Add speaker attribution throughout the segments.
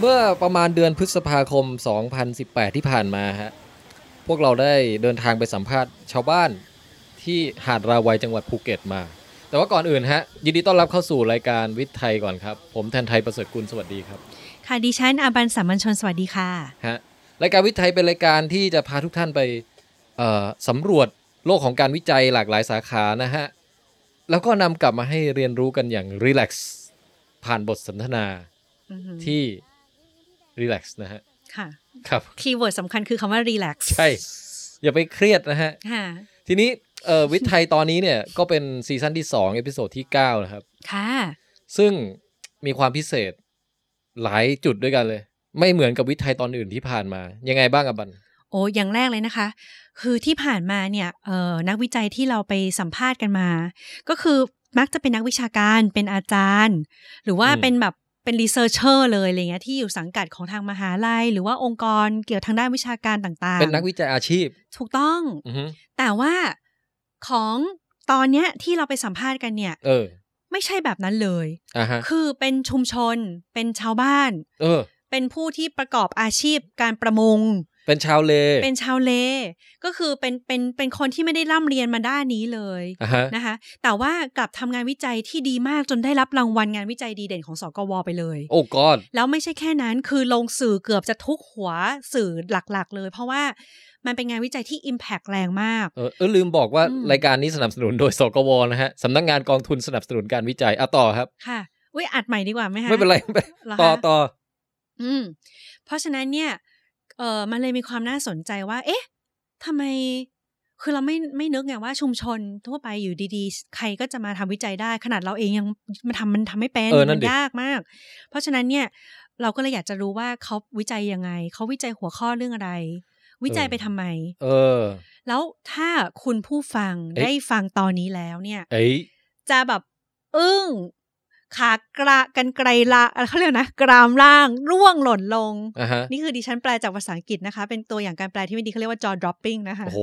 Speaker 1: เมื่อประมาณเดือนพฤษภาคม 2018 ที่ผ่านมาฮะ พวกเราได้เดินทางไปสัมภาษณ์ชาวบ้านที่หาดราวัยจังหวัดภูเก็ตมา แต่ว่าก่อนอื่นฮะ ยินดีต้อนรับเข้าสู่รายการวิทย์ไทยก่อนครับ ผมแทนไทยประเสริฐกุลสวัสดีครับ
Speaker 2: ค่ะดิฉันอาบันสามัญชนสวัสดีค่ะ
Speaker 1: ฮะรายการวิทย์ไทยเป็นรายการที่จะพาทุกท่านไปเอ่อสำรวจโลกของการวิจัยหลากหลายสาขานะฮะ แล้วก็นำกลับมาให้เรียนรู้กันอย่างรีแลกซ์ผ่านบทสนทนา
Speaker 2: อือหือ
Speaker 1: ที่รีแลกซ์นะฮะ
Speaker 2: ค่ะ
Speaker 1: ครับ
Speaker 2: คีย์เวิร์ดสำคัญคือคำว่า relax
Speaker 1: ใช่ อย่าไปเครียดนะฮะ
Speaker 2: ค่ะ
Speaker 1: ทีนี้เอ่อวิทย์ไทยตอนนี้เนี่ย ก็เป็นซีซั่นที่ 2 เอพิโซดที่ 9 นะครับ
Speaker 2: ค่ะ
Speaker 1: ซึ่งมีความพิเศษหลายจุดด้วยกันเลย ไม่เหมือนกับวิทย์ไทยตอนอื่นที่ผ่านมา ยังไงบ้างอะบัน
Speaker 2: โอ้อย่างแรกเลยนะคะ คือที่ผ่านมาเนี่ยเอ่อนักวิจัยที่เราไปสัมภาษณ์กันมา ก็คือมักจะเป็นนักวิชาการเป็นอาจารย์ หรือว่า
Speaker 1: อืม
Speaker 2: เป็นแบบเป็นรีเ e ิร์ชเชอร์เลยอะไรเงี้ยที่อยู่สังกัดของทางมหาลัย หรือว่าองค์กรเกี่ยวทางด้านวิชาการต่างๆ
Speaker 1: เป็นนักวิจัยอาชีพ
Speaker 2: ถูกต้อง
Speaker 1: อือฮึ
Speaker 2: แต่ว่าของตอนเนี้ยที่เราไปสัมภาษณ์กันเนี่ย
Speaker 1: เออ
Speaker 2: ไม่ใช่แบบนั้นเลย
Speaker 1: อ่าฮะ
Speaker 2: คือเป็นชุมชน เป็นชาวบ้าน
Speaker 1: เออ
Speaker 2: เป็นผู้ที่ประกอบอาชีพการประมง
Speaker 1: เป็นชาวเล
Speaker 2: เป็นชาวเล ก็คือเป็นเป็นเป็นคนที่ไม่ได้ร่ำเรียนมาด้านนี้เลย
Speaker 1: อ่าฮะ
Speaker 2: นะคะ แต่ว่ากลับทำงานวิจัยที่ดีมากจนได้รับรางวัลงานวิจัยดีเด่นของสกวไปเลย
Speaker 1: โอ้กอด
Speaker 2: แล้วไม่ใช่แค่นั้น คือลงสื่อเกือบจะทุกหัวสื่อหลักๆ เลย เพราะว่ามันเป็นงานวิจัยที่ Impact แรงมาก
Speaker 1: เออเออลืมบอกว่า
Speaker 2: อืม
Speaker 1: รายการนี้สนับสนุนโดยสกวนะฮะ สำนักงานกองทุนสนับสนุนการวิจัย อ่ะต่อครับ
Speaker 2: ค่ะอุ้ยอัดใหม่ดีกว่าไหมคะ
Speaker 1: ไม่เป็นไรไม่เป็นไร
Speaker 2: เหรอ
Speaker 1: ต่อ
Speaker 2: คะ
Speaker 1: ต่อ
Speaker 2: อืม เพราะฉะนั้นเนี่ยเออมันเลยมีความน่าสนใจว่า เอ๊ะทำไม คือเราไม่ไม่นึกไงว่าชุมชนทั่วไปอยู่ดีๆ ใครก็จะมาทำวิจัยได้ ขนาดเราเองยังมันทำมันทำไม่เป็น
Speaker 1: เออนั่
Speaker 2: มัน
Speaker 1: ดิ
Speaker 2: ยากมาก เพราะฉะนั้นเนี่ย เราก็เลยอยากจะรู้ว่าเขาวิจัยยังไง เขาวิจัยหัวข้อเรื่องอะไร วิจัยไปทำไม
Speaker 1: เออ
Speaker 2: แล้วถ้าคุณผู้ฟัง
Speaker 1: เอ๊ะ
Speaker 2: ได้ฟังตอนนี้แล้วเนี่ย
Speaker 1: เอ้ย
Speaker 2: จะแบบอึ้งขากระกันไกรละอะไรเขาเรียกนะกรามล่างร่วงหล่นลง
Speaker 1: อ่ะฮะ
Speaker 2: นี่คือดิฉันแปลจากภาษาอังกฤษนะคะ เป็นตัวอย่างการแปลที่ไม่ดีเขาเรียกว่า jaw dropping นะคะ
Speaker 1: โอ้โห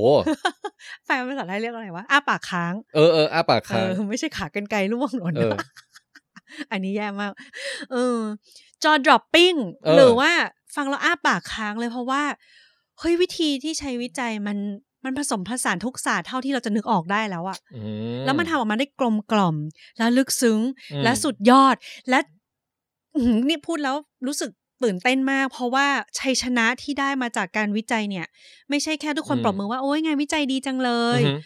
Speaker 2: แปลเป็นภาษาไทยเรียกอะไรวะอ้าปากค้าง
Speaker 1: เออเอออ้าปาก
Speaker 2: เอ
Speaker 1: ค้าง
Speaker 2: อไม่ใช่ขากรรไกรร่วงหล่น
Speaker 1: เออ
Speaker 2: นะอันนี้แย่มากเออ jaw dropping
Speaker 1: เออ
Speaker 2: หรือว่าฟังแล้วอ้าปากค้างเลยเพราะว่าเฮ้ยวิธีที่ใช้วิจัยมันมันผสมผสานทุกศาสตร์เท่าที่เราจะนึกออกได้แล้วอะ
Speaker 1: ม
Speaker 2: แล้วมันทำออกมาได้กลมกล่อม และลึกซึ้ง
Speaker 1: อืม
Speaker 2: และสุดยอดและ อื้อหือนี่พูดแล้วรู้สึกตื่นเต้นมาก เพราะว่าชัยชนะที่ได้มาจากการวิจัยเนี่ย ไม่ใช่แค่ทุกคนปรบมือว่าโอ้ยงานวิจัยดีจังเลย
Speaker 1: อือฮึ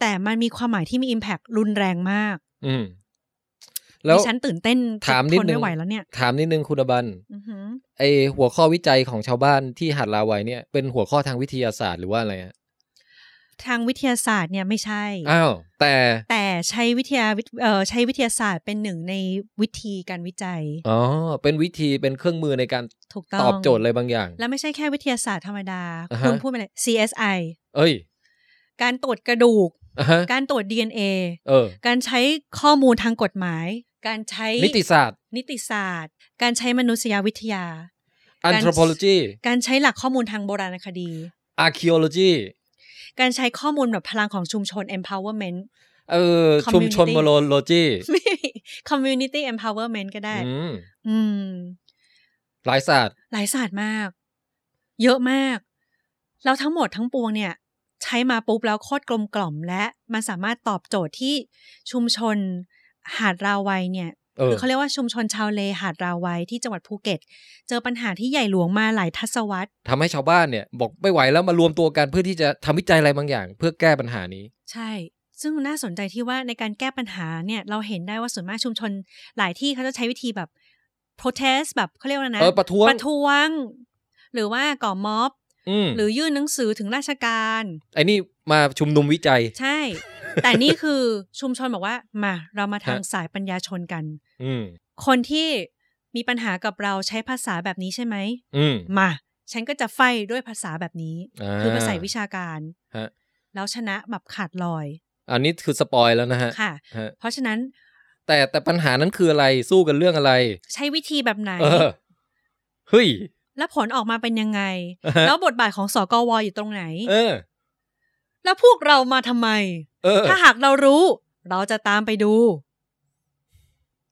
Speaker 2: แต่มันมีความหมายที่มี Impact รุนแรงมาก
Speaker 1: อืม แล้ว
Speaker 2: ดิฉันตื่นเต้น
Speaker 1: ถามนิ
Speaker 2: ท
Speaker 1: ด
Speaker 2: น
Speaker 1: นึง
Speaker 2: ไม่ไหวแล้วเนี่ย
Speaker 1: ถามนิดนึงคุณอบัน
Speaker 2: อือหือ
Speaker 1: ไอหัวข้อวิจัยของชาวบ้านที่หาดลาวัยเนี่ย เป็นหัวข้อทางวิทยาศาสตร์หรือว่าอะไรฮะ
Speaker 2: ทางวิทยาศาสตร์เนี่ยไม่ใช่
Speaker 1: อ้าว แต่
Speaker 2: แต่ใช้วิทยาวิทเอ่อใช้วิทยาศาสตร์เป็นหนึ่งในวิธีการวิจัย
Speaker 1: อ๋อเป็นวิธีเป็นเครื่องมือในการ
Speaker 2: ถูกต้อง
Speaker 1: ตอบโจทย์อะไรบางอย่าง
Speaker 2: และไม่ใช่แค่วิทยาศาสตร์ธรรมดา
Speaker 1: อ่าฮะ
Speaker 2: คุณพูดไปเลย CSI
Speaker 1: เอ้ย
Speaker 2: การตรวจกระดูก
Speaker 1: อ่ะฮะ
Speaker 2: การตรวจ DNA
Speaker 1: เออ
Speaker 2: การใช้ข้อมูลทางกฎหมาย การใช้
Speaker 1: นิติศาสตร์
Speaker 2: นิติศาสตร์ การใช้มนุษยวิทยา การ
Speaker 1: anthropology
Speaker 2: การใช้หลักข้อมูลทางโบราณคดี
Speaker 1: archaeology
Speaker 2: การใช้ข้อมูลแบบพลังของชุมชน empowerment
Speaker 1: เออ
Speaker 2: Community
Speaker 1: ชุมชน morology
Speaker 2: ไม่ community empowerment ก็ได้
Speaker 1: อืม
Speaker 2: อืม
Speaker 1: หลายศาสตร์
Speaker 2: หลายศาสตร์มาก เยอะมาก แล้วทั้งหมดทั้งปวงเนี่ย ใช้มาปุ๊บแล้วโคตรกลมกล่อม และมันสามารถตอบโจทย์ที่ชุมชนหาดราวัยเนี่ย
Speaker 1: เออ
Speaker 2: หรือเขาเรียกว่าชุมชนชาวเลหาดราวัยที่จังหวัดภูเก็ต เจอปัญหาที่ใหญ่หลวงมาหลายทศวรรษ
Speaker 1: ทำให้ชาวบ้านเนี่ย บอกไม่ไหวแล้วมารวมตัวกันเพื่อที่จะทำวิจัยอะไรบางอย่าง เพื่อแก้ปัญหานี้
Speaker 2: ใช่ ซึ่งน่าสนใจที่ว่าในการแก้ปัญหาเนี่ย เราเห็นได้ว่าส่วนมากชุมชนหลายที่เขาจะใช้วิธีแบบ protest แบบเขาเรียกว่าอะไรนะ
Speaker 1: เออประท้วง
Speaker 2: ประท้วง หรือว่าก่อม็อบ
Speaker 1: อืม
Speaker 2: หรือยื่นหนังสือถึงราชการ
Speaker 1: ไอ้นี่มาชุมนุมวิจัย
Speaker 2: ใช่ แต่นี่คือชุมชนบอกว่ามาเรามาทาง
Speaker 1: ฮะ
Speaker 2: สายปัญญาชนกัน
Speaker 1: อืม
Speaker 2: คนที่มีปัญหากับเราใช้ภาษาแบบนี้ใช่ไหม
Speaker 1: อืม
Speaker 2: มา ฉันก็จะไฟด้วยภาษาแบบนี้
Speaker 1: อ่า
Speaker 2: คือภาษาวิชาการ
Speaker 1: ฮะ
Speaker 2: แล้วชนะแบบขาดลอย
Speaker 1: อันนี้คือสปอยแล้วนะฮะ
Speaker 2: ค่ะ
Speaker 1: ฮะ
Speaker 2: เพราะฉะนั้น
Speaker 1: แต่แต่ปัญหานั้นคืออะไรสู้กันเรื่องอะไร
Speaker 2: ใช้วิธีแบบไหน
Speaker 1: เออเฮ้ย
Speaker 2: และผลออกมาเป็นยังไง
Speaker 1: อ่ะฮะ
Speaker 2: แล้วบทบาทของสกวอยู่ตรงไหน
Speaker 1: เออ
Speaker 3: แล้วพวกเรามาทำไม
Speaker 1: เออ
Speaker 3: ถ้าหากเรารู้ เราจะตามไปดู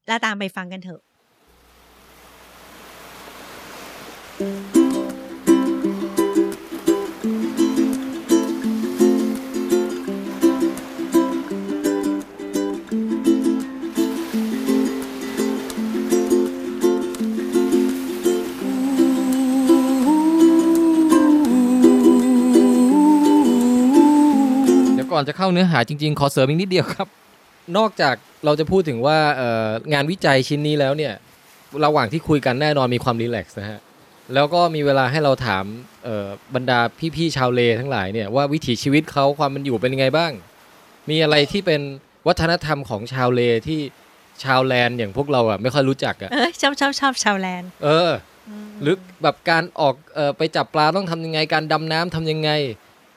Speaker 3: และตามไปฟังกันเถอะ
Speaker 1: เดี๋ยวก่อนจะเข้าเนื้อหาจริงๆ ขอเสริมอีกนิดเดียวครับ นอกจากเราจะพูดถึงว่าเอ่องานวิจัยชิ้นนี้แล้วเนี่ย ระหว่างที่คุยกันแน่นอนมีความรีแลกซ์นะฮะ แล้วก็มีเวลาให้เราถามเอ่อบรรดาพี่ๆชาวเลทั้งหลายเนี่ยว่าวิถีชีวิตเขาความเป็นอยู่เป็นยังไงบ้าง มีอะไรที่เป็นวัฒนธรรมของชาวเลที่ชาวแลนด์อย่างพวกเราอ่ะไม่ค่อยรู้จักอ่ะ
Speaker 3: เอ้ยชอบชอบชอบชาวแลนด์
Speaker 1: เออ หรือแบบการออกเอ่อไปจับปลาต้องทำยังไง การดำน้ำทำยังไง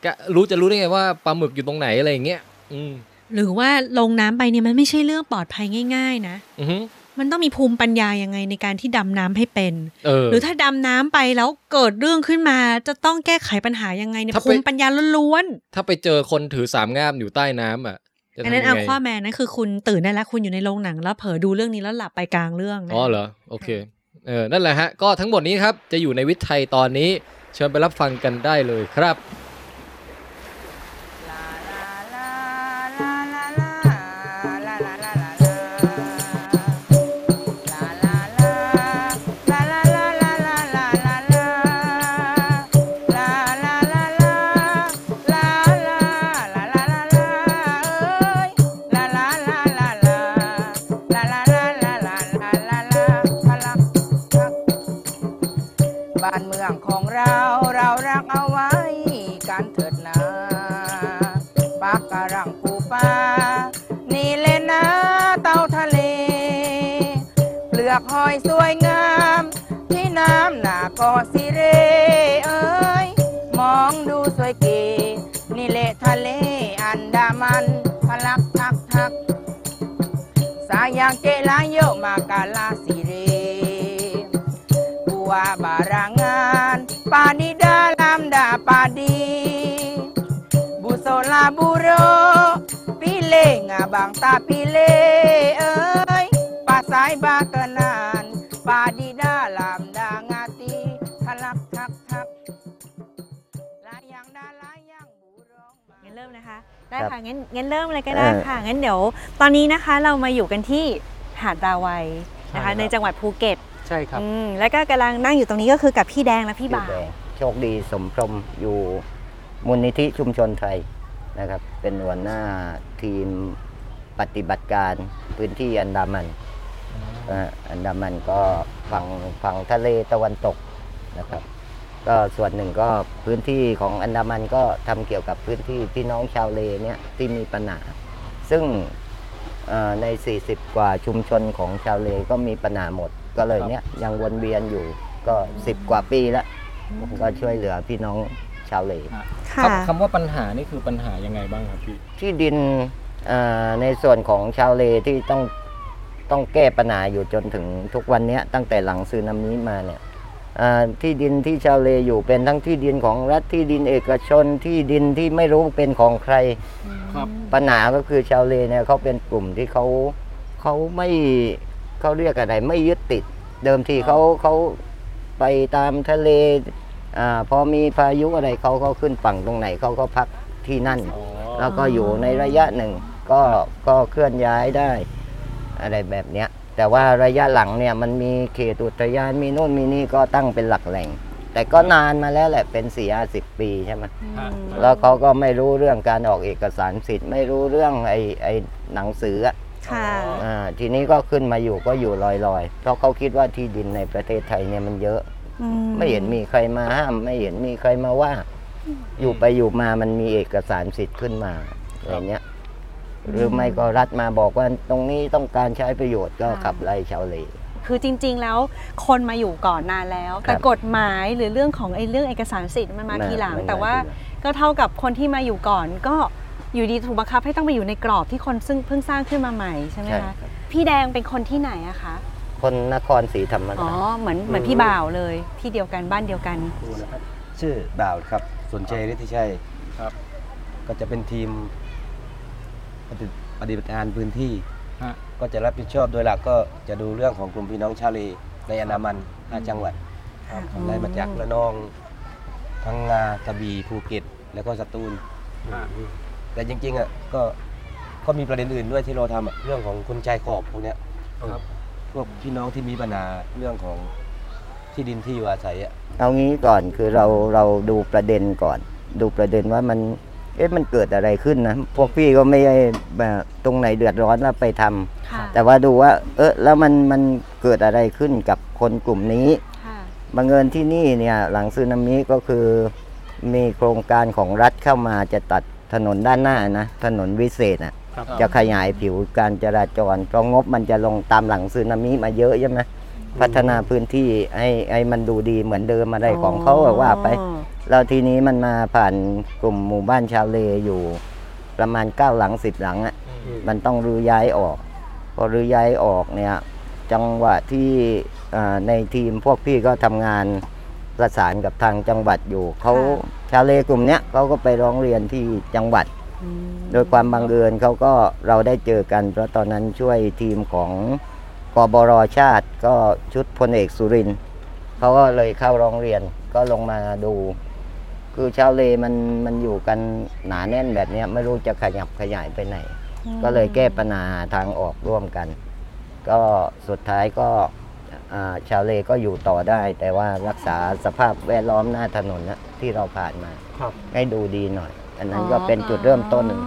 Speaker 1: กะรู้จะรู้ได้ไงว่าปลาหมึกอยู่ตรงไหนอะไรอย่างเงี้ยอืม
Speaker 3: หรือว่าลงน้ำไปเนี่ยมันไม่ใช่เรื่องปลอดภัยง่าย ๆ นะ
Speaker 1: อือหือ
Speaker 3: มันต้องมีภูมิปัญญายังไงในการที่ดำน้ำให้เป็น
Speaker 1: เออ
Speaker 3: หรือถ้าดำน้ำไปแล้วเกิดเรื่องขึ้นมาจะต้องแก้ไขปัญหายังไงเนี่ย
Speaker 1: ถ้าไป
Speaker 3: ภูมิปัญญาล้วน
Speaker 1: ถ้าไปเจอคนถือสามง่ามอยู่ใต้น้ำอ่ะจะ
Speaker 3: ๆ
Speaker 1: ทำ
Speaker 3: อั
Speaker 1: ยั
Speaker 3: น
Speaker 1: ง
Speaker 3: นั้น
Speaker 1: ไง
Speaker 3: อาควาแมนนั่นคือคุณตื่นได้แล้วคุณอยู่ในโรงหนัง แล้วเผลอดูเรื่องนี้แล้วหลับไปกลางเรื่องนะ
Speaker 1: อ๋อเหรอโอเคเออนั่นแหละฮะ ก็ทั้งหมดนี้ครับ จะอยู่ในวิทย์ไทยตอนนี้ เชิญไปรับฟังกันได้เลยครับ
Speaker 4: บ้านเมืองของเราเรารักเอาไว้การเถิดหนา ปากการังปูปลานี่แหละนะเต่าทะเล เปลือกหอยสวยงาม ที่น้ำหนาเกาะสิเร เอ้ย มองดูสวยเก๋นี่แหละทะเลอันดามันพลักทักทัก สายางเจลายโยมากาลาสิเร บัวบารางานปานิดาลามดาปาดี บุโซลาบุโรพิเลงาบางตาพิเลเอ้ยป่าสายบากะนานปาดิดาลามดางาตีทะลักทักทักลายยางดาลายยางบุโรง
Speaker 2: งั้นเริ่มนะคะ ได้ค่ะงั้นงั้นเริ่มเลยก็ได้ค่ะ งั้นเดี๋ยว ตอนนี้นะคะเรามาอยู่กันที่หาดราวัยนะคะ
Speaker 5: ใช่ครับ
Speaker 2: ในจังหวัดภูเก็ต
Speaker 5: ใช่ครับ
Speaker 2: อืมแล้วก็กำลังนั่งอยู่ตรงนี้ก็คือกับพี่แดงและพี่บ่าว
Speaker 6: อยู่แดงโชคดีสมพรหมอยู่มูลนิธิชุมชนไทยนะครับ เป็นหัวหน้าทีมปฏิบัติการพื้นที่อันดามันนะฮะอันดามันก็ฝั่งฝั่งทะเลตะวันตกนะครับ ก็ส่วนหนึ่งก็พื้นที่ของอันดามันก็ทำเกี่ยวกับพื้นที่พี่น้องชาวเลเนี่ยที่มีปัญหา ซึ่งเอ่อใน 40 กว่าชุมชนของชาวเลก็มีปัญหาหมด ก็เลยเนี่ยยังวนเวียนอยู่ก็ 10 กว่าปีแล้ว ผมก็ช่วยเหลือพี่น้องชาวเล
Speaker 2: ค่ะ
Speaker 1: คำว่าปัญหานี่คือปัญหายังไงบ้างครับพี่
Speaker 6: ที่ดินเอ่อในส่วนของชาวเลที่ต้องต้องแก้ปัญหาอยู่จนถึงทุกวันเนี้ยตั้งแต่หลังซื้อน้ำนี้มาเนี่ยเอ่อที่ดินที่ชาวเลอยู่เป็นทั้งที่ดินของรัฐที่ดินเอกชนที่ดินที่ไม่รู้เป็นของใคร
Speaker 5: ครับ
Speaker 6: ปัญหาก็คือชาวเลเนี่ยเขาเป็นกลุ่มที่เขาเขาไม่เขาเรียกอะไรไม่ยึดติด เดิมที
Speaker 5: ครับ
Speaker 6: เขาเขาไปตามทะเลอ่าพอมีพายุอะไรเขาก็ขึ้นฝั่งตรงไหนเขาก็พักที่นั่น
Speaker 5: อ๋อ
Speaker 6: แล้วก็อยู่ในระยะหนึ่งก็ก็เคลื่อนย้ายได้อะไรแบบเนี้ยแต่ว่าระยะหลังเนี่ยมันมีเขตอุทยานมีโน่นมีนี่ก็ตั้งเป็นหลักแหล่ง แต่ก็นานมาแล้วแหละเป็นสี่สิบปีใช่ไหม
Speaker 5: ฮะ
Speaker 6: แล้วเขาก็ไม่รู้เรื่องการออกเอกสารสิทธิ์ ไม่รู้เรื่องไอ้ไอ้หนังสืออะ
Speaker 2: ค่ะ
Speaker 6: อ่าทีนี้ก็ขึ้นมาอยู่ก็อยู่ลอยๆ เพราะเขาคิดว่าที่ดินในประเทศไทยเนี่ยมันเยอะ
Speaker 2: อื
Speaker 6: ไม่เห็นมีใครมาห้าม ไม่เห็นมีใครมาว่า อยู่ไปอยู่มามันมีเอกสารสิทธิ์ขึ้นมาอะไรเงี้ย หรือไม่ก็รัฐมาบอกว่าตรงนี้ต้องการใช้ประโยชน์ก็ขับไล่ชาวเล
Speaker 2: คือจริง ๆ แล้วคนมาอยู่ก่อนนานแล้ว แต่
Speaker 6: ครับ
Speaker 2: กฎหมายหรือเรื่องของไอ้เรื่องเอกสารสิทธิ์มันมา
Speaker 6: น่ะ
Speaker 2: ทีหลัง
Speaker 6: มันมา
Speaker 2: แต่ว่า
Speaker 6: ทีหลัง
Speaker 2: ก็เท่ากับคนที่มาอยู่ก่อน ก็อยู่ดีถูกบังคับให้ต้องมาอยู่ในกรอบที่คนซึ่งเพิ่งสร้างขึ้นมาใหม่ใช่ไหม
Speaker 6: ใช่
Speaker 2: คะ
Speaker 6: ครับ
Speaker 2: พี่แดงเป็นคนที่ไหนอะคะ
Speaker 6: คนนครศรีธรรม
Speaker 2: อ๋อ
Speaker 6: ราช
Speaker 2: เหมือนเหมือนพี่บ่าวเลยที่เดียวกันบ้านเดียวกัน
Speaker 7: ชื่อบ่าวครับสนใจฤทธิชัย
Speaker 5: ครับ ก็จะเป็นทีมปฏิปฏิบัติงานพื้นที่
Speaker 7: ฮะ
Speaker 5: ก็จะรับผิดชอบโดยหลักก็จะดูเรื่องของกลุ่มพี่น้องชาวเลในอันดามันห้าจังหวัดครับได้มาจากระนองพังงากระบี่ภูเก็ต แล้วก็สตูล แต่จริงๆอ่ะก็ก็มีประเด็นอื่นด้วยที่เราทำอ่ะเรื่องของคนชายขอบพวกเนี้ย
Speaker 7: ครับ
Speaker 5: พวกพี่น้องที่มีปัญหาเรื่องของที่ดินที่อยู่อาศัยอ่ะ
Speaker 6: เอางี้ก่อนคือเราเราดูประเด็นก่อน ดูประเด็นว่ามันเอ๊ะมันเกิดอะไรขึ้นนะ พวกพี่ก็ไม่ได้แบบตรงไหนเดือดร้อนแล้วไปทำ
Speaker 2: ค่ะ
Speaker 6: แต่ว่าดูว่า เออแล้วมันมันเกิดอะไรขึ้นกับคนกลุ่มนี้
Speaker 2: ค่ะ
Speaker 6: บังเอิญที่นี่เนี่ยหลังซึนามิก็คือมีโครงการของรัฐเข้ามาจะตัดถนนด้านหน้านะถนนวิเศษอ่ะ
Speaker 7: ครับ
Speaker 6: จะขยายผิวการจราจรเพราะงบมันจะลงตามหลังซึนามิมาเยอะใช่ไหมพัฒนาพื้นที่ให้ให้มันดูดีเหมือนเดิมอะไรของเขาอะว่าไป แล้วทีนี้มันมาผ่านกลุ่มหมู่บ้านชาวเลอยู่ ประมาณ 9 หลัง 10 หลังอะ่ะมันต้องรื้อย้ายออก พอรื้อย้ายออกเนี่ยจังหวะที่เอ่อในทีมพวกพี่ก็ทำงานประสานกับทางจังหวัดอยู่เขา
Speaker 2: ค่ะ
Speaker 6: ชาวเลกลุ่มเนี้ยเขาก็ไปร้องเรียนที่จังหวัด
Speaker 2: อืม
Speaker 6: โดยความบังเอิญเขาก็เราได้เจอกัน เพราะตอนนั้นช่วยทีมของกบรชาติก็ชุดพลเอกสุรินทร์เขาก็เลยเข้าร้องเรียนก็ลงมาดู คือชาวเลมันมันอยู่กันหนาแน่นแบบเนี้ยไม่รู้จะขยับขยายไปไหน ก็เลยแก้ปัญหาทางออกร่วมกัน ก็สุดท้ายก็อ่าชาวเลก็อยู่ต่อได้ แต่ว่ารักษาสภาพแวดล้อมหน้าถนนนะที่เราผ่านมา
Speaker 5: ครับ
Speaker 6: ให้ดูดีหน่อย อันนั้นก็เป็นจุดเริ่มต้น
Speaker 2: อ๋อ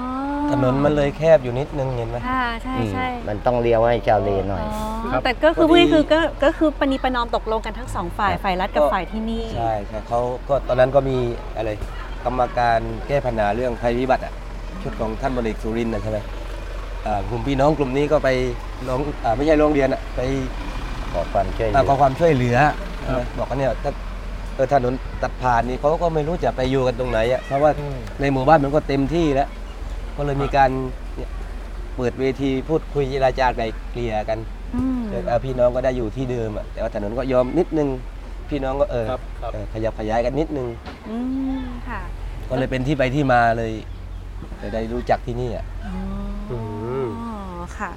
Speaker 5: ถนนมันเลยแคบอยู่นิดนึงเห็นไหม
Speaker 2: ค่ะใช่ใช่
Speaker 6: อืมมันต้องเลี้ยวให้ชาวเลหน่อย
Speaker 2: อ๋อ
Speaker 7: ครับ
Speaker 2: แต่ก็คือ
Speaker 5: พ
Speaker 2: พู
Speaker 5: อ
Speaker 2: ด
Speaker 5: ดี
Speaker 2: ง่ายๆคือก็ก็คือปณีประนอมตกลงกันทั้งสองฝ่ายฝ่ายรัฐกับฝ่ายที่นี่
Speaker 5: ใช่ใช่เขาก็ตอนนั้นก็มีอะไรกรรมการแก้ปัญหาเรื่องภัยพิบัติอ่ะชุดของท่านบริกสุรินทร์นะใช่ไหมอ่ากลุ่มพี่น้องกลุ่มนี้ก็ไปร้องอ่าไม่ใช่ร้องเรียนอ่ะไป
Speaker 6: ขอความช่วยเหลื
Speaker 5: อ่า
Speaker 6: อ
Speaker 5: ขอความช่วยเหลือใช่ไหมบอกว่าเนี่ยถ้าเออถนนตัดผ่านนี่เขาก็ไม่รู้จะไปอยู่กันตรงไหนอ่ะเพราะว่าในหมู่บ้านมันก็เต็มที่แล้ว ก็เลยมีการเนี่ยเปิดเวทีพูดคุยเจรจาไกลเกลี่ยกัน
Speaker 2: อืม
Speaker 5: เอออ่าพี่น้องก็ได้อยู่ที่เดิมอ่ะแต่ว่าถนนก็ยอมนิดนึงพี่น้องก็เออ
Speaker 7: ครับครับ
Speaker 5: เออขยับขยายกันนิดนึง
Speaker 2: อืมค่ะ
Speaker 5: ก็เลยเป็นที่ไปที่มาเลยเลยได้รู้จักที่นี่อ่ะ
Speaker 2: อ๋ออค่ะ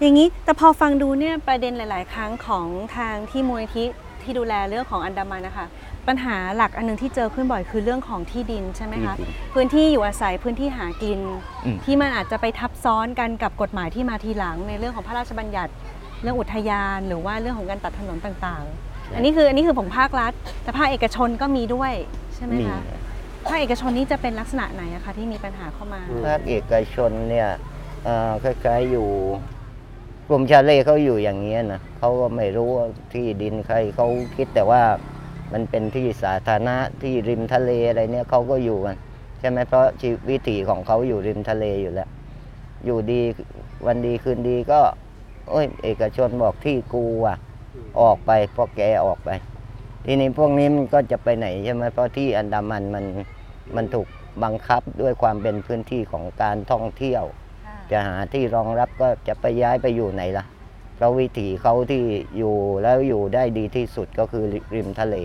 Speaker 2: อย่างนี้แต่พอฟังดูเนี่ยประเด็นหลาย ๆ ครั้งของทางที่มูลนิธิที่ดูแลเรื่องของอันดามันนะคะปัญหาหลักอันหนึงที่เจอขึ้นบ่อยคือเรื่องของที่ดินใช่ไหม
Speaker 6: ที่
Speaker 2: คะ
Speaker 6: ดิน
Speaker 2: พื้นที่อยู่อาศัยพื้นที่หากิน
Speaker 6: อืม
Speaker 2: ที่มันอาจจะไปทับซ้อนกันกับกฎหมายที่มาทีหลัง ในเรื่องของพระราชบัญญัติ เรื่องอุทยานหรือว่าเรื่องของการตัดถนนต่างๆ อันนี้คืออันนี้คือของภาครัฐ แต่ภาคเอกชนก็มีด้วยใช่ไหม
Speaker 6: นี่
Speaker 2: คะภาคเอกชนนี้จะเป็นลักษณะไหนอะคะที่มีปัญหาเข้ามา
Speaker 6: ภาคเอกชนเนี่ยเอ่อคล้ายๆอยู่ กลุ่มชาวเลเขาอยู่อย่างนี้ยนะเขาก็ไม่รู้ว่าที่ดินใครเขาคิดแต่ว่ามันเป็นที่สาธารณะที่ริมทะเลอะไรเนี่ยเขาก็อยู่กันใช่ไหมเพราะชีวิตวิถีของเขาอยู่ริมทะเลอยู่แล้ว อยู่ดีวันดีคืนดีก็ โอ้ย เอกชนบอกที่กูอ่ะ ออกไปพวกแกออกไป ทีนี้พวกนี้มันก็จะไปไหนใช่ไหมเพราะที่อันดามันมันมันถูกบังคับด้วยความเป็นพื้นที่ของการท่องเที่ยว จะหาที่รองรับก็จะไปย้ายไปอยู่ไหนล่ะ เพราะวิถีเขาที่อยู่แล้วอยู่ได้ดีที่สุดก็คือริมทะเล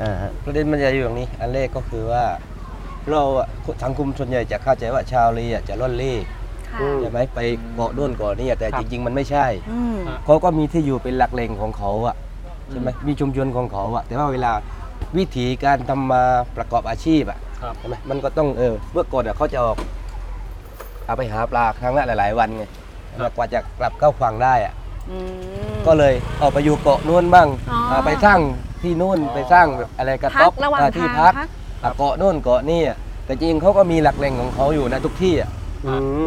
Speaker 6: อ่าฮะ
Speaker 5: ประเด็นมันจะอยู่อย่างนี้ อันแรกก็คือว่า เราอะสังคมส่วนใหญ่จะเข้าใจว่าชาวเลอะจะล่อนเล่
Speaker 2: ค่ะ
Speaker 5: ใช่ไหมไปเกาะด้วนเก่อนนี่ยแต่จริง ๆ มันไม่ใช่
Speaker 2: อืม
Speaker 5: เขาก็มีที่อยู่เป็นหลักแหล่งของเขาอะใช่ไหมมีชุมชนของเขาอะแต่ว่าเวลาวิถีการทำมาประกอบอาชีพอะ
Speaker 7: ครับ
Speaker 5: ใช่ไหมมันก็ต้องเออเมื่อก่อนอะเขาจะออกเอาไปหาปลาครั้งละหลาย ๆ วันไงกว่าจะกลับเข้าฝั่งได้อะ ก็เลยเอาไปอยู่เกาะนู่นบ้าง
Speaker 2: อ๋ออ่
Speaker 5: าไปสร้างที่นู่นไปสร้างแบบอะไรกระ
Speaker 2: พั
Speaker 5: ต๊อก
Speaker 2: กระหว่าง
Speaker 5: อ่าที่
Speaker 2: ทาง
Speaker 5: พัก
Speaker 2: พัก
Speaker 5: อ่ะเกาะนู่นเกาะนี่อ่ะแต่จริงเขาก็มีหลักแหล่งของเขาอยู่นะทุกที่อ่ะ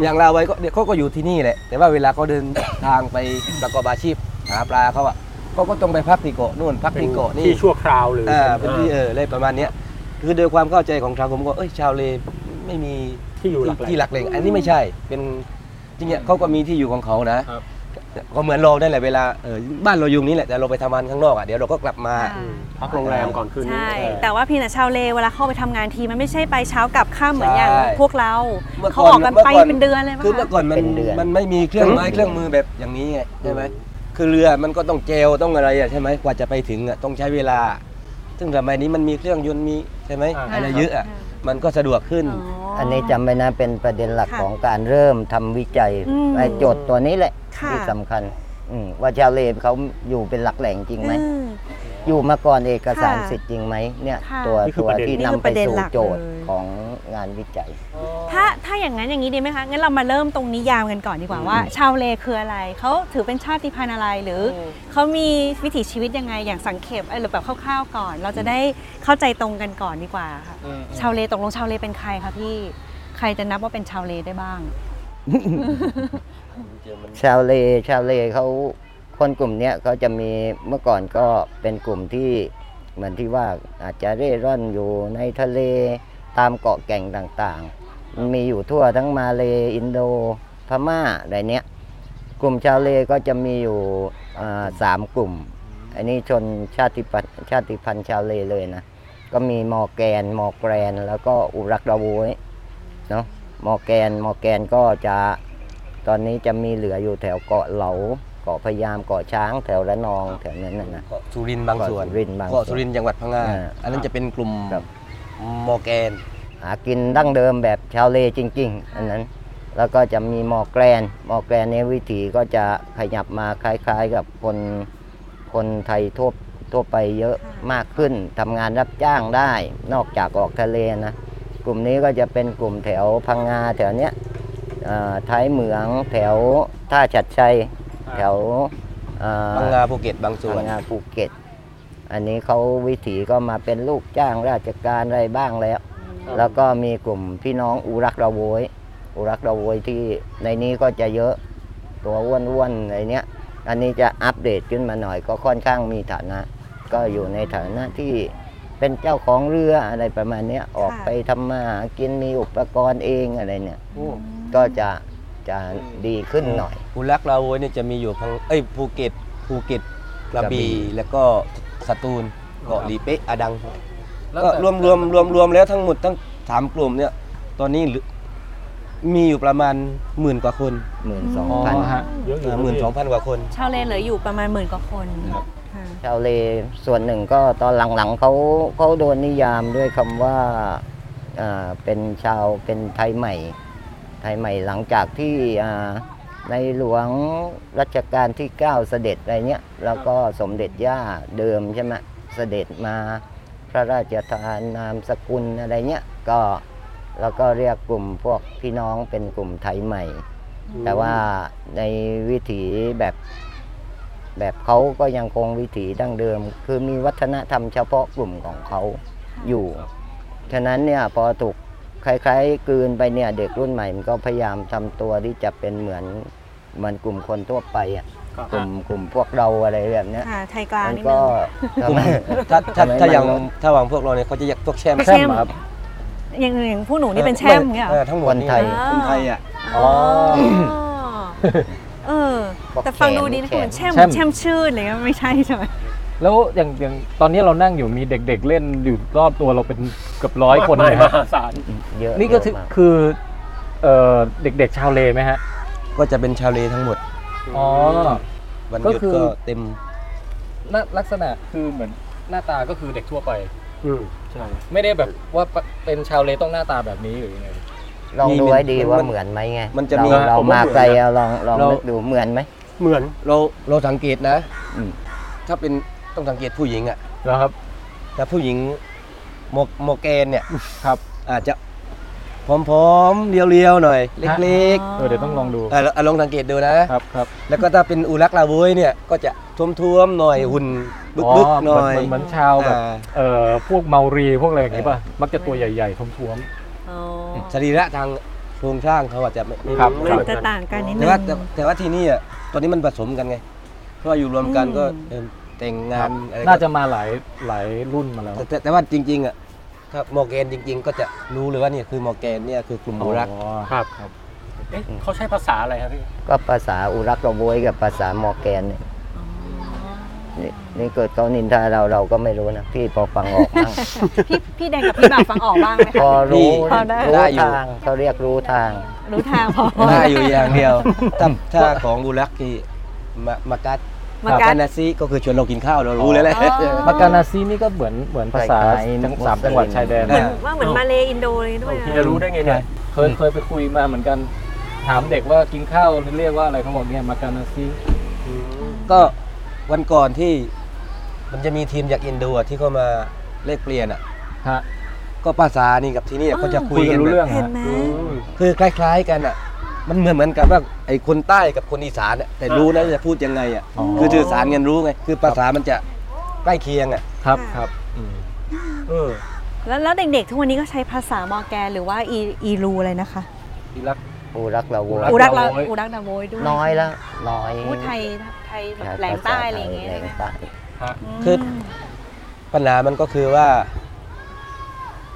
Speaker 5: อย่างเราไว้ก็เดี๋ยวเขาก็อยู่ที่นี่แหละแต่ว่าเวลาเขาเดิน ทางไปประกอบอาชีพหาปลาเขาอ่ะเขาก็ต้องไปพักที่เกาะนู่นพักที่เกาะนี่
Speaker 7: ที่ชั่วคราวหรือ
Speaker 5: อ่าเป็นที่เอออะไรประมาณเนี้ยคือโดยความเข้าใจของทางผมก็เอ้ยชาวเลไม่มี
Speaker 7: ที่อยู่หลัก
Speaker 5: ที่หลักแหล่งอันนี้ไม่ใช่ เป็นจริงๆเนี่ยเขาก็มีที่อยู่ของเขานะครับ ก็เหมือนเราได้แหละเวลาเออบ้านเราอยู่นี่แหละแต่เราไปทำงานข้างนอกอ่ะเดี๋ยวเราก็กลับมา
Speaker 2: อืม
Speaker 7: พักโรงแรมก่อนคืนนี้
Speaker 2: ใช่ แต่ว่าพี่น่ะชาวเลเวลาเข้าไปทำงานทีมันไม่ใช่ไปเช้ากลับข้ามเหมือนอย่างพวกเรา
Speaker 5: เมื่อก่อน
Speaker 2: เขาออกกันไป
Speaker 5: เมื่อก่อน
Speaker 2: เป็นเดือนเลยปะ
Speaker 5: คือเมื่อ
Speaker 2: คะ
Speaker 5: ก่อนมัน
Speaker 6: เป็นเดือน
Speaker 5: มันไม่มีเครื่องไม้เครื่องมือแบบอย่างนี้ไงใช่ไหมคือเรือมันก็ต้องเจลต้องอะไรอ่ะใช่ไหมกว่าจะไปถึงอ่ะต้องใช้เวลา ซึ่งสมัยนี้มันมีเครื่องยนต์มีใช่ไหม
Speaker 7: อ่า
Speaker 5: อะไรเยอะอะมันก็สะดวกขึ้น
Speaker 6: อันนี้จำไว้นะเป็นประเด็นหลัก
Speaker 2: ค่ะ
Speaker 6: ของการเริ่มทำวิจัย
Speaker 2: อืม
Speaker 6: ไอ้โจทย์ตัวนี้แหละ
Speaker 2: ค่ะ
Speaker 6: ที่สำคัญอืมว่าชาวเลเขาอยู่เป็นหลักแหล่งจริงไหม
Speaker 2: อืม
Speaker 6: อยู่มาก่อนเอกสาร
Speaker 2: ค่ะ
Speaker 6: สิทธิ์จริงไหมเนี่ย
Speaker 2: ค่ะ
Speaker 6: ตัว
Speaker 7: นี่คือ
Speaker 6: ตัว
Speaker 7: ประเด็น
Speaker 6: ที่นำ
Speaker 2: นี่คือ
Speaker 6: ไป
Speaker 2: ประเด็น
Speaker 6: สู่
Speaker 2: หลัก
Speaker 6: โจทย์
Speaker 2: เลย
Speaker 6: ของงานวิจัย
Speaker 2: ถ้าถ้าอย่างนั้นอย่างนี้ดีไหมคะ งั้นเรามาเริ่มตรงนิยามกันก่อนดีกว่าว่า ชาวเลคืออะไร เขาถือเป็นชาติพันธุ์อะไรหรืออเขามีวิถีชีวิตยังไงอย่างสังเขปเอ้ยหรือแบบคร่าวๆก่อน เราจะได้เข้าใจตรงกันก่อนดีกว่าค่ะ ชาวเลตกลงชาวเลเป็นใครคะพี่ ใครจะนับว่าเป็นชาวเลได้บ้าง
Speaker 6: ชาวเลชาวเลเขาคนกลุ่มเนี้ยเขาจะมีเมื่อก่อนก็เป็นกลุ่มที่เหมือนที่ว่าอาจจะเร่ร่อนอยู่ในทะเลตามเกาะแก่งต่างๆมันมีอยู่ทั่วทั้งมาเลอินโดพม่าอะไรเนี้ยกลุ่มชาวเลก็จะมีอยู่อ่าสามกลุ่ม อันนี้ชนชาติพันธุ์ชาติพันธุ์ชาวเลเลยนะ ก็มีมอร์แกนมอร์แกรน แล้วก็อุรักดาโวยเนาะมอร์แกนมอร์แกนก็จะ ตอนนี้จะมีเหลืออยู่แถวเกาะเหลา เกาะพะยามเกาะช้างแถวระนองแถวนั้นน่ะนะ
Speaker 5: เกาะสุรินทร์บางส่วน
Speaker 6: เกาะสุรินทร์บางส่วน
Speaker 5: เกาะสุรินทร์จังหวัดพังงา
Speaker 6: อ่า
Speaker 5: อันนั้นจะเป็นกลุ่ม
Speaker 6: ครับ
Speaker 5: มอร์แกน
Speaker 6: หากินดั้งเดิมแบบชาวเลจริง ๆ อันนั้น แล้วก็จะมีมอร์แกรน มอร์แกรนในยวิถีก็จะขยับมาคล้าย ๆ กับคนคนไทยทั่วทั่วไปเยอะมากขึ้นทำงานรับจ้างได้ นอกจากออกทะเลนะ กลุ่มนี้ก็จะเป็นกลุ่มแถวพังงาแถวเนี้ยเอ่อท้ายเหมืองแถวท่าฉัดชัยแถวเอ่อ
Speaker 5: พังงาภูเก็ตบางส่
Speaker 6: ส่
Speaker 5: ว
Speaker 6: วน นงานภูเก็ต อันนี้เขาวิถีก็มาเป็นลูกจ้างราชการอะไรบ้างแล้ว แล้วก็มีกลุ่มพี่น้องอุรักระโวย อุรักระโวยที่ในนี้ก็จะเยอะตัวอ้วนๆในเนี้ย อันนี้จะอัปเดตขึ้นมาหน่อยก็ค่อนข้างมีฐานะ ก็อยู่ในฐานะที่เป็นเจ้าของเรืออะไรประมาณเนี้ยออกไปทำมาหากินมีอุปกรณ์เองอะไรเนี่ยก็จะจะดีขึ้นหน่อย
Speaker 5: อุลักลาโวยเนี่ยจะมีอยู่พังเอ้ยภูเก็ตภูเก็ตกระ
Speaker 6: ก
Speaker 5: บี่
Speaker 6: ระบี่
Speaker 5: แล้วก็สตูลเกาะหลีเป๊ะอะดัง
Speaker 1: แล้ว
Speaker 5: ก็
Speaker 1: แต่
Speaker 5: รวมรวมรวมรวมแล้วทั้งหมดทั้งสามกลุ่มเนี่ยตอนนี้เหลือมีอยู่ประมาณหมื่นกว่าคน
Speaker 6: หมื่นสอง
Speaker 7: อ๋อ
Speaker 6: พัน
Speaker 7: ฮะเยอะอยู่ะ
Speaker 5: หมื่นสองพันกว่าคน
Speaker 2: ชาวเลเหลืออยู่ประมาณหมื่นกว่าคน
Speaker 5: ครับ
Speaker 2: ค่ะ
Speaker 6: ชาวเลส่วนหนึ่งก็ตอนหลังๆเขาเขาโดนนิยามด้วยคำว่าอ่าเป็นชาวเป็นไทยใหม่ ไทยใหม่หลังจากที่อ่าในหลวงรัชกาลที่ 9 เสด็จอะไรเนี้ยแล้วก็สมเด็จย่าเดิมใช่ไหมเสด็จมาพระราชทานนามสกุลอะไรเนี้ยก็แล้วก็เรียกกลุ่มพวกพี่น้องเป็นกลุ่มไทยใหม่ แต่ว่าในวิถีแบบแบบเขาก็ยังคงวิถีดั้งเดิม คือมีวัฒนธรรมเฉพาะกลุ่มของเขาอยู่ ฉะนั้นเนี่ยพอถูกคล้ายๆกลืนไปเนี่ยเด็กรุ่นใหม่มันก็พยายามทำตัวที่จะเป็นเหมือนเหมือนกลุ่มคนทั่วไปอ่ะกลุ่มกลุ่มพวกเราอะไรแบบเนี้ย
Speaker 2: ค่ะไทยกลาง
Speaker 6: มัน
Speaker 2: นิดนึ
Speaker 6: ก็
Speaker 2: ง
Speaker 5: กลุ่ม
Speaker 6: ทำให้
Speaker 5: ถ้าถ้า
Speaker 6: ทำไม
Speaker 5: ถ้าอย่าง
Speaker 6: มัน
Speaker 5: ถ้าหวังพวกเราเนี่ยเขาจะเรียกพวกแช่ม
Speaker 2: แช่ม
Speaker 5: ครับ
Speaker 2: อย่างอย่างพวกหนูนี่เป็นแช่มเงี้ยเหร
Speaker 5: อ
Speaker 2: อ
Speaker 5: อทั้งหมด
Speaker 6: คนไทย
Speaker 5: คนไทยอ่ะ
Speaker 2: อ๋อเออ
Speaker 6: บอก
Speaker 2: แต่ฟังดูดีนะ
Speaker 6: แข
Speaker 2: คุ
Speaker 6: น
Speaker 2: ณแช่ม
Speaker 7: แช่ม
Speaker 2: แช่มชื่นอะไรเลยไม่ใช่ใช่ไหม
Speaker 8: แล้วอย่างอย่างตอนนี้เรานั่งอยู่มีเด็กๆเล่นอยู่รอบตัวเราเป็นเกือบร้อยคน
Speaker 7: มา
Speaker 8: นะ
Speaker 7: กมาย
Speaker 8: ฮะ
Speaker 7: มหาศาล
Speaker 6: เยอะ
Speaker 8: นี่ก็ถื
Speaker 6: เย
Speaker 8: อ
Speaker 6: อะมาก
Speaker 8: คือเอ่อเด็กๆชาวเลไหมฮะ
Speaker 5: ก็จะเป็นชาวเลทั้งหมด
Speaker 8: อ๋อ
Speaker 5: วันหยุ
Speaker 8: ก็
Speaker 5: ด
Speaker 8: คือ
Speaker 5: ก็เต็ม
Speaker 1: ลลักษณะคือเหมือนหน้าตาก็คือเด็กทั่วไป
Speaker 7: อืมใช่
Speaker 1: ไม่ได้แบบว่าเป็นชาวเลต้องหน้าตาแบบนี้หรือยังไง
Speaker 6: ลองดู
Speaker 5: มี
Speaker 6: ให้ดีว่า
Speaker 5: มัน
Speaker 6: เหมือนไหมไง
Speaker 5: มันจะมี
Speaker 6: เราเรา
Speaker 7: ผมว่า
Speaker 6: มา
Speaker 7: เหมือน
Speaker 6: ไกล
Speaker 7: นะ
Speaker 6: เอาลองลอง
Speaker 5: เรา
Speaker 6: นึกดูเหมือนไหม
Speaker 7: เหมือน
Speaker 5: เราเราสังเกตนะ
Speaker 6: อืม
Speaker 5: ถ้าเป็นต้องสังเกตผู้หญิงอ่ะ
Speaker 8: แล้วครับ
Speaker 5: แต่ผู้หญิงโมโมเกนเนี่ย
Speaker 8: ครับ
Speaker 5: อาจจะผอมๆเรียวๆหน่อย เล็ก
Speaker 8: เออเดี๋ยวต้องลองดู
Speaker 5: ๆอ่ะลองลองสังเกตดูนะ
Speaker 8: ครับครับ
Speaker 5: แล้วก็ถ้าเป็นอุลักลาโวยเนี่ย ก็จะท้วมๆหน่อยหุ่นบึกๆหน่อย
Speaker 8: เหมืเหมือนชาวแบบ
Speaker 5: อ่า
Speaker 8: เอ่อพวกเมารีพวกอะไรอย่างนี้ป่ะมักจะตัวใหญ่ๆท้วม
Speaker 5: สรีระทางโครงสร้างเขาอาจจะไม่ไม่
Speaker 8: ครับ
Speaker 5: ไม่
Speaker 2: ถึ
Speaker 5: เหมือ
Speaker 2: ง
Speaker 5: น
Speaker 2: จะ
Speaker 5: กัน
Speaker 2: ต่างกันนิดนึ
Speaker 5: แต่
Speaker 2: ง
Speaker 5: ว่าแต่แต่ว่าที่นี่อ่ะตอนนี้มันผสมกันไง เพราะว่าอยู่รวมกันก็
Speaker 2: อืม
Speaker 5: เออแต่งงานอะไร
Speaker 8: ๆ
Speaker 5: ก็
Speaker 8: น่าจะมาหลายหลายรุ่นมาแล้ว
Speaker 5: แต่แต่แต่ว่าจริงๆอ่ะถ้าโมเกนจริง ๆ ก็จะรู้เลยว่าเนี่ยคือโมเกนเนี่ยคือกลุ่มอุลัก
Speaker 8: อ๋อ
Speaker 7: ครับครับเอ๊ะเขาใช้ภาษาอะไรครับพี่
Speaker 6: ก็ภาษาอุรักระโวยกับภาษามอร์แกนเนี่ยนี่นี่เกิดเขานินทาเราเราก็ไม่รู้นะ พี่พอฟังออกมั้ง
Speaker 2: พี่พี่แดงกับพี่บ่าวฟังออกบ้างไหม
Speaker 6: พอ
Speaker 2: คะ
Speaker 6: รู้
Speaker 5: พี่
Speaker 2: พอได้
Speaker 5: ได้
Speaker 6: รู้
Speaker 5: อยู่
Speaker 6: ทางเขาเรียกรู้ทาง
Speaker 2: รู้ทางพอ
Speaker 5: ได้อยู่อย่างเดียว ถ้าถ้าของอุลักที่มามากัด
Speaker 2: มา
Speaker 5: อ่า
Speaker 2: กั
Speaker 5: กา
Speaker 2: ด
Speaker 5: นาซีก็คือชวนเรากินข้าวเรารู้แล้วแหละ
Speaker 2: อ๋อ
Speaker 8: มากานาซีนี่ก็เหมือนเหมือนภาษา
Speaker 6: คล้ายๆ
Speaker 8: จังสามจังหวัดชายแดน
Speaker 5: เหมือน
Speaker 2: ว่าเหมือนมาเลอินโดเลยด้วย
Speaker 7: พี่จะรู้ได้ไงเนี่ย
Speaker 8: เคยเคยไปคุยมาเหมือนกัน ถามเด็กว่ากินข้าวเรียกว่าอะไรเขาบอกเนี่ยมากานาซี
Speaker 5: ก็วันก่อนที่มันจะมีทีมจากอินโดอะที่เขามาเลขเปลี่ยนอ่ะ
Speaker 8: ฮะ
Speaker 5: ก็ภาษานี่กับที่นี่อะเขาจะคุ
Speaker 8: คุย
Speaker 5: ย
Speaker 8: กั
Speaker 5: กัน น
Speaker 8: รู้
Speaker 5: แบ
Speaker 8: เรื่อบ ง
Speaker 2: เห็
Speaker 8: ฮะ
Speaker 2: นไหม
Speaker 5: คือคล้าย ๆกันอ่ะ มันเหมือนเหมือนกันว่าไอ้คนใต้กับคนอีสานอะแต่รู้นะจะพูดยังไงอ่ะคือสื่อสารกันรู้ไงคือภาษามันจะใกล้เคียงอ่ะ
Speaker 8: ครับ
Speaker 2: ค่ะ
Speaker 8: ครับ
Speaker 5: อืม
Speaker 7: เออ
Speaker 2: แล้วแล้วเด็กๆ ทุกวันนี้ก็ใช้ภาษามอร์แกนหรือว่าอีอีรูอะไรนะคะ
Speaker 8: อีรัก
Speaker 6: อูรักละโว
Speaker 8: อู
Speaker 2: อู
Speaker 8: รั
Speaker 2: รั
Speaker 8: ก
Speaker 2: ก
Speaker 8: ดา
Speaker 2: ดา
Speaker 8: โวย
Speaker 2: อูรักดาโวยด้วย
Speaker 6: น้อยแล้วน้อย
Speaker 2: พูดไทยไทยแบบ
Speaker 6: ใช้
Speaker 2: แหลงใต้อะไรอ
Speaker 6: ภาษา
Speaker 2: ย่างเงี้ย
Speaker 6: แหล
Speaker 2: ใช่ไหม
Speaker 6: งใต้
Speaker 2: ม
Speaker 5: คือ ปัญหามันก็คือว่า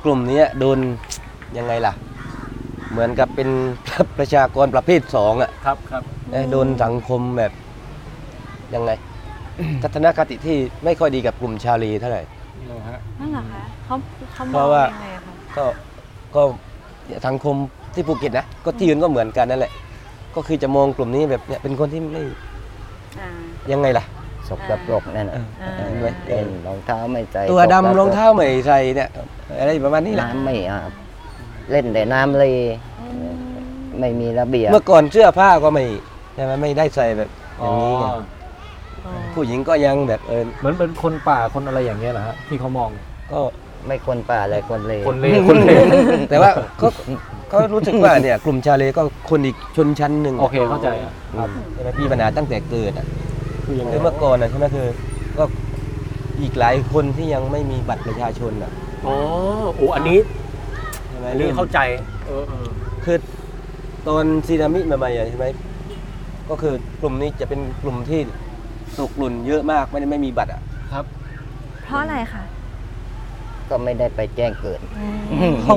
Speaker 5: กลุ่มเนี้ยโดนยังไงล่ะ เหมือนกับเป็น ประชากรประเภทสองอ่ะ
Speaker 7: ครับครับ
Speaker 5: เอ้ยโดนสังคมแบบยังไง ทัศนคติที่ไม่ค่อยดีกับกลุ่มชาลีเท่าไหร่
Speaker 2: นั่นเหรอคะเขาเขาม
Speaker 5: เพ
Speaker 2: อง
Speaker 5: ราะว่า
Speaker 2: ยังไงอะคะ
Speaker 5: ก็ก็สังคมที่ภูเก็ตนะก็ที่อื่นก็เหมือนกันนั่นแหละ ก็คือจะมองกลุ่มนี้แบบเนี่ยเป็นคนที่ไม่
Speaker 2: อ่า
Speaker 5: ยังไงล่ะ
Speaker 6: สกปรกนั่นน่ะ
Speaker 2: อ่า
Speaker 6: เออไม่เล่นรองเท้าไม่ใส่
Speaker 5: ตัว
Speaker 6: สกปก
Speaker 5: ดำรองเท้าใหม่ใส่เนี่ยอะไรประมาณนี้แหละ
Speaker 6: น้ำไม่อาบเล่นแต่น้ำเลย ไม่มีระเบียบ
Speaker 5: เมื่อก่อนเสื้อผ้าก็ไม่ใช่ไหมไม่ได้ใส่แบบอย่างนี้ไงผู้หญิงก็ยังแบบเออ
Speaker 8: เหมือนเป็นคนป่าคนอะไรอย่างเงี้ยเหรอฮะที่เขามอง
Speaker 5: ก็
Speaker 6: ไม่คนป่าเลยคนเล
Speaker 8: คนเล คนเล
Speaker 5: แต่ว่าเขาเขารู้สึกว่าเนี่ยกลุ่มชาเลก็คนอีกชนชั้นหนึ่ง
Speaker 8: โอเคเข้าใจอะ
Speaker 5: อืมใช่ไหมพี่ปัญหาตั้งแต่เกิดอ่ะ
Speaker 7: คือยังไง
Speaker 5: คือเมื่อก่อนอ่ะใช่ไหมคือก็อีกหลายคนที่ยังไม่มีบัตรประชาชนอ่ะ
Speaker 7: อ๋อโอ้อันนี้
Speaker 5: ใช่ไหม
Speaker 7: อันนี้
Speaker 5: เรื่อง
Speaker 7: เข้าใจ เออเออ
Speaker 5: คือตอนซีนามิใหม่ๆอ่ะใช่ไหมก็คือกลุ่มนี้จะเป็นกลุ่มที่ตกหล่นเยอะมากไม่ได้ไม่มีบัตรอ่ะ
Speaker 2: เพราะอะไรคะ
Speaker 6: ก็ไม่ได้ไปแจ้งเกิด
Speaker 5: เออ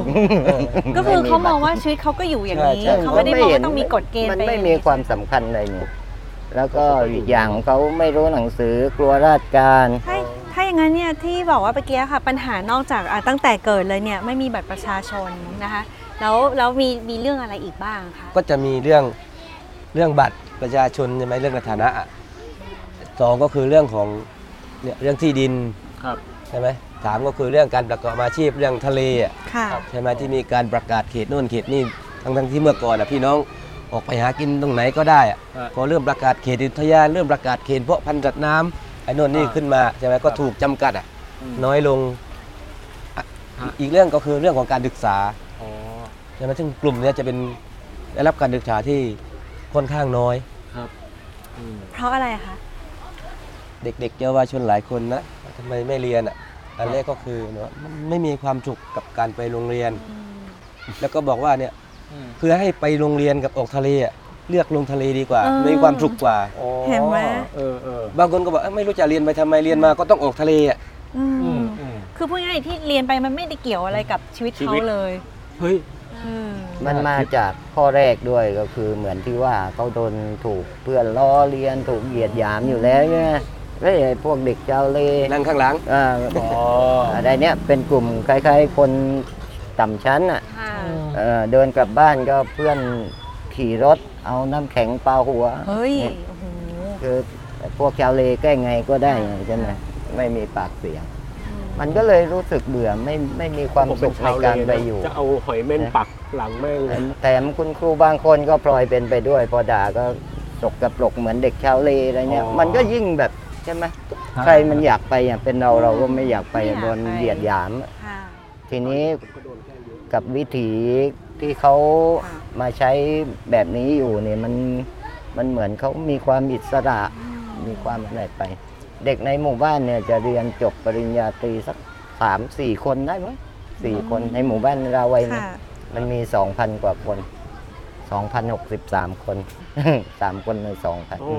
Speaker 2: ก็คือเขามองว่าชีวิตเขาก็อยู่อย่างนี้
Speaker 5: ใช่ใช่
Speaker 2: เขาไม่ได้มองว่าต้องมีกฎเกณฑ์
Speaker 6: มัน
Speaker 2: ไป
Speaker 6: ไม่มีความสำคัญอะไรเนี่ยแล้วก็อีกอย่างเขาไม่รู้หนังสือกลัวราชการ
Speaker 2: ถ้าถ้าอย่างนั้นเนี่ยที่บอกว่าเมื่อกี้ค่ะ ปัญหานอกจากอ่ะตั้งแต่เกิดเลยเนี่ยไม่มีบัตรประชาชนนะคะ แล้วแล้วมีมีเรื่องอะไรอีกบ้างคะ
Speaker 5: ก็จะมีเรื่องเรื่องบัตรประชาชนใช่ไหมเรื่องฐานะอะสองก็คือเรื่องของเนี่ยเรื่องที่ดิน
Speaker 7: ครับ
Speaker 5: ใช่ไหมสามก็คือเรื่องการประกอบอาชีพเรื่องทะเลอะ
Speaker 2: ค่ะ
Speaker 5: ใช่ไหมที่มีการประกาศเขตนู่นเขตนี่ทั้งทั้งที่เมื่อก่อนอะพี่น้องออกไปหากินตรงไหนก็ได้อะพอเริ่มประกาศเขตอุทยานเริ่มประกาศเขตเพาะพันธุ์สัตว์น้ำไอ้นู่นนี่ขึ้นมาใช่ไหมก็ถูกจำกัดอะน้อยลงอ่ะอีกเรื่องก็คือเรื่องของการศึกษา
Speaker 7: อ๋อ
Speaker 5: ใช่ไหมซึ่งกลุ่มเนี้ยจะเป็นได้รับการศึกษาที่ค่อนข้างน้อย
Speaker 2: เพราะอะไรคะ
Speaker 5: เด็กๆเยาวชนหลายคนนะทำไมไม่เรียนอ่ะอันแรกก็คือเนอะมันไม่มีความสุขกับการไปโรงเรียน แล้วก็บอกว่าเนี่ย
Speaker 7: อืม
Speaker 5: เพื่อให้ไปโรงเรียนกับออกทะเลอ่ะเลือกลงทะเลดีกว่ามีความสุขกว่า
Speaker 7: อ๋อ
Speaker 2: เห็นไหม
Speaker 7: เออเออบ
Speaker 5: างคนก็บอกเอ้ยไม่รู้จะเรียนไปทำไมเรียนมาก็ต้องออกทะเลอ่ะ
Speaker 2: อืม
Speaker 7: อืมอืม
Speaker 2: คือพูดง่ายๆที่เรียนไปมันไม่ได้เกี่ยวอะไรกับชีวิต
Speaker 7: ชี
Speaker 2: เขา
Speaker 7: วิต
Speaker 2: เลย
Speaker 7: เฮ้ย
Speaker 2: เออ
Speaker 6: มันมาจากข้อแรกด้วยก็คือเหมือนที่ว่าเขาโดนถูกเพื่อนล้อเลียนถูกเหยียดหยามอยู่แล้วไงเอ้ยไอ้พวกเด็กชาวเล
Speaker 5: นั่งข้างหลัง
Speaker 6: อ่าอะไรเนี่ยเป็นกลุ่มคล้ายๆ คนต่ำชั้นอ่ะ
Speaker 2: ค่ะ
Speaker 6: เอ่อเดินกลับบ้านก็เพื่อนขี่รถเอาน้ำแข็งปาหัว
Speaker 2: เฮ้ย
Speaker 6: นี่
Speaker 2: โอ้โห
Speaker 6: คือพวกชาวเลแก้ไงก็ได้ไงใช่ไหมไม่มีปากเสียง มันก็เลยรู้สึกเบื่อไม่ไม่มีความ
Speaker 7: ผมเป็
Speaker 6: สุ
Speaker 7: น
Speaker 6: ขใน
Speaker 7: ชาวเล
Speaker 6: การไป
Speaker 7: นะ
Speaker 6: อยู่
Speaker 7: จะเอาหอยเม่นปักหลังแม่ง
Speaker 6: แถมคุณครูบางคนก็พลอยเป็นไปด้วย พอด่าก็ตกกระปรกเหมือนเด็กชาวเลอะไรเนี่ย
Speaker 7: อ๋อ
Speaker 6: มันก็ยิ่งแบบใช่ไหมใครมันอยากไปอ่ะเป็นเราเราก็ไม่อยากไปอ่ะ
Speaker 2: ไม่อยากไป
Speaker 6: โดนเหยียดหยาม
Speaker 2: ค่ะ
Speaker 6: ทีนี้กับวิถีที่เขา
Speaker 2: ค่ะ
Speaker 6: มาใช้แบบนี้อยู่เนี่ยมันมันเหมือนเขามีความอิสระมีความอะไรไป เด็กในหมู่บ้านเนี่ยจะเรียนจบปริญญาตรีสักสามสี่คนได้ไหมสี่คนในหมู่บ้านเราไว้นะ
Speaker 2: ค่ะ
Speaker 6: มันมีสองพันกว่าคนสองพันหกสิบสามคน สามคนในสองพัน
Speaker 7: โอ้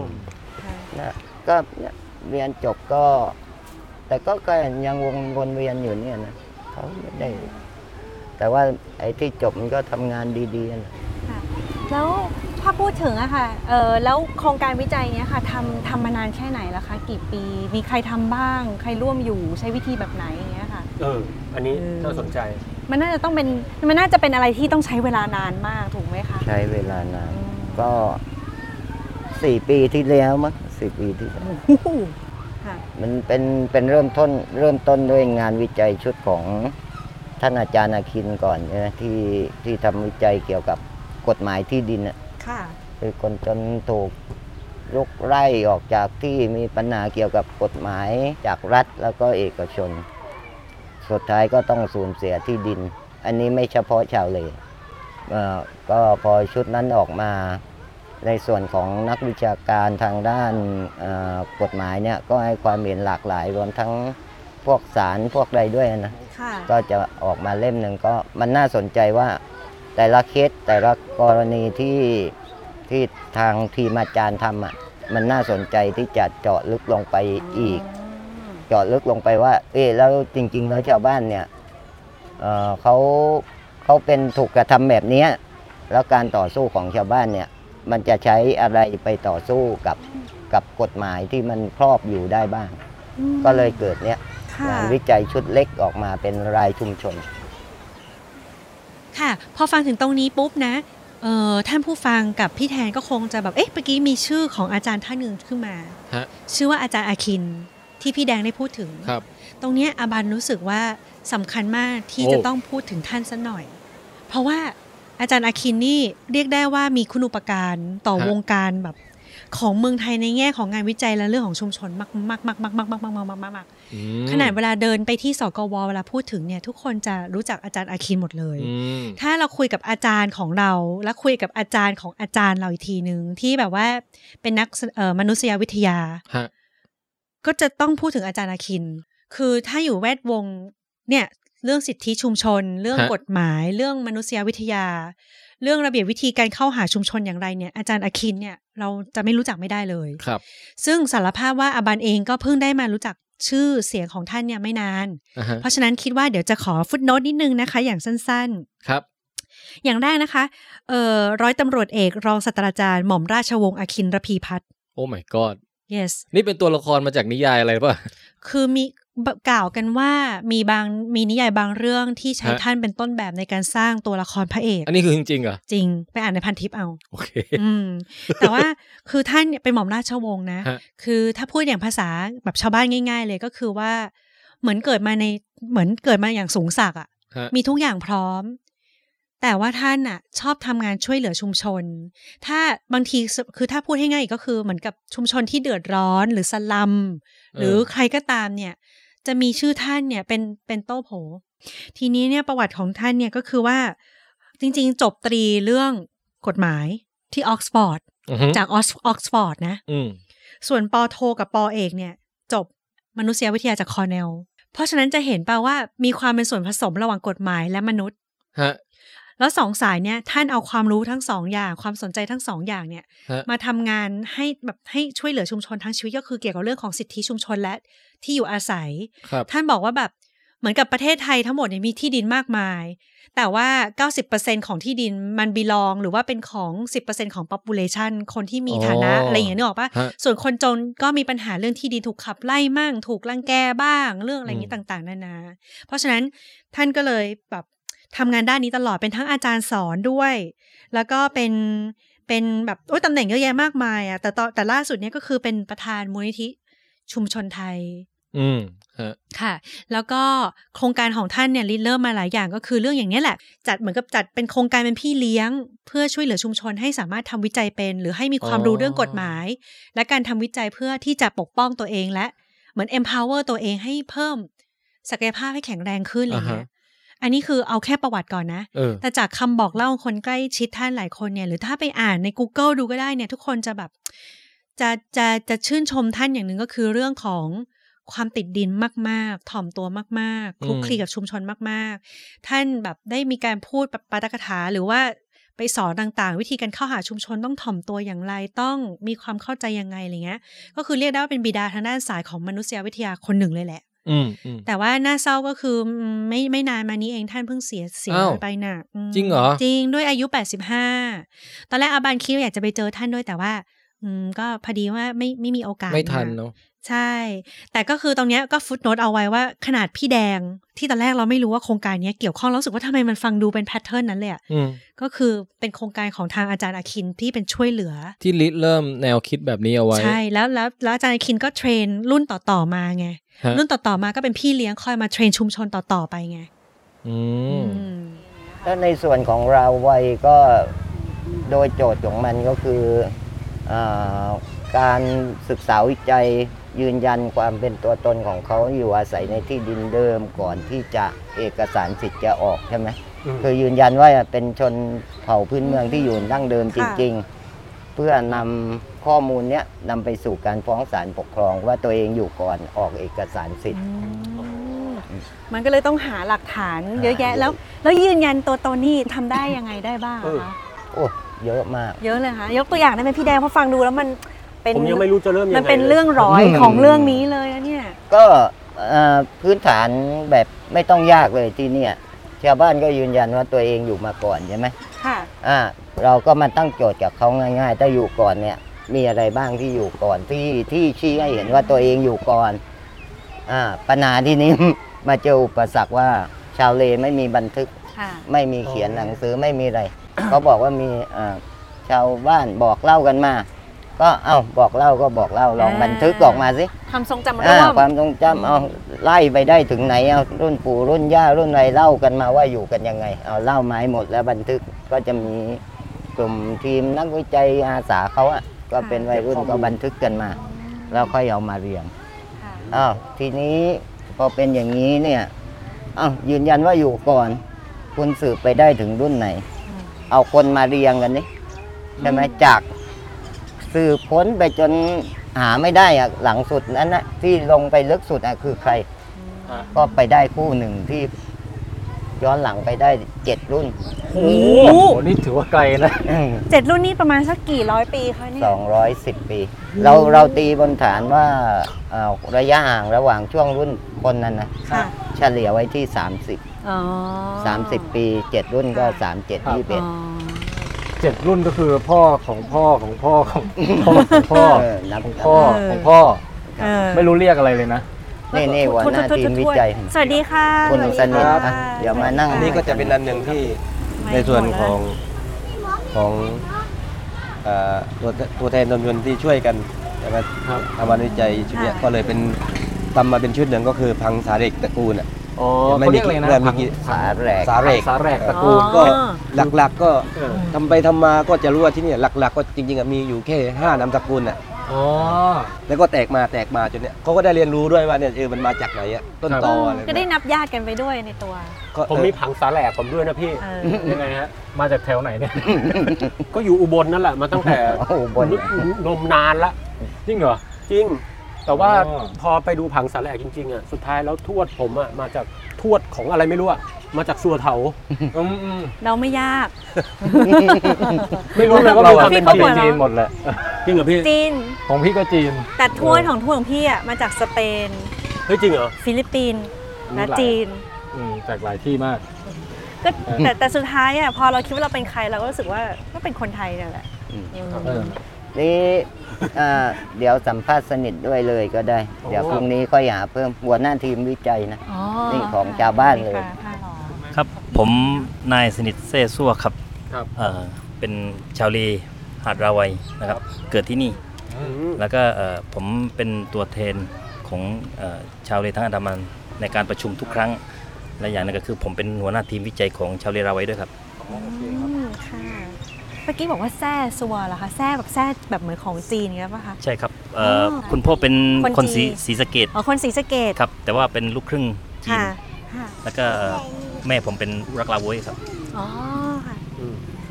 Speaker 6: นะก็เนี่ยเรียนจบก็ แต่ก็ก็ยังวงวนเวียนอยู่เนี่ยนะเขาไม่ได้ แต่ว่าไอ้ที่จบมันก็ทำงานดีๆนะ
Speaker 2: แล้วถ้าพูดถึงอะค่ะ เออแล้วโครงการวิจัยเนี้ยค่ะทำทำมานานแค่ไหนแล้วคะ กี่ปี มีใครทำบ้าง ใครร่วมอยู่ ใช้วิธีแบบไหนอย่างเงี้ยค่ะ
Speaker 7: เออ อันนี้น่าสนใจ
Speaker 2: มันน่าจะต้องเป็น มันน่าจะเป็นอะไรที่ต้องใช้เวลานานมากถูกไหมคะ
Speaker 6: ใช้เวลานานก็สี่ปีที่แล้วมั้งส สิบปีที่แล้ว
Speaker 2: โอ้โห
Speaker 9: ค่ะ
Speaker 6: มันเป็นเป็นเริ่มต้นเริ่มต้นด้วยงานวิจัยชุดของท่านอาจารย์อาคินก่อนใช่ไหมที่ที่ทำวิจัยเกี่ยวกับกฎหมายที่ดินน่ะ
Speaker 9: ค่ะ
Speaker 6: คือคนจนถูกลุกไล่ออกจากที่มีปัญหาเกี่ยวกับกฎหมายจากรัฐแล้วก็เอกชน สุดท้ายก็ต้องสูญเสียที่ดิน อันนี้ไม่เฉพาะชาวเลเอ่อก็พอชุดนั้นออกมาในส่วนของนักวิชาการทางด้านเอ่อกฎหมายเนี่ยก็ให้ความเห็นหลากหลายรวมทั้งพวกสารพวกใดด้วยนะ
Speaker 9: ค่ะ
Speaker 6: ก็จะออกมาเล่มหนึ่งก็มันน่าสนใจว่าแต่ละเคสแต่ละกรณีที่ที่ทางทีมอาจารย์ทำอ่ะมันน่าสนใจที่จะเจาะลึกลงไปอีก เจาะลึกลงไปว่า เอ๊ะแล้วจริง ๆ แล้วชาวบ้านเนี่ยเอ่อเขาเขาเป็นถูกกระทำแบบเนี้ยแล้วการต่อสู้ของชาวบ้านเนี่ย มันจะใช้อะไรไปต่อสู้กับกับกฎหมายที่มันครอบอยู่ได้บ้าง ก็เลยเกิดเนี้ย
Speaker 9: ค่ะ
Speaker 6: งานวิจัยชุดเล็กออกมาเป็นรายชุมชน
Speaker 2: ค่ะ พอฟังถึงตรงนี้ปุ๊บนะ เอ่อท่านผู้ฟังกับพี่แทนก็คงจะแบบ เอ๊ะ เมื่อกี้มีชื่อของอาจารย์ท่านหนึ่งขึ้นมา
Speaker 1: ฮะ
Speaker 2: ชื่อว่าอาจารย์อาคิน ที่พี่แดงได้พูดถึง
Speaker 1: ครับ
Speaker 2: ตรงเนี้ยอาบันรู้สึกว่าสำคัญมากที่
Speaker 1: โอ้
Speaker 2: จะต้องพูดถึงท่านสักหน่อย เพราะว่าอาจารย์อาคินนี่เรียกได้ว่ามีคุณอุปการต่อวงการแบบของเมืองไทยในแง่ของงานวิจัยและเรื่องของชุมชนมากมากมากมากมากมากมากมากมาก
Speaker 1: อืม
Speaker 2: ขนาดเวลาเดินไปที่สกวเวลาพูดถึงเนี่ยทุกคนจะรู้จักอาจารย์อาคินหมดเลย
Speaker 1: อืม
Speaker 2: ถ้าเราคุยกับอาจารย์ของเรา และคุยกับอาจารย์ของอาจารย์เราอีกทีหนึ่งที่แบบว่าเป็นนักเอ่อมนุษยวิทยา
Speaker 1: ฮะ
Speaker 2: ก็จะต้องพูดถึงอาจารย์อาคิน คือถ้าอยู่แวดวงเนี่ยเรื่องสิทธิชุมชน เรื่อง
Speaker 1: ฮะ
Speaker 2: กฎหมาย เรื่องมนุษยวิทยา เรื่องระเบียบวิธีการเข้าหาชุมชนอย่างไรเนี่ยอาจารย์อาคินเนี่ยเราจะไม่รู้จักไม่ได้เลย
Speaker 1: ครับ
Speaker 2: ซึ่งสารภาพว่าอาบันเองก็เพิ่งได้มารู้จักชื่อเสียงของท่านเนี่ยไม่นาน
Speaker 1: อ่าฮะ
Speaker 2: เพราะฉะนั้นคิดว่าเดี๋ยวจะขอฟุตโนตนิดนึงนะคะ อย่างสั้นๆ
Speaker 1: ครับ
Speaker 2: อย่างแรกนะคะ เอ่อร้อยตำรวจเอกรองศาสตราจารย์หม่อมราชวงศ์อคินรพีพัฒน์
Speaker 1: โอ้ my god
Speaker 2: yes
Speaker 1: นี่เป็นตัวละครมาจากนิยายอะไรป่ะ
Speaker 2: คือมีบกล่าวกันว่ามีบางมีนิยายบางเรื่องที่ใช้
Speaker 1: ฮะ
Speaker 2: ท่านเป็นต้นแบบในการสร้างตัวละครพระเอก
Speaker 1: อันนี้คือจริงๆเหรอ
Speaker 2: จริง ไปอ่านในพันทิปเอา
Speaker 1: โอเค
Speaker 2: อืม แต่ว่าคือท่านเนี่ยเป็นหม่อมราชวงศ์นะ
Speaker 1: ฮะ
Speaker 2: คือถ้าพูดอย่างภาษาแบบชาวบ้านง่าย ๆ เลยก็คือว่า เหมือนเกิดมาในเหมือนเกิดมาอย่างสูงศักดิ์อะ
Speaker 1: ฮะ
Speaker 2: มีทุกอย่างพร้อม แต่ว่าท่านน่ะ ชอบทำงานช่วยเหลือชุมชน ถ้าบางทีสคือถ้าพูดให้ง่ายอีกก็คือเหมือนกับชุมชนที่เดือดร้อนหรือสลัม หรือใครก็ตามเนี่ย จะมีชื่อท่านเนี่ยเป็นเป็นโต้โผ ทีนี้เนี่ยประวัติของท่านเนี่ยก็คือว่า จริงๆ จบตรีเรื่องกฎหมายที่ออกซฟอร์ด
Speaker 1: อือฮึ
Speaker 2: จากออกซฟอร์ดนะ
Speaker 1: อืม
Speaker 2: ส่วนปอโทกับปอเอกเนี่ย จบมนุษยวิทยาจากคอร์เนล เพราะฉะนั้นจะเห็นเปล่าว่ามีความเป็นส่วนผสมระหว่างกฎหมายและมนุษย์
Speaker 1: ฮะ
Speaker 2: แล้วสองสายเนี่ยท่านเอาความรู้ทั้งสองอย่าง ความสนใจทั้งสองอย่างเนี่ย
Speaker 1: ฮะ
Speaker 2: มาทำงานให้แบบให้ช่วยเหลือชุมชนทั้งชีวิตก็คือเกี่ยวกับเรื่องของสิทธิชุมชนและที่อยู่อาศัย
Speaker 1: ครับ
Speaker 2: ท่านบอกว่าแบบเหมือนกับประเทศไทยทั้งหมดเนี่ยมีที่ดินมากมาย แต่ว่า 90%ของที่ดินมันบีลอง หรือว่าเป็นของ 10%ของ population คนที่มีฐานะ
Speaker 1: อ๋ออ
Speaker 2: อะไรอย่างเงี้ยนึกออกปะ
Speaker 1: ฮะ
Speaker 2: ส่วนคนจนก็มีปัญหาเรื่องที่ดินถูกขับไล่มั่ง ถูกลังแกบ้างเรื่องอะไรอย่างงี้
Speaker 1: อืม
Speaker 2: ต่างๆนานา เพราะฉะนั้นท่านก็เลยแบบทำงานด้านนี้ตลอดเป็นทั้งอาจารย์สอนด้วย แล้วก็เป็นเป็นแบบโอ้ยตำแหน่งเยอะแยะมากมายอะแต่ตอนแต่ล่าสุดเนี่ยก็คือเป็นประธานมูลนิธิชุมชนไทย
Speaker 1: อืมฮะ
Speaker 2: ค่ะ แล้วก็โครงการของท่านเนี่ยริเริ่มมาหลายอย่างก็คือเรื่องอย่างเนี้ยแหละ จัดเหมือนกับจัดเป็นโครงการเป็นพี่เลี้ยง เพื่อช่วยเหลือชุมชนให้สามารถทำวิจัยเป็น หรือให้มีความรู้
Speaker 1: อ๋อ
Speaker 2: เรื่องกฎหมาย และการทำวิจัยเพื่อที่จะปกป้องตัวเองและเหมือน empower ตัวเองให้เพิ่มศักยภาพให้แข็งแรงขึ้นอะไรเงี้ยอันนี้คือเอาแค่ประวัติก่อนนะ
Speaker 1: เออ
Speaker 2: แต่จากคำบอกเล่าของคนใกล้ชิดท่านหลายคนเนี่ย หรือถ้าไปอ่านใน Google ดูก็ได้เนี่ย ทุกคนจะแบบ จะจะจะชื่นชมท่านอย่างหนึ่งก็คือเรื่องของความติดดินมากๆ ถ่อมตัวมาก
Speaker 1: อืม
Speaker 2: ๆคลุกคลีกับชุมชนมากๆ ท่านแบบได้มีการพูดแบบปาตกถาหรือว่าไปสอนต่างๆ วิธีการเข้าหาชุมชนต้องถ่อมตัวอย่างไรต้องมีความเข้าใจยังไงอะไรเงี้ย ก็คือเรียกได้ว่าเป็นบิดาทางด้านสายของมนุษยวิทยาคนหนึ่งเลยแหละ
Speaker 1: อืมอืม
Speaker 2: แต่ว่าน่าเศร้าก็คืออืมไม่ไม่นานมานี้เองท่านเพิ่งเสียเสีย
Speaker 1: อ้าว
Speaker 2: ไปน่ะม
Speaker 1: จริงเหรอ
Speaker 2: จริงด้วยอายุ 85 ตอนแรกอาบานคิดว่าอยากจะไปเจอท่านด้วยแต่ว่า
Speaker 3: อืมก็พอดีว่าไม่ไม่มีโอกาส
Speaker 1: ไม่ทันา เนาะ
Speaker 3: ใช่ แต่ก็คือตรงเนี้ยก็ฟุตโนตเอาไว้ว่าขนาดพี่แดงที่ตอนแรกเราไม่รู้ว่าโครงการเนี้ยเกี่ยวข้องแล้วรู้สึกว่าทำไมมันฟังดูเป็นแพทเทิร์นนั้นเลยอะ
Speaker 1: อืม
Speaker 3: ก็คือเป็นโครงการของทางอาจารย์อาคินที่เป็นช่วยเหลือ
Speaker 1: ที่ริเริ่มแนวคิดแบบนี้เอาไว้
Speaker 3: ใช่แล้วแล้วแล้วอาจารย์อาคินก็เทรนรุ่นต่อๆมาไง
Speaker 1: ฮะ
Speaker 3: รุ่นต่อๆมาก็เป็นพี่เลี้ยงคอยมาเทรนชุมชนต่อๆไปไง
Speaker 1: อืม
Speaker 3: อืม
Speaker 6: ถ้าในส่วนของเราไวัยก็โดยโจทย์ของมันก็คืออาการศึกษาวิจัยยืนยันความเป็นตัวตนของเขาอยู่อาศัยในที่ดินเดิมก่อนที่จะเอกสารสิทธิ์จะออกใช่ไหม
Speaker 7: อืม
Speaker 6: คือยืนยันว่าเป็นชนเผ่าพื้นเมืองที่อยู่ดั้งเดิมจ
Speaker 2: ค่ะ
Speaker 6: ริง ๆ เพื่อนำข้อมูลเนี้ยนำไปสู่การฟ้องศาลปกครอง ว่าตัวเองอยู่ก่อนออกเอกสารสิทธิ์
Speaker 2: มันก็เลยต้องหาหลักฐานเยอะแยะแล้ว แล้วยืนยันตัวตนนี่ทำได้ยังไงได้บ้าง
Speaker 7: เออ
Speaker 2: คะ
Speaker 6: โอ้เยอะมาก
Speaker 2: เยอะเลยค่ะยกตัวอย่างได้ไหมพี่แดงเพราะฟังดูแล้วมันเป็น
Speaker 7: ผมยังไม่รู้จะเริ่มยังไง
Speaker 2: มันเป็น
Speaker 7: ลย
Speaker 2: เรื่องร้อยของเรื่องนี้เลยนะเนี่ย
Speaker 6: ก็เอ่อพื้นฐานแบบไม่ต้องยากเลยที่เนี่ยชาวบ้านก็ยืนยันว่าตัวเองอยู่มาก่อนใช่ไหม
Speaker 2: ค่ะ
Speaker 6: อ่าเราก็มาตั้งโจทย์กับเขาง่ายๆถ้าอยู่ก่อนเนี่ยมีอะไรบ้างที่อยู่ก่อนที่ที่ชี้ให้เห็นว่าตัวเองอยู่ก่อนอ่าปัญหาที่ นี้ มาเจออุปสรรคว่าชาวเลไม่มีบันทึก
Speaker 2: ค่ะ
Speaker 6: ไม่มีเขียนหนังสือไม่มีอะไร เขาบอกว่ามีเอ่อชาวบ้านบอกเล่ากันมา ก็เอ้าบอกเล่าก็บอกเล่าลองบันทึกออกมาสิ
Speaker 2: ทำทรงจำร่
Speaker 6: อ่าว
Speaker 2: ม
Speaker 6: ความทรงจำเอาไล่ไปได้ถึงไหนเอารุ่นปู่รุ่นย่ารุ่นอะไรเล่ากันมาว่าอยู่กันยังไง เอาเล่าไมาให้หมดแล้วบันทึกก็จะมีกลุ่มทีมนักวิจัยอาสาเขาอะก็เป็นวัยรุ่นก็บันทึกกันมา แล้วค่อยเอามาเรียง
Speaker 2: ค่ะ
Speaker 6: อ้าวทีนี้พอเป็นอย่างนี้เนี่ยอ้าวยืนยันว่าอยู่ก่อน คุณสืบไปได้ถึงรุ่นไหน เอาคนมาเรียงกันนี่ใช่ไหมจาก สืบค้นไปจนหาไม่ได้อะหลังสุดนั้นนะที่ลงไปลึกสุดอะคือใคร
Speaker 7: ฮะ
Speaker 6: ก็ไปได้คู่หนึ่งที่ย้อนหลังไปได้เจ็ดรุ่น
Speaker 8: โอ้โหนี่ถือว่าไกลนะ
Speaker 2: เจ็ดรุ่นนี้ประมาณสักกี่ร้อยปีคะเนี่ย
Speaker 6: สองร้อยสิบปี เราเราตีบนฐานว่าเอ่อระยะห่างระหว่างช่วงรุ่นคนนั้นนะ
Speaker 2: ค่ะ
Speaker 6: เฉลี่ยไว้ที่
Speaker 2: อ๋อ
Speaker 6: 30 30 ปีเจ็ดรุ่นก็สามเจ็ด
Speaker 7: ครับ
Speaker 6: ยี่สิบเอ็ด
Speaker 2: อ๋อ
Speaker 8: เจ็ดรุ่นก็คือพ่อของพ่อของพ่อของพ่อของพ่อ
Speaker 6: เออนับ
Speaker 8: พ่อของพ่อ
Speaker 2: เออ
Speaker 8: ไม่รู้เรียกอะไรเลยนะ
Speaker 6: นี่นี่หัวหน้าทีมวิจัย
Speaker 2: สวัสดีค่ะ
Speaker 6: คุณสนิท
Speaker 2: วั
Speaker 6: อ่ะ
Speaker 2: ค่ะ
Speaker 6: เดี๋ยวมานั่ง
Speaker 5: อันนี้ก็จะเป็นอันหนึ่งที่ในส่วนของของเอ่อตัวตัวแทนตนยนต์ที่ช่วยกันใช่ไหม
Speaker 7: ครับ
Speaker 5: ทำงานวิจัยชุดเนี้ย
Speaker 2: ค่ะ
Speaker 5: ก็เลยเป็นทำมาเป็นชุดหนึ่งก็คือพังสาเรกตระกูลอ่ะ
Speaker 8: อ๋อเขาเรียกอะไรนะ
Speaker 5: ม่มี
Speaker 6: สาแหรก
Speaker 5: สาเรก
Speaker 8: สาแหรกตระ
Speaker 2: อ๋อ
Speaker 8: กูล
Speaker 5: ก็หลักๆก็
Speaker 7: เออ
Speaker 5: ทำไปทำมาก็จะรู้ว่าที่เนี่ยหลัก ๆ ก็จริงๆอะมีอยู่แค่ห้านามตระกูลอ่ะ
Speaker 8: อ๋อ
Speaker 5: แล้วก็แตกมาแตกมาจนเนี่ยเขาก็ได้เรียนรู้ด้วยว่าเนี่ยเออมันมาจากไหนอะต้นตออะไร
Speaker 2: ก็ได้นับญาติกันไปด้วยในตัว
Speaker 5: ก็
Speaker 7: ผม
Speaker 5: เออ
Speaker 7: มีผังสาแหลกผมด้วยนะพี่
Speaker 2: เออ
Speaker 7: ยังไงฮะ
Speaker 8: มาจากแถวไหนเนี่ย
Speaker 7: ก็อยู่อุบลนั่นแหละมาตั้งแต่
Speaker 6: โอ้โหบน
Speaker 7: นมนานละ
Speaker 8: จริงเหรอ
Speaker 7: จริง แต่ว่า
Speaker 8: อ๋อ
Speaker 7: พอไปดูผังสาแหลกจริงๆอ่ะสุดท้ายแล้วทวดผมอ่ะมาจากทวดของอะไรไม่รู้อ่ะมาจากสัวเถา
Speaker 8: อืมอืม
Speaker 2: เราไม่ยาก
Speaker 8: ไม่รู้เลยว่ามีความเป็น
Speaker 2: พี่เขาป่วยเหรอ
Speaker 8: จีนหมดแหละ
Speaker 7: จริงเหรอพี่
Speaker 2: จีน
Speaker 8: ของพี่ก็จีน
Speaker 2: แต่ทวดของทวดของพี่อ่ะมาจากสเปน
Speaker 7: เฮ้ยจริงเหรอ
Speaker 2: ฟิลิปปินส์และ
Speaker 8: หลาย
Speaker 2: จีน
Speaker 8: อืมจากหลายที่มาก
Speaker 2: ก็แต่แต่สุดท้ายอ่ะพอเราคิดว่าเราเป็นใครเราก็รู้สึกว่าก็เป็นคนไทยนั่นแหละ
Speaker 6: อืม
Speaker 2: อืม
Speaker 8: เออ
Speaker 6: นี่อ่าเดี๋ยวสัมภาษณ์สนิทด้วยเลยก็ได้ เดี๋ยวพรุ่งนี้ค่อยหาเพิ่มหัวหน้าทีมวิจัยนะ
Speaker 2: อ๋อ
Speaker 6: นี่ของชาวบ้านเลย
Speaker 2: ค่ะค่ะหรอ
Speaker 10: ครับ ผมนายสนิทเซ่ซั่วครับ
Speaker 7: ครับ
Speaker 10: เอ่อเป็นชาวเลหาดราวัยนะครับ เกิดที่นี่ แล้วก็เอ่อผมเป็นตัวแทนของเออชาวเลทั้งอันดามันในการประชุมทุกครั้ง และอย่างหนึงก็คือผมเป็นหัวหน้าทีมวิจัยของชาวเลราวัยด้วยครับ
Speaker 2: อืมค่ะเมื่อกี้บอกว่าแซ่ซัวเหรอคะแซ่แบบแซ่แบบเหมือนของจีนเงี้ยป่ะคะ
Speaker 10: ใช่ครับเอ่ออ
Speaker 2: อ
Speaker 10: คุณพ่อเป็น
Speaker 2: ค
Speaker 10: คน น
Speaker 2: จี
Speaker 10: สี
Speaker 2: น
Speaker 10: สีสะเกต
Speaker 2: อ๋อคนศรีสะเกด
Speaker 10: ครับ แต่ว่าเป็นลูกครึ่งจีน
Speaker 2: ค่ะค่ะ
Speaker 10: แล้วก็เอ่อแม่ผมเป็นรักลาโวยครับ
Speaker 2: อ๋อค่ะ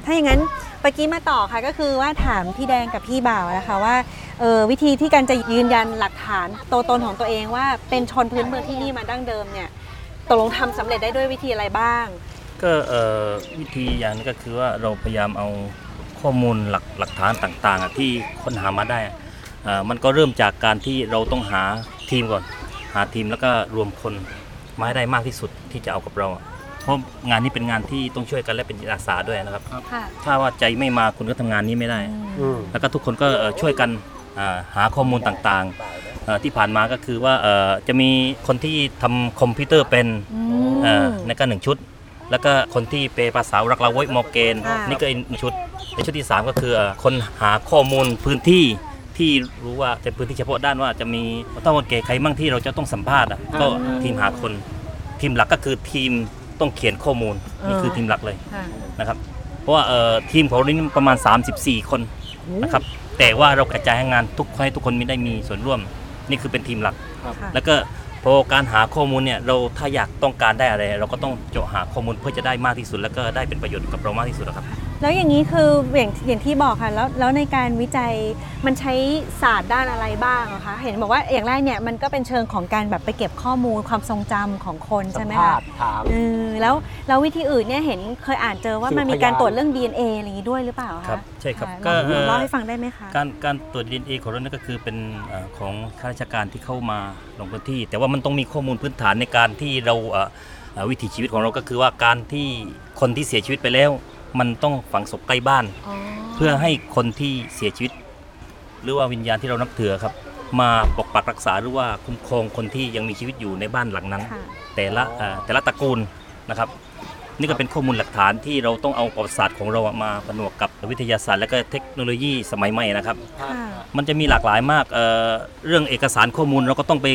Speaker 2: ถ้าอย่างนั้นเมื่อกี้มาต่อค่ะก็คือว่าถามพี่แดงกับพี่บ่าวนะคะว่าเออวิธีที่การจะยืนยันหลักฐานตัวตนของตัวเองว่าเป็นชนพื้นเมืองที่นี่มาดั้งเดิมเนี่ยตกลงทำสำเร็จได้ด้วยวิธีอะไรบ้าง
Speaker 10: ก็เอ่อวิธีอย่างหนึงก็คือว่าเราพยายามเอาข้อมูลหลักหลักฐานต่างๆอ่ะที่ค้นหามาได้อ่ะเอ่อมันก็เริ่มจากการที่เราต้องหาทีมก่อน หาทีมแล้วก็รวมคนมาให้ได้มากที่สุดที่จะเอากับเราอ่ะ เพราะงานนี้เป็นงานที่ต้องช่วยกันและเป็นจิตอาสาด้วยนะครับ
Speaker 2: ค่ะ
Speaker 10: ถ้าว่าใจไม่มาคุณก็ทำงานนี้ไม่ได้
Speaker 7: อืม
Speaker 10: แล้วก็ทุกคนก็เอ่อช่วยกันอ่าหาข้อมูลต่างๆเอ่อที่ผ่านมาก็คือว่าเอ่อจะมีคนที่ทำคอมพิวเตอร์เป็น
Speaker 2: อื
Speaker 10: เอ่อ
Speaker 2: ม
Speaker 10: ในนก็หนึ่งชุด แล้วก็คนที่เปภาษารักเราไว้มอร์เกน
Speaker 2: ค่ะ
Speaker 10: นี่ก็อีกหนึ่งชุดในชุดที่ 3 ก็คือเอ่อคนหาข้อมูลพื้นที่ที่รู้ว่าเป็นพื้นที่เฉพาะด้านว่าจะมีต้องวันเกใครบ้างที่เราจะต้องสัมภาษณ์อะก็ทีมหาคนทีมหลักก็คือทีมต้องเขียนข้อมูลนี่คือทีมหลักเลย
Speaker 3: ค่ะ
Speaker 10: นะครับ เพราะว่าเอ่อทีมของเรานี่ประมาณ 34 คนนะครับ แต่ว่าเรากระจายให้งานทุกให้ทุกคนมีได้มีส่วนร่วม นี่คือเป็นทีมหลัก
Speaker 2: ค่ะ
Speaker 10: แล้วก็พอการหาข้อมูลเนี่ยเราถ้าอยากต้องการได้อะไร เราก็ต้องเจาะหาข้อมูลเพื่อจะได้มากที่สุด แล้วก็ได้เป็นประโยชน์กับเรามากที่สุดอะครับ
Speaker 2: แล้วอย่างนี้คืออย่างอย่างที่บอกค่ะแล้วแล้วในการวิจัยมันใช้ศาสตร์ด้านอะไรบ้างอะคะเห็นบอกว่าอย่างแรกเนี่ยมันก็เป็นเชิงของการแบบไปเก็บข้อมูลความทรงจำของคน
Speaker 7: สัม
Speaker 2: ใช่ไหม
Speaker 7: ภา
Speaker 2: คะ
Speaker 7: ษณ์ถาม
Speaker 2: เออแล้วแล้ววิธีอื่นเนี่ยเห็นเคยอ่านเจอว่ามันมีการ
Speaker 7: สืบพยาน
Speaker 2: ตรวจเรื่อง DNA อะไรอย่างนี้ด้วยหรือเปล่าคะ
Speaker 10: ครับใช่ครับ
Speaker 2: ะ
Speaker 10: ก็
Speaker 2: ลอง
Speaker 10: เอ่อ
Speaker 2: เล่าให้ฟังได้ไหมคะ
Speaker 10: การการตรวจดีเอ็นเอของเราเนี่ยก็คือเป็นเอ่อของข้าราชการที่เข้ามาลงพื้นที่ แต่ว่ามันต้องมีข้อมูลพื้นฐานในการที่เราเอ่อเอ่อวิถีชีวิตของเราก็คือว่าการที่คนที่เสียชีวิตไปแล้ว มันต้องฝังศพใกล้บ้าน เพื่อให้คนที่เสียชีวิต หรือว่าวิญญาณที่เรานับถือครับ มาปกปักรักษาหรือว่าคุ้มครองคนที่ยังมีชีวิตอยู่ในบ้านหลังนั้น
Speaker 2: ค่ะ
Speaker 10: แต่ละเอ่อแต่ละตระกูลนะครับ นี่ก็เป็นข้อมูลหลักฐานที่เราต้องเอาประวัติศาสตร์ของเราอะมาผนวกกับวิทยาศาสตร์และก็เทคโนโลยีสมัยใหม่นะครับ
Speaker 2: ค่ะ
Speaker 10: มันจะมีหลากหลายมากเอ่อเรื่องเอกสารข้อมูลเราก็ต้องไป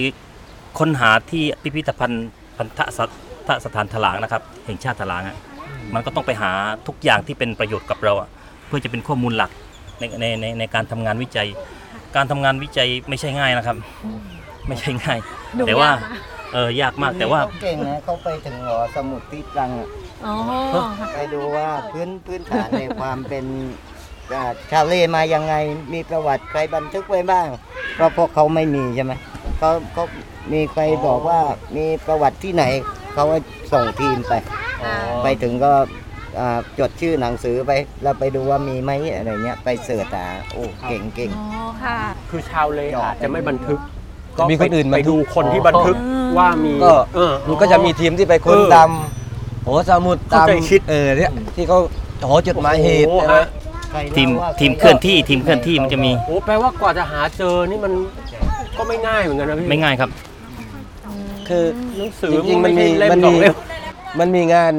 Speaker 10: ค้นหาที่พิพิธภัณฑ์พันธสถสถานถลางนะครับแห่งชาติถลางอะมันก็ต้องไปหาทุกอย่างที่เป็นประโยชน์กับเราอะเพื่อจะเป็นข้อมูลหลักในในในในการทำงานวิจัย การทำงานวิจัยไม่ใช่ง่ายนะครับ ไม่ใช่ง่าย
Speaker 2: ดู
Speaker 10: แต่ว่าย
Speaker 2: ากนะ
Speaker 10: เออยากมากแต่ว่า
Speaker 6: เขเก่งนะเขาไปถึงหอสมุดที่ตรังอะ
Speaker 2: อ๋อค่ะ
Speaker 6: ไปดูว่าพื้นพื้นฐานในความเป็นอ่าชาวเลมายังไงมีประวัติใครบันทึกไว้บ้าง เพราะพวกเขาไม่มีใช่ไหมเขาเขามีใครบอกว่ามีประวัติที่ไหน เขาก็ส่งทีมไป ไปถึงก็อ่าจดชื่อหนังสือไป แล้วไปดูว่ามีไหมอะไรเงี้ยไปเสิร์ชหาโอ้เก่งเก่ง
Speaker 2: อ๋อค่ะ
Speaker 7: คือชาวเลอาจจะไม่บันทึก ก็
Speaker 5: มีคนอื่น
Speaker 7: ไป
Speaker 5: บันทึก
Speaker 7: ดูคนที่บันทึก
Speaker 2: อ๋อ
Speaker 7: ว่ามี
Speaker 5: ก็
Speaker 7: เออ
Speaker 5: มันก็จะมีทีมที่ไปค้น
Speaker 7: เออ
Speaker 5: ตามโหสมุดตาม
Speaker 7: เข้าใจคิด
Speaker 5: เออเนี่ยที่เขาหอจดหมายเหตุ
Speaker 7: โอ้
Speaker 5: ใช่
Speaker 7: โ
Speaker 5: ไหม
Speaker 10: ทีมทีมเคลื่อนที่ทีมเคลื่อนที่มันจะมี
Speaker 7: โอ้แปลว่ากว่าจะหาเจอนี่มันก็ไม่ง่ายเหมือนกันนะพี่
Speaker 10: ไม่ง่ายครับ
Speaker 5: คือ
Speaker 7: หนังสือ
Speaker 5: จริงๆมัน
Speaker 7: ไใช่
Speaker 5: มี
Speaker 7: เล่
Speaker 5: มัน
Speaker 7: สอ
Speaker 5: มี
Speaker 7: งเล่
Speaker 5: มันมีงาน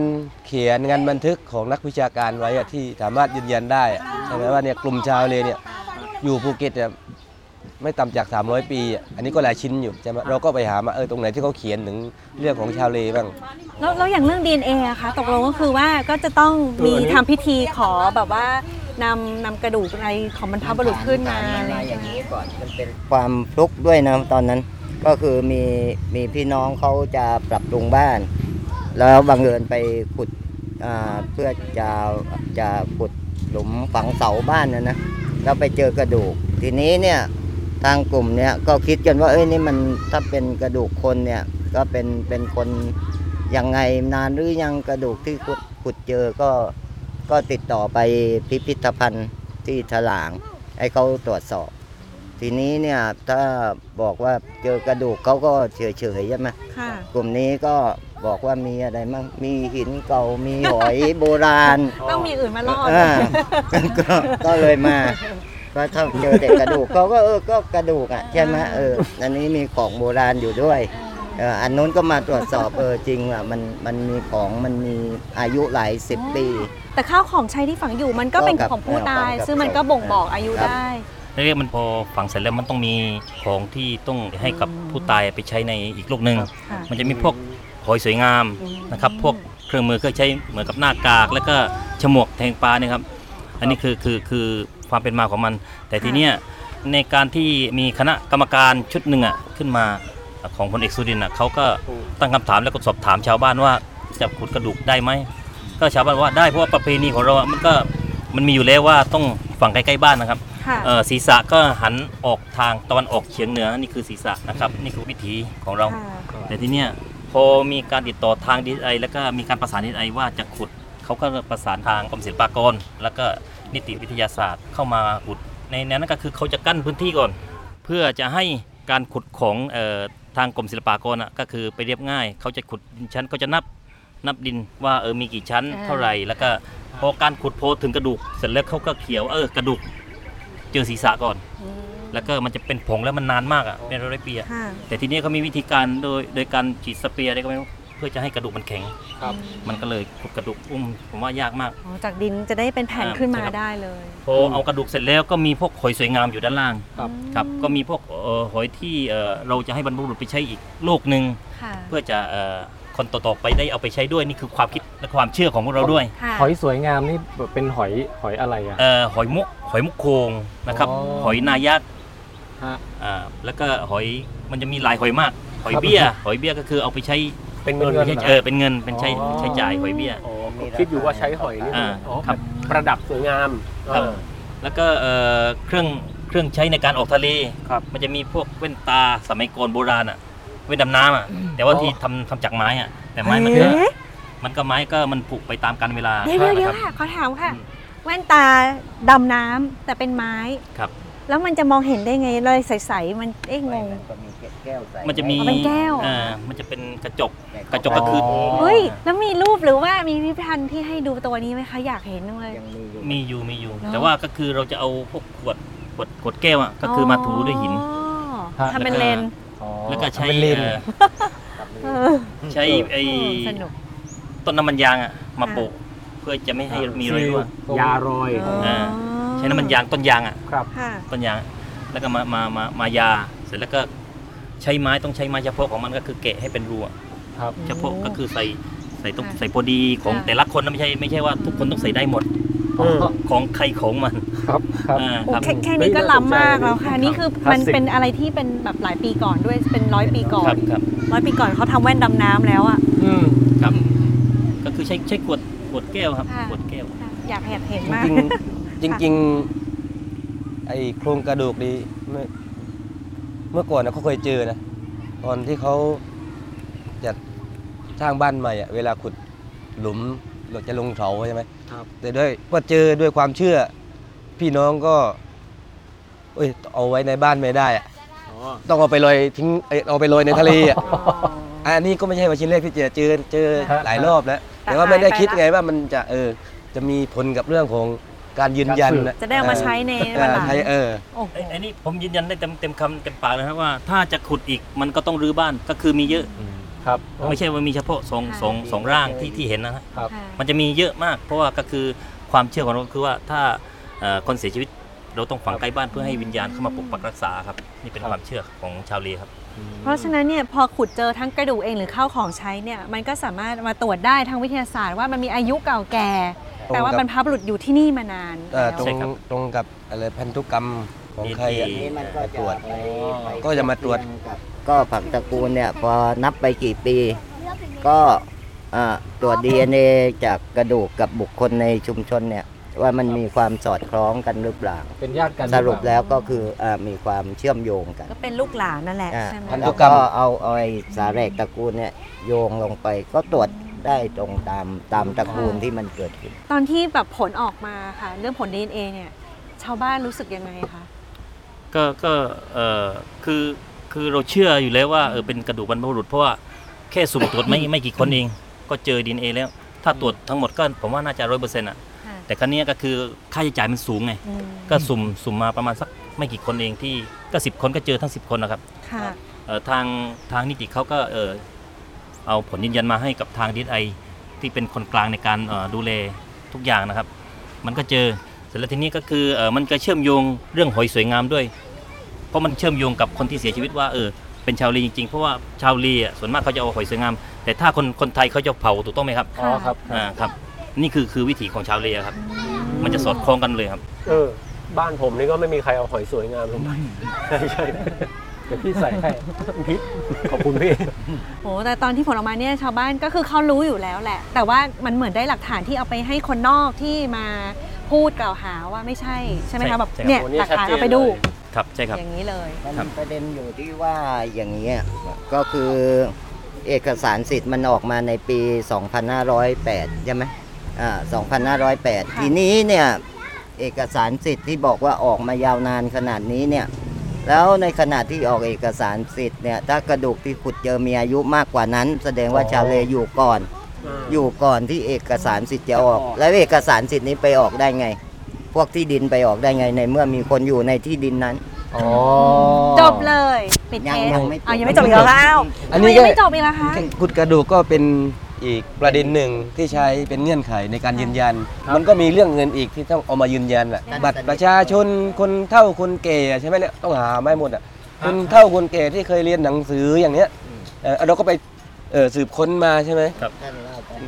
Speaker 5: เขียนงานบันทึกของนักวิชาการไว้อะที่สามารถยืนยันได้อะใช่ไหมว่าเนี่ยกลุ่มชาวเลเนี่ยอยู่ภูเก็ตเนี่ยไม่ต่ำจาก 300 ปีอะอันนี้ก็หลายชิ้นอยู่ใช่ไหมเราก็ไปหามาเออตรงไหนที่เขาเขียนถึงเรื่องของชาวเลบ้าง
Speaker 2: แล้วแล้วอย่างเรื่อง DNA อะคะตกลงก็คือว่าก็จะต้องมีทำพิธีขอแบบว่านำนำกระดูกอะไรของบรรพบุรุษขึ้นมาอะไร
Speaker 6: อ
Speaker 2: อา
Speaker 6: ย่ย่าง ง
Speaker 2: เงี้
Speaker 6: นี้
Speaker 2: ย
Speaker 6: ก่อนมันเป็นความฟลุกด้วยนะตอนนั้น ก็คือมีมีพี่น้องเขาจะปรับปรุงบ้าน แล้วบังเอิญไปขุดอ่าเพื่อจะจะขุดหลุมฝังเสาบ้านนะนะแล้วไปเจอกระดูก ทีนี้เนี่ยทางกลุ่มเนี่ยก็คิดกันว่าเอ้ยนี่มันถ้าเป็นกระดูกคนเนี่ยก็เป็นเป็นคนยังไงนานหรือยังกระดูกที่ขุดขุดเจอก็ก็ติดต่อไปพิพิธภัณฑ์ที่ถลาง ให้เขาตรวจสอบ ทีนี้เนี่ยถ้าบอกว่าเจอกระดูกเขาก็เฉยๆใช่ไหม
Speaker 2: ค่ะ
Speaker 6: กลุ่มนี้ก็บอกว่ามีอะไรมั่งมีหินเก่ามีหอยโบราณ
Speaker 2: ต้องมีอื่นมาล่อ
Speaker 6: อ่าก็ก็เลยมาก็ถ้าเจอแต่กระดูกเขาก็เออก็กระดูกอ่ะใช่ไหมเอออันนี้มีของโบราณอยู่ด้วยเอออันนู้นก็มาตรวจสอบเออจริงอ่ะมันมันมีของมันมีอายุหลายสิบปี
Speaker 2: แต่ข้าวของใช้ที่ฝังอยู่มันก็เป็นของผู้ตาย ซึ่งมันก็บ่งบอกอายุได้
Speaker 10: เรียกมันพอฝังเสร็จแล้วมันต้องมีของที่ต้องให้กับผู้ตายไปใช้ในอีกโลกหนึ่ง
Speaker 2: ค่ะ
Speaker 10: มันจะมีพวกหอยสวยงามนะครับ พวกเครื่องมือเครื่องใช้เหมือนกับหน้ากาก แล้วก็ฉมวกแทงปลาเนี่ยครับ อันนี้คือคือคือความเป็นมาของมัน แต่ทีเนี้ยในการที่มีคณะกรรมการชุดหนึ่งอ่ะขึ้นมาของพลเอกสุรินทร์อ่ะเขาก็ตั้งคำถามแล้วก็สอบถามชาวบ้านว่าจะขุดกระดูกได้ไหม ก็ชาวบ้านว่าได้เพราะว่าประเพณีของเราอะมันก็มันมีอยู่แล้วว่าต้องฝังใกล้ๆบ้านนะครับ
Speaker 2: ค่ะ
Speaker 10: เอ่อศีรษะก็หันออกทางตะวันออกเฉียงเหนือนี่คือศีรษะนะครับนี่คือวิถีของเรา
Speaker 2: ค่ะ
Speaker 10: แต่ที่เนี้ยพอมีการติดต่อทางดีไอแล้วก็มีการประสานดีไอว่าจะขุดเขาก็ประสานทางกรมศิลปากร แล้วก็นิติวิทยาศาสตร์เข้ามาขุดในนั้นก็คือเขาจะกั้นพื้นที่ก่อน เพื่อจะให้การขุดของเอ่อทางกรมศิลปากรน่ะก็คือไปเรียบง่าย เขาจะขุดดินชั้นเขาจะนับ นับดินว่าเออมีกี่ชั้นเท่าไหร่แล้วก็พอการขุดโพถึงกระดูก เสร็จแล้วเขาก็เขียวเออกระดูก เจอศีรษะก่อน แล้วก็มันจะเป็นผงแล้วมันนานมากอ่ะเป็นร้อยๆปีอะ
Speaker 2: ค่ะ
Speaker 10: แต่ทีนี้เขามีวิธีการโดยโดยการฉีดสเปรย์อะไรก็ไม่รู้เพื่อจะให้กระดูกมันแข็ง
Speaker 7: ครับ
Speaker 10: มันก็เลยขุดกระดูกอุ้มผมว่ายากมาก
Speaker 2: อ๋อจากดินจะได้เป็นแผ่น
Speaker 10: อ่า
Speaker 2: ขึ้นมา
Speaker 10: ใช่ครับ
Speaker 2: ได้เลย
Speaker 10: พอเอากระดูกเสร็จแล้วก็มีพวกหอยสวยงามอยู่ด้านล่าง
Speaker 7: ครับ
Speaker 10: ครับก็มีพวกเอ่อหอยที่เอ่อเราจะให้บรรพบุรุษไปใช้อีกโลกหนึ่ง
Speaker 2: ค่ะ
Speaker 10: เพื่อจะเอ่อคนต่อๆไปได้เอาไปใช้ด้วยนี่คือความคิดและความเชื่อของพวกเราด้วย
Speaker 2: ค่ะ
Speaker 8: หอยสวยงามนี่เป็นหอยหอยอะไรอ่ะ
Speaker 10: เอ่อหอยมุกหอยมุกโคงนะครับ
Speaker 8: อ๋อ
Speaker 10: หอยนายักษ์
Speaker 8: ฮะ
Speaker 10: อ่าแล้วก็หอยมันจะมีหลายหอยมาก หอยเบี้ย หอยเบี้ยก็คือเอาไปใช้
Speaker 7: เป็นเงิน
Speaker 8: เป็นงิ
Speaker 10: ใช้
Speaker 8: น
Speaker 10: เออเป็นเงินเป็นใช้
Speaker 8: อ๋อ
Speaker 10: ใช้จ่ายหอยเบี้ย
Speaker 7: อ๋อผมคิดอยู่ว่าใช้หอยนี่
Speaker 10: อ่า
Speaker 7: อ๋อ
Speaker 10: ครับ
Speaker 7: ประดับสวยงาม
Speaker 10: ครับ
Speaker 7: เออ
Speaker 10: แล้วก็เอ่อเครื่องเครื่องใช้ในการออกทะเล
Speaker 7: ครับ
Speaker 10: มันจะมีพวกแว่นตาสมัยก่อนโบราณอ่ะแว่นดำน้ำอ่ะแต่ว่าที่ทำทำจากไม้อ่ะแต่ไม้มันก็
Speaker 2: เอ๊ะ
Speaker 10: มันก็ไม้ก็มันผุไปตามกาลเวลา
Speaker 2: เดี๋ยวเดี๋ยวเดี๋ยว
Speaker 10: นะค
Speaker 2: ค่ะ
Speaker 10: รับ
Speaker 2: ขอถามค่ะ
Speaker 10: อืม
Speaker 2: แว่นตาดำน้ำแต่เป็นไม้
Speaker 10: ครับ
Speaker 2: แล้วมันจะมองเห็นได้ไงเลยใสๆมันเอ๊ะง
Speaker 6: ไม่
Speaker 2: ง
Speaker 6: มันก็มีแก้วใส
Speaker 10: มันจะมี
Speaker 2: อ๋อเป็นแก้ว
Speaker 10: อ่ามันจะเป็นกระจก
Speaker 6: แต่
Speaker 10: กระจกก็คือ
Speaker 2: เฮ้ยแล้วมีรูปหรือว่ามีพิพิธภัณฑ์ที่ให้ดูตัวนี้ไหมคะอยากเห็นจังเลย
Speaker 6: ยังมีอยู่
Speaker 10: มีอยู่มีอยู่
Speaker 2: เนอะ
Speaker 10: แต่ว่าก็คือเราจะเอาพวกขวดขวดขวดแก้วอ่ะก็คือมาถูด้วยหิน
Speaker 2: อ๋อทำเป็นเลน
Speaker 10: แล้วก็ใช้
Speaker 8: เป็นเลน
Speaker 10: เอ่อ
Speaker 2: เออ
Speaker 10: ใช้ไอ้
Speaker 2: สนุก
Speaker 10: ต้นน้ำมันยางอ่ะมา
Speaker 2: ค่ะ
Speaker 10: ปลูกเพื่อจะไม่ให้มีรอยรั่ว
Speaker 7: ยารอย
Speaker 10: อ่า ใช้น้ำมันยางต้นยางอ่ะ
Speaker 2: ค่ะ
Speaker 10: ต้นยางอะแล้วก็มามามามายา เสร็จแล้วก็ใช้ไม้ต้องใช้ไม้เฉพาะของมันก็คือแกะให้เป็นรูอะ
Speaker 8: ครับ
Speaker 10: เฉพาะก็คือใส่ใส่ต้อง
Speaker 2: ค่ะ
Speaker 10: ใส่พอดีของ
Speaker 2: ค่ะ
Speaker 10: แต่ละคนนะไม่ใช่ไม่ใช่ว่าทุกคนต้องใส่ได้หมด
Speaker 7: เออ
Speaker 10: ของใครของมัน
Speaker 8: ครับครับ
Speaker 10: อ่า
Speaker 2: โอ้
Speaker 10: ครับ
Speaker 2: แค่แค่นี้ก็ล้ำมากแล้วค่ะ นี่คือ
Speaker 8: คลาสสิก
Speaker 2: มันเป็นอะไรที่เป็นแบบหลายปีก่อนด้วยเป็นร้อยปีก่อ
Speaker 10: ครั
Speaker 2: น
Speaker 10: บครับ
Speaker 2: ร้อยปีก่อนเขาทำแว่นดำน้ำแล้วอ่ะ
Speaker 7: อืม
Speaker 10: ครับก็คือใช้ใช้ขวดขวดแก้วครับ
Speaker 2: ค่ะ
Speaker 10: ขวดแก้ว
Speaker 2: อยากเห็นเห็นมาก
Speaker 5: จริงๆจริงๆไอ้โครงกระดูกดีเมื่อเมื่อก่อนนะเขาเคยเจอนะ ตอนที่เขาจะสร้างบ้านใหม่อะเวลาขุดหลุมหรือจะลงเสาใช่ไหม
Speaker 7: ครับ
Speaker 5: แต่ด้วยพอเจอด้วยความเชื่อ พี่น้องก็ เอ้ยเอาไว้ในบ้านไม่ได้อะ
Speaker 7: อ๋อ
Speaker 5: ต้องเอาไปลอยทิ้งเอ้ยเอาไปลอยในทะเลอะ อันนี้ก็ไม่ใช่ว่าชิ้นแรกที่เจอเจอเจอ
Speaker 8: ครับ
Speaker 5: หลายรอบแล้ว
Speaker 2: แต่
Speaker 5: แต่ว่าไม่ได้
Speaker 2: หายไป
Speaker 5: คิด
Speaker 2: ละ
Speaker 5: ไงว่ามันจะเออจะมีผลกับเรื่องของการยืนยันน
Speaker 2: จะได้เอามาใช้ใน
Speaker 5: เอ
Speaker 2: วัน
Speaker 5: อ
Speaker 2: หลัง
Speaker 5: ใช้เออ
Speaker 2: โอ้โห
Speaker 10: ไอ้ไอ้นี่ผมยืนยันได้เต็มเต็มคำเต็มปากเลยครับว่า ถ้าจะขุดอีกมันก็ต้องรื้อบ้านก็คือมีเยอะ
Speaker 8: ครับ
Speaker 10: ไม่ใช่ว่ามีเฉพาะสองสองสองร่างที่ที่เห็นนะฮะ
Speaker 8: ครับ
Speaker 2: ค่ะ
Speaker 10: มันจะมีเยอะมาก เพราะว่าก็คือความเชื่อของเราก็คือว่าถ้าเอ่อคนเสียชีวิตเราต้องฝังใกล้บ้านเพื่อให้วิญญาณเข้ามาปกปักรักษาครับนี่เป็นความเชื่อของชาวเลครับ
Speaker 2: เพราะฉะนั้นเนี่ยพอขุดเจอทั้งกระดูกเองหรือข้าวของใช้เนี่ยมันก็สามารถมาตรวจได้ทางวิทยาศาสตร์ว่ามันมีอายุเก่าแก่
Speaker 5: ตรงกับ
Speaker 2: แต่ว่าบรรพบุรุษอยู่ที่นี่มานาน
Speaker 5: เอ่อ
Speaker 2: แล้
Speaker 5: ตรง
Speaker 2: ว
Speaker 10: ใช่ครับ
Speaker 5: ตรงกับอะไรพันธุกรรมของใครอะ
Speaker 10: ดี
Speaker 6: นี้มันก็จะ
Speaker 5: ตรวจ
Speaker 6: ไปไป
Speaker 5: ก็จะมาตรวจ
Speaker 6: ก็ผักตระกูลเนี่ยพอนับไปกี่ปี ก็เอ่อตรวจ DNA จากกระดูกกับบุคคลในชุมชนเนี่ย ว่ามันมีความสอดคล้องกันหรือเปล่า
Speaker 8: เป็นญาติกัน
Speaker 6: สรุปแล้วก็คือเอ่อมีความเชื่อมโยงกัน
Speaker 2: ก็เป็นลูกหลานนั่นแหละ
Speaker 6: อ่า
Speaker 2: ใช่ไหม
Speaker 5: พันธุ
Speaker 6: แล้ว
Speaker 5: กรร
Speaker 6: ก็
Speaker 5: ม
Speaker 6: เอาเอาไอ้สาแรกตระกูลเนี่ยโยงลงไป ก็ตรวจได้ตรงตามตามตระกูลที่มันเกิดขึ้น
Speaker 2: ตอนที่แบบผลออกมาค่ะ เรื่องผล DNA เนี่ยชาวบ้านรู้สึกยังไงคะ
Speaker 10: ก็ก็เอ่อคือคือเราเชื่ออยู่แล้วว่าเออเป็นกระดูกบรรพบุรุษเพราะว่าแค่สุ่มตรวจไม่ ไม่กี่คนเอง ก็เจอดีเอ็นเอแล้ว ถ้าตรวจทั้งหมดก็ผมว่าน่าจะร้อยเปอร์เซ็นต์อ่ะ
Speaker 2: ค่ะ
Speaker 10: แต่ครั้งนี้ยก็คือค่าใช้จ่ายมันสูงไง
Speaker 2: อืม
Speaker 10: ก็สุ่มสุ่มมาประมาณสักไม่กี่คนเองที่ก็สิบคนก็เจอทั้งสิบคนนะครับ
Speaker 2: ค่ะ
Speaker 10: เอ่อทางทางนิติเขาก็เออเอาผลยืนยันมาให้กับทางดีไอที่เป็นคนกลางในการเอ่อดูแลทุกอย่างนะครับ มันก็เจอเสร็จแล้วทีนี้ก็คือเออมันก็เชื่อมโยงเรื่องหอยสวยงามด้วย เพราะมันเชื่อมโยงกับคนที่เสียชีวิตว่าเออเป็นชาวลีจริงๆเพราะว่าชาวลีอ่ะส่วนมากเขาจะเอาหอยสวยงาม แต่ถ้าคนคนไทยเขาจะเผาถูกต้องไหมครับ
Speaker 8: อ๋อครับ
Speaker 10: อ่าครับนี่คือคือวิถีของชาวลีอะครับ มันจะสอดคล้องกันเลยครับ
Speaker 7: เออ บ้านผมนี่ก็ไม่มีใครเอาหอยสวยงามลงไปใช่ใช่เดี๋ยวพี่ใส่ให้พี่ขอบคุณพี่
Speaker 2: โอ้แต่ตอนที่ผลออกมาเนี่ยชาวบ้านก็คือเขารู้อยู่แล้วแหละ แต่ว่ามันเหมือนได้หลักฐานที่เอาไปให้คนนอกที่มาพูดกล่าวหาว่าไม่ใช่ใช่ไหม
Speaker 10: ใช่
Speaker 2: คะแบบ
Speaker 10: ใช่ครับ
Speaker 2: เนี่ย
Speaker 7: โอ้เนี่ย
Speaker 2: หลักฐาน
Speaker 7: ชัดเจน
Speaker 2: เอาไปดู
Speaker 7: เลย
Speaker 10: ครับใช่ครับ
Speaker 2: อย่างนี้เลย
Speaker 6: มัน
Speaker 10: ครับ
Speaker 6: ประเด็นอยู่ที่ว่าอย่างนี้ยก็คือเอกสารสิทธิ์มันออกมาในปี 2508 ใช่ไหมอ่า2508 ทีนี้เนี่ย เอกสารสิทธิ์ที่บอกว่าออกมายาวนานขนาดนี้เนี่ย แล้วในขณะที่ออกเอกสารสิทธิ์เนี่ย ถ้ากระดูกที่ขุดเจอมีอายุมากกว่านั้น แสดงว่าชาวเลอยู่ก่อน อยู่ก่อนที่เอกสารสิทธิ์จะออก
Speaker 7: จะออก
Speaker 6: แล้วเอกสารสิทธิ์นี้ไปออกได้ไง พวกที่ดินไปออกได้ไงในเมื่อมีคนอยู่ในที่ดินนั้น
Speaker 8: อ๋อ
Speaker 2: จบเลยปิด
Speaker 6: ยัง
Speaker 2: เทป
Speaker 6: ยังไม่จบ
Speaker 2: เอายังไม่จบอีกแล้วอ้าว
Speaker 5: อัน
Speaker 2: ทำ
Speaker 5: นี้
Speaker 2: ไม
Speaker 5: ก็
Speaker 2: ยังไม่จบอีกล่ะคะ
Speaker 5: กุดกระดูกก็เป็นอีกประเด็นหนึ่งที่ใช้เป็นเงื่อนไขในการยืนยัน มันก็มีเรื่องเงินอีกที่ต้องเอามายืนยันอ่ะ
Speaker 6: ครับ
Speaker 5: บัตรประชาชนคนเฒ่าคนแก่ใช่ไหมเนี่ยต้องหาไม่หมดอ่ะคนเฒ่าคนแก่ที่เคยเรียนหนังสืออย่างเนี้ยเอ่อเราก็ไปเอ่อสืบค้นมาใช่ไหม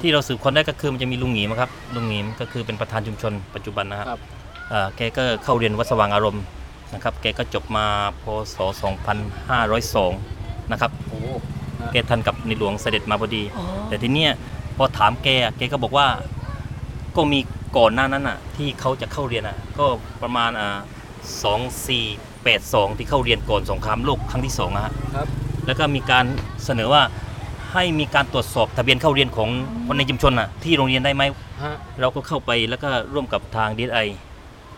Speaker 10: ที่เราสืบค้นได้ก็คือมันจะมีลุงหงีมครับลุงหงีมก็คือเป็นประธานชุมชนปัจจุบันนะครับ
Speaker 7: ครับ
Speaker 10: เอ่อแกก็เข้าเรียนวัดสว่างอารมณ์นะครับแกก็จบมาพศ 2502 นะครับแกทันกับในหลวงเสด็จมาพอดี แต่ทีเนี้ยพอถามแกอะแกก็บอกว่าก็มีก่อนหน้านั้นอ่ะที่เขาจะเข้าเรียนอ่ะก็ประมาณอ่าสองสี่แปดสองที่เข้าเรียนก่อนสงครามโลกครั้งที่สองอะฮะ
Speaker 7: ครับ
Speaker 10: แล้วก็มีการเสนอว่า ให้มีการตรวจสอบทะเบียนเข้าเรียนของคนในชุมชนน่ะที่โรงเรียนได้ไหม
Speaker 7: ฮะ
Speaker 10: เราก็เข้าไปแล้วก็ร่วมกับทางดีไอ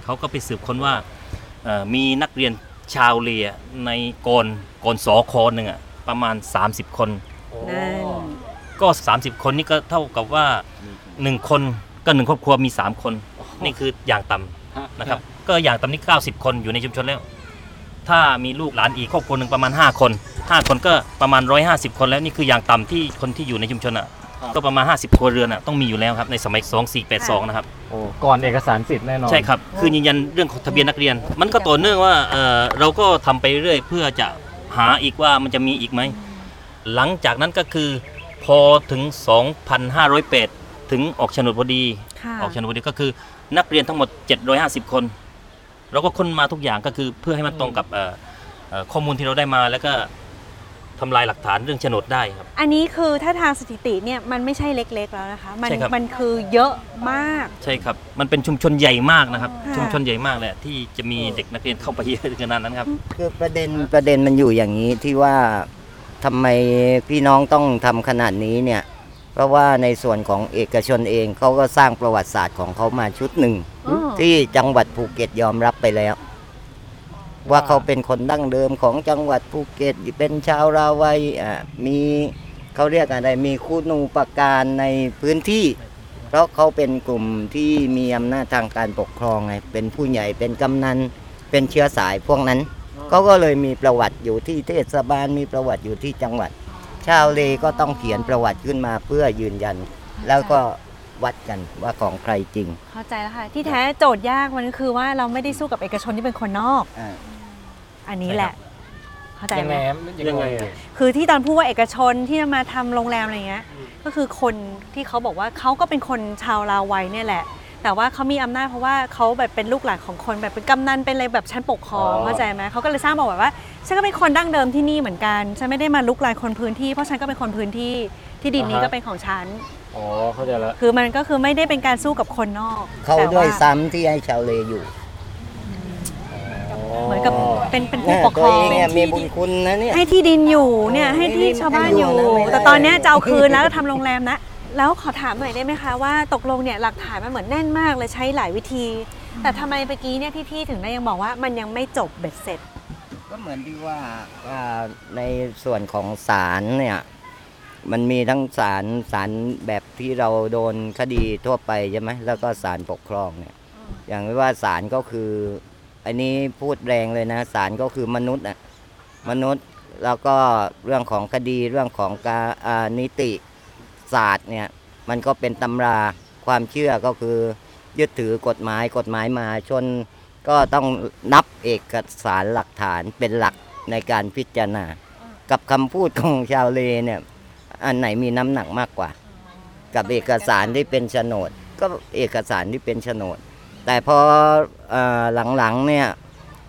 Speaker 10: เขาก็ไปสืบค้นว่าเอ่อมีนักเรียนชาวเลียในกรกรสอคอหนึ่งอะประมาณ 30 คน
Speaker 2: นั่น
Speaker 10: ก็ 30 คนนี่ก็เท่ากับว่า 1 คนก็หนึ่งครอบครัวมี 3 คน นี่คืออย่างต่ำนะครับ ก็อย่างต่ำนี่90 คนอยู่ในชุมชนแล้ว ถ้ามีลูกหลานอีกครอบครัวหนึ่งประมาณ 5 คน 5 คนก็ประมาณ 150 คนแล้วนี่คืออย่างต่ำที่คนที่อยู่ในชุมชนอ่ะ
Speaker 7: ครับ
Speaker 10: ก็ประมาณ 50 ครัวเรือนอ่ะต้องมีอยู่แล้วครับในสมัย 2482 นะครับ
Speaker 8: โอ้ ก่อนเอกสารสิทธิ์แน่นอน
Speaker 10: ใช่ครับ คือยืนยันเรื่องของทะเบียนนักเรียน มันก็ต่อเนื่องว่าเอ่อเราก็ทำไปเรื่อยเพื่อจะหาอีกว่ามันจะมีอีกไหม หลังจากนั้นก็คือพอถึง 2,508 ถึงออกโฉนดพอดี
Speaker 2: ค่ะ
Speaker 10: ออกโฉนดพอดีก็คือนักเรียนทั้งหมด 750 คน เราก็ค้นมาทุกอย่างก็คือเพื่อให้มันตรงกับเอ่อเอ่อข้อมูลที่เราได้มาแล้วก็ทำลายหลักฐานเรื่องโฉนดได้ครับ
Speaker 2: อันนี้คือถ้าทางสถิติเนี่ยมันไม่ใช่เล็กๆแล้วนะคะ มัน
Speaker 10: ใช่ครับ
Speaker 2: มันคือเยอะมาก
Speaker 10: ใช่ครับ มันเป็นชุมชนใหญ่มากนะครับ
Speaker 2: ค่ะ
Speaker 10: ชุมชนใหญ่มากแหละที่จะมีเด็กนักเรียนเข้าไปเยอะถึงขนาดนั้นครับ
Speaker 6: คือประเด็นประเด็นมันอยู่อย่างนี้ที่ว่าทำไมพี่น้องต้องทำขนาดนี้เนี่ย เพราะว่าในส่วนของเอกชนเองเขาก็สร้างประวัติศาสตร์ของเขามาชุดหนึ่ง
Speaker 2: อ้อ
Speaker 6: ที่จังหวัดภูเก็ตยอมรับไปแล้ว ว่าเขาเป็นคนดั้งเดิมของจังหวัดภูเก็ตเป็นชาวราวัยอ่ะมีเขาเรียกอะไรมีคุณูปการในพื้นที่ เพราะเขาเป็นกลุ่มที่มีอำนาจทางการปกครองไงเป็นผู้ใหญ่เป็นกำนันเป็นเชื้อสายพวกนั้นเขาก็เลยมีประวัติอยู่ที่เทศบาลมีประวัติอยู่ที่จังหวัด ชาวเลก็ต้องเขียนประวัติขึ้นมาเพื่อยืนยัน แล้วก็วัดกันว่าของใครจริง
Speaker 2: เข้าใจแล้วค่ะ ที่แท้โจทย์ยากมันก็คือว่าเราไม่ได้สู้กับเอกชนที่เป็นคนนอก
Speaker 6: อ่า
Speaker 2: อันนี้แหละ เข้าใจ
Speaker 8: ยัง
Speaker 2: ไหม
Speaker 8: ไงครับ
Speaker 7: ยังไงอะ
Speaker 2: คือที่ตอนพูดว่าเอกชนที่จะมาทำโรงแรมอะไรเงี้ย ก็คือคนที่เขาบอกว่าเขาก็เป็นคนชาวลาวัยเนี่ยแหละ แต่ว่าเขามีอำนาจเพราะว่าเขาแบบเป็นลูกหลานของคนแบบเป็นกำนันเป็นอะไรแบบชั้นปกครอง
Speaker 7: อ๋อ
Speaker 2: เข้าใจไหมเขาก็เลยสร้างบอกแบบว่าฉันก็เป็นคนดั้งเดิมที่นี่เหมือนกันฉันไม่ได้มาลุกลานคนพื้นที่เพราะฉันก็เป็นคนพื้นที่ที่ดินนี้ก็เป็นของฉัน
Speaker 8: อ๋อ เข้าใจแล้ว
Speaker 2: คือมันก็คือไม่ได้เป็นการสู้กับคนนอก
Speaker 6: เขา
Speaker 2: แต่
Speaker 6: ด้วยซ้ำที่ให้ชาวเลอยู่
Speaker 2: เหมือนกับเป็นเป็นผู้
Speaker 6: เนี่ย
Speaker 2: ปกค
Speaker 6: ตั
Speaker 2: ร
Speaker 6: ว
Speaker 2: อ
Speaker 6: เอง งเนี่ยมีบุญคุณนะเนี่ย
Speaker 2: ให้ที่ดินอยู่เนี่ย
Speaker 6: เออ
Speaker 2: ให้ที่ชาวบ้านอยู่
Speaker 6: ไม่ได้ไม่ได้
Speaker 2: แต่ตอนเนี้ยจะเอาคืนแล้วทำโรงแรมนะแล้วขอถามหน่อยได้ไหมคะว่าตกลงเนี่ยหลักฐานมันเหมือนแน่นมากเลยใช้หลายวิธี แต่ทำไมเมื่อกี้เนี่ยพี่ๆถึงได้ยังบอกว่ามันยังไม่จบเบ็ดเสร็จ
Speaker 6: ก็เหมือนที่ว่าอ่าในส่วนของศาลเนี่ยมันมีทั้งศาลศาลแบบที่เราโดนคดีทั่วไปใช่ไหมแล้วก็ศาลปกครองเนี่ยอย่างที่ว่าศาลก็คืออันนี้พูดแรงเลยนะศาลก็คือมนุษย์อะมนุษย์แล้วก็เรื่องของคดีเรื่องของการอ่านิติศาสตร์เนี่ยมันก็เป็นตำราความเชื่อก็คือยึดถือกฎหมายกฎหมายมาชน ก็ต้องนับเอกสารหลักฐานเป็นหลักในการพิจารณา กับคำพูดของชาวเลเนี่ย อันไหนมีน้ำหนักมากกว่า กับเอกสารที่เป็นโฉนด ก็เอกสารที่เป็นโฉนด แต่พอเออหลังๆเนี่ย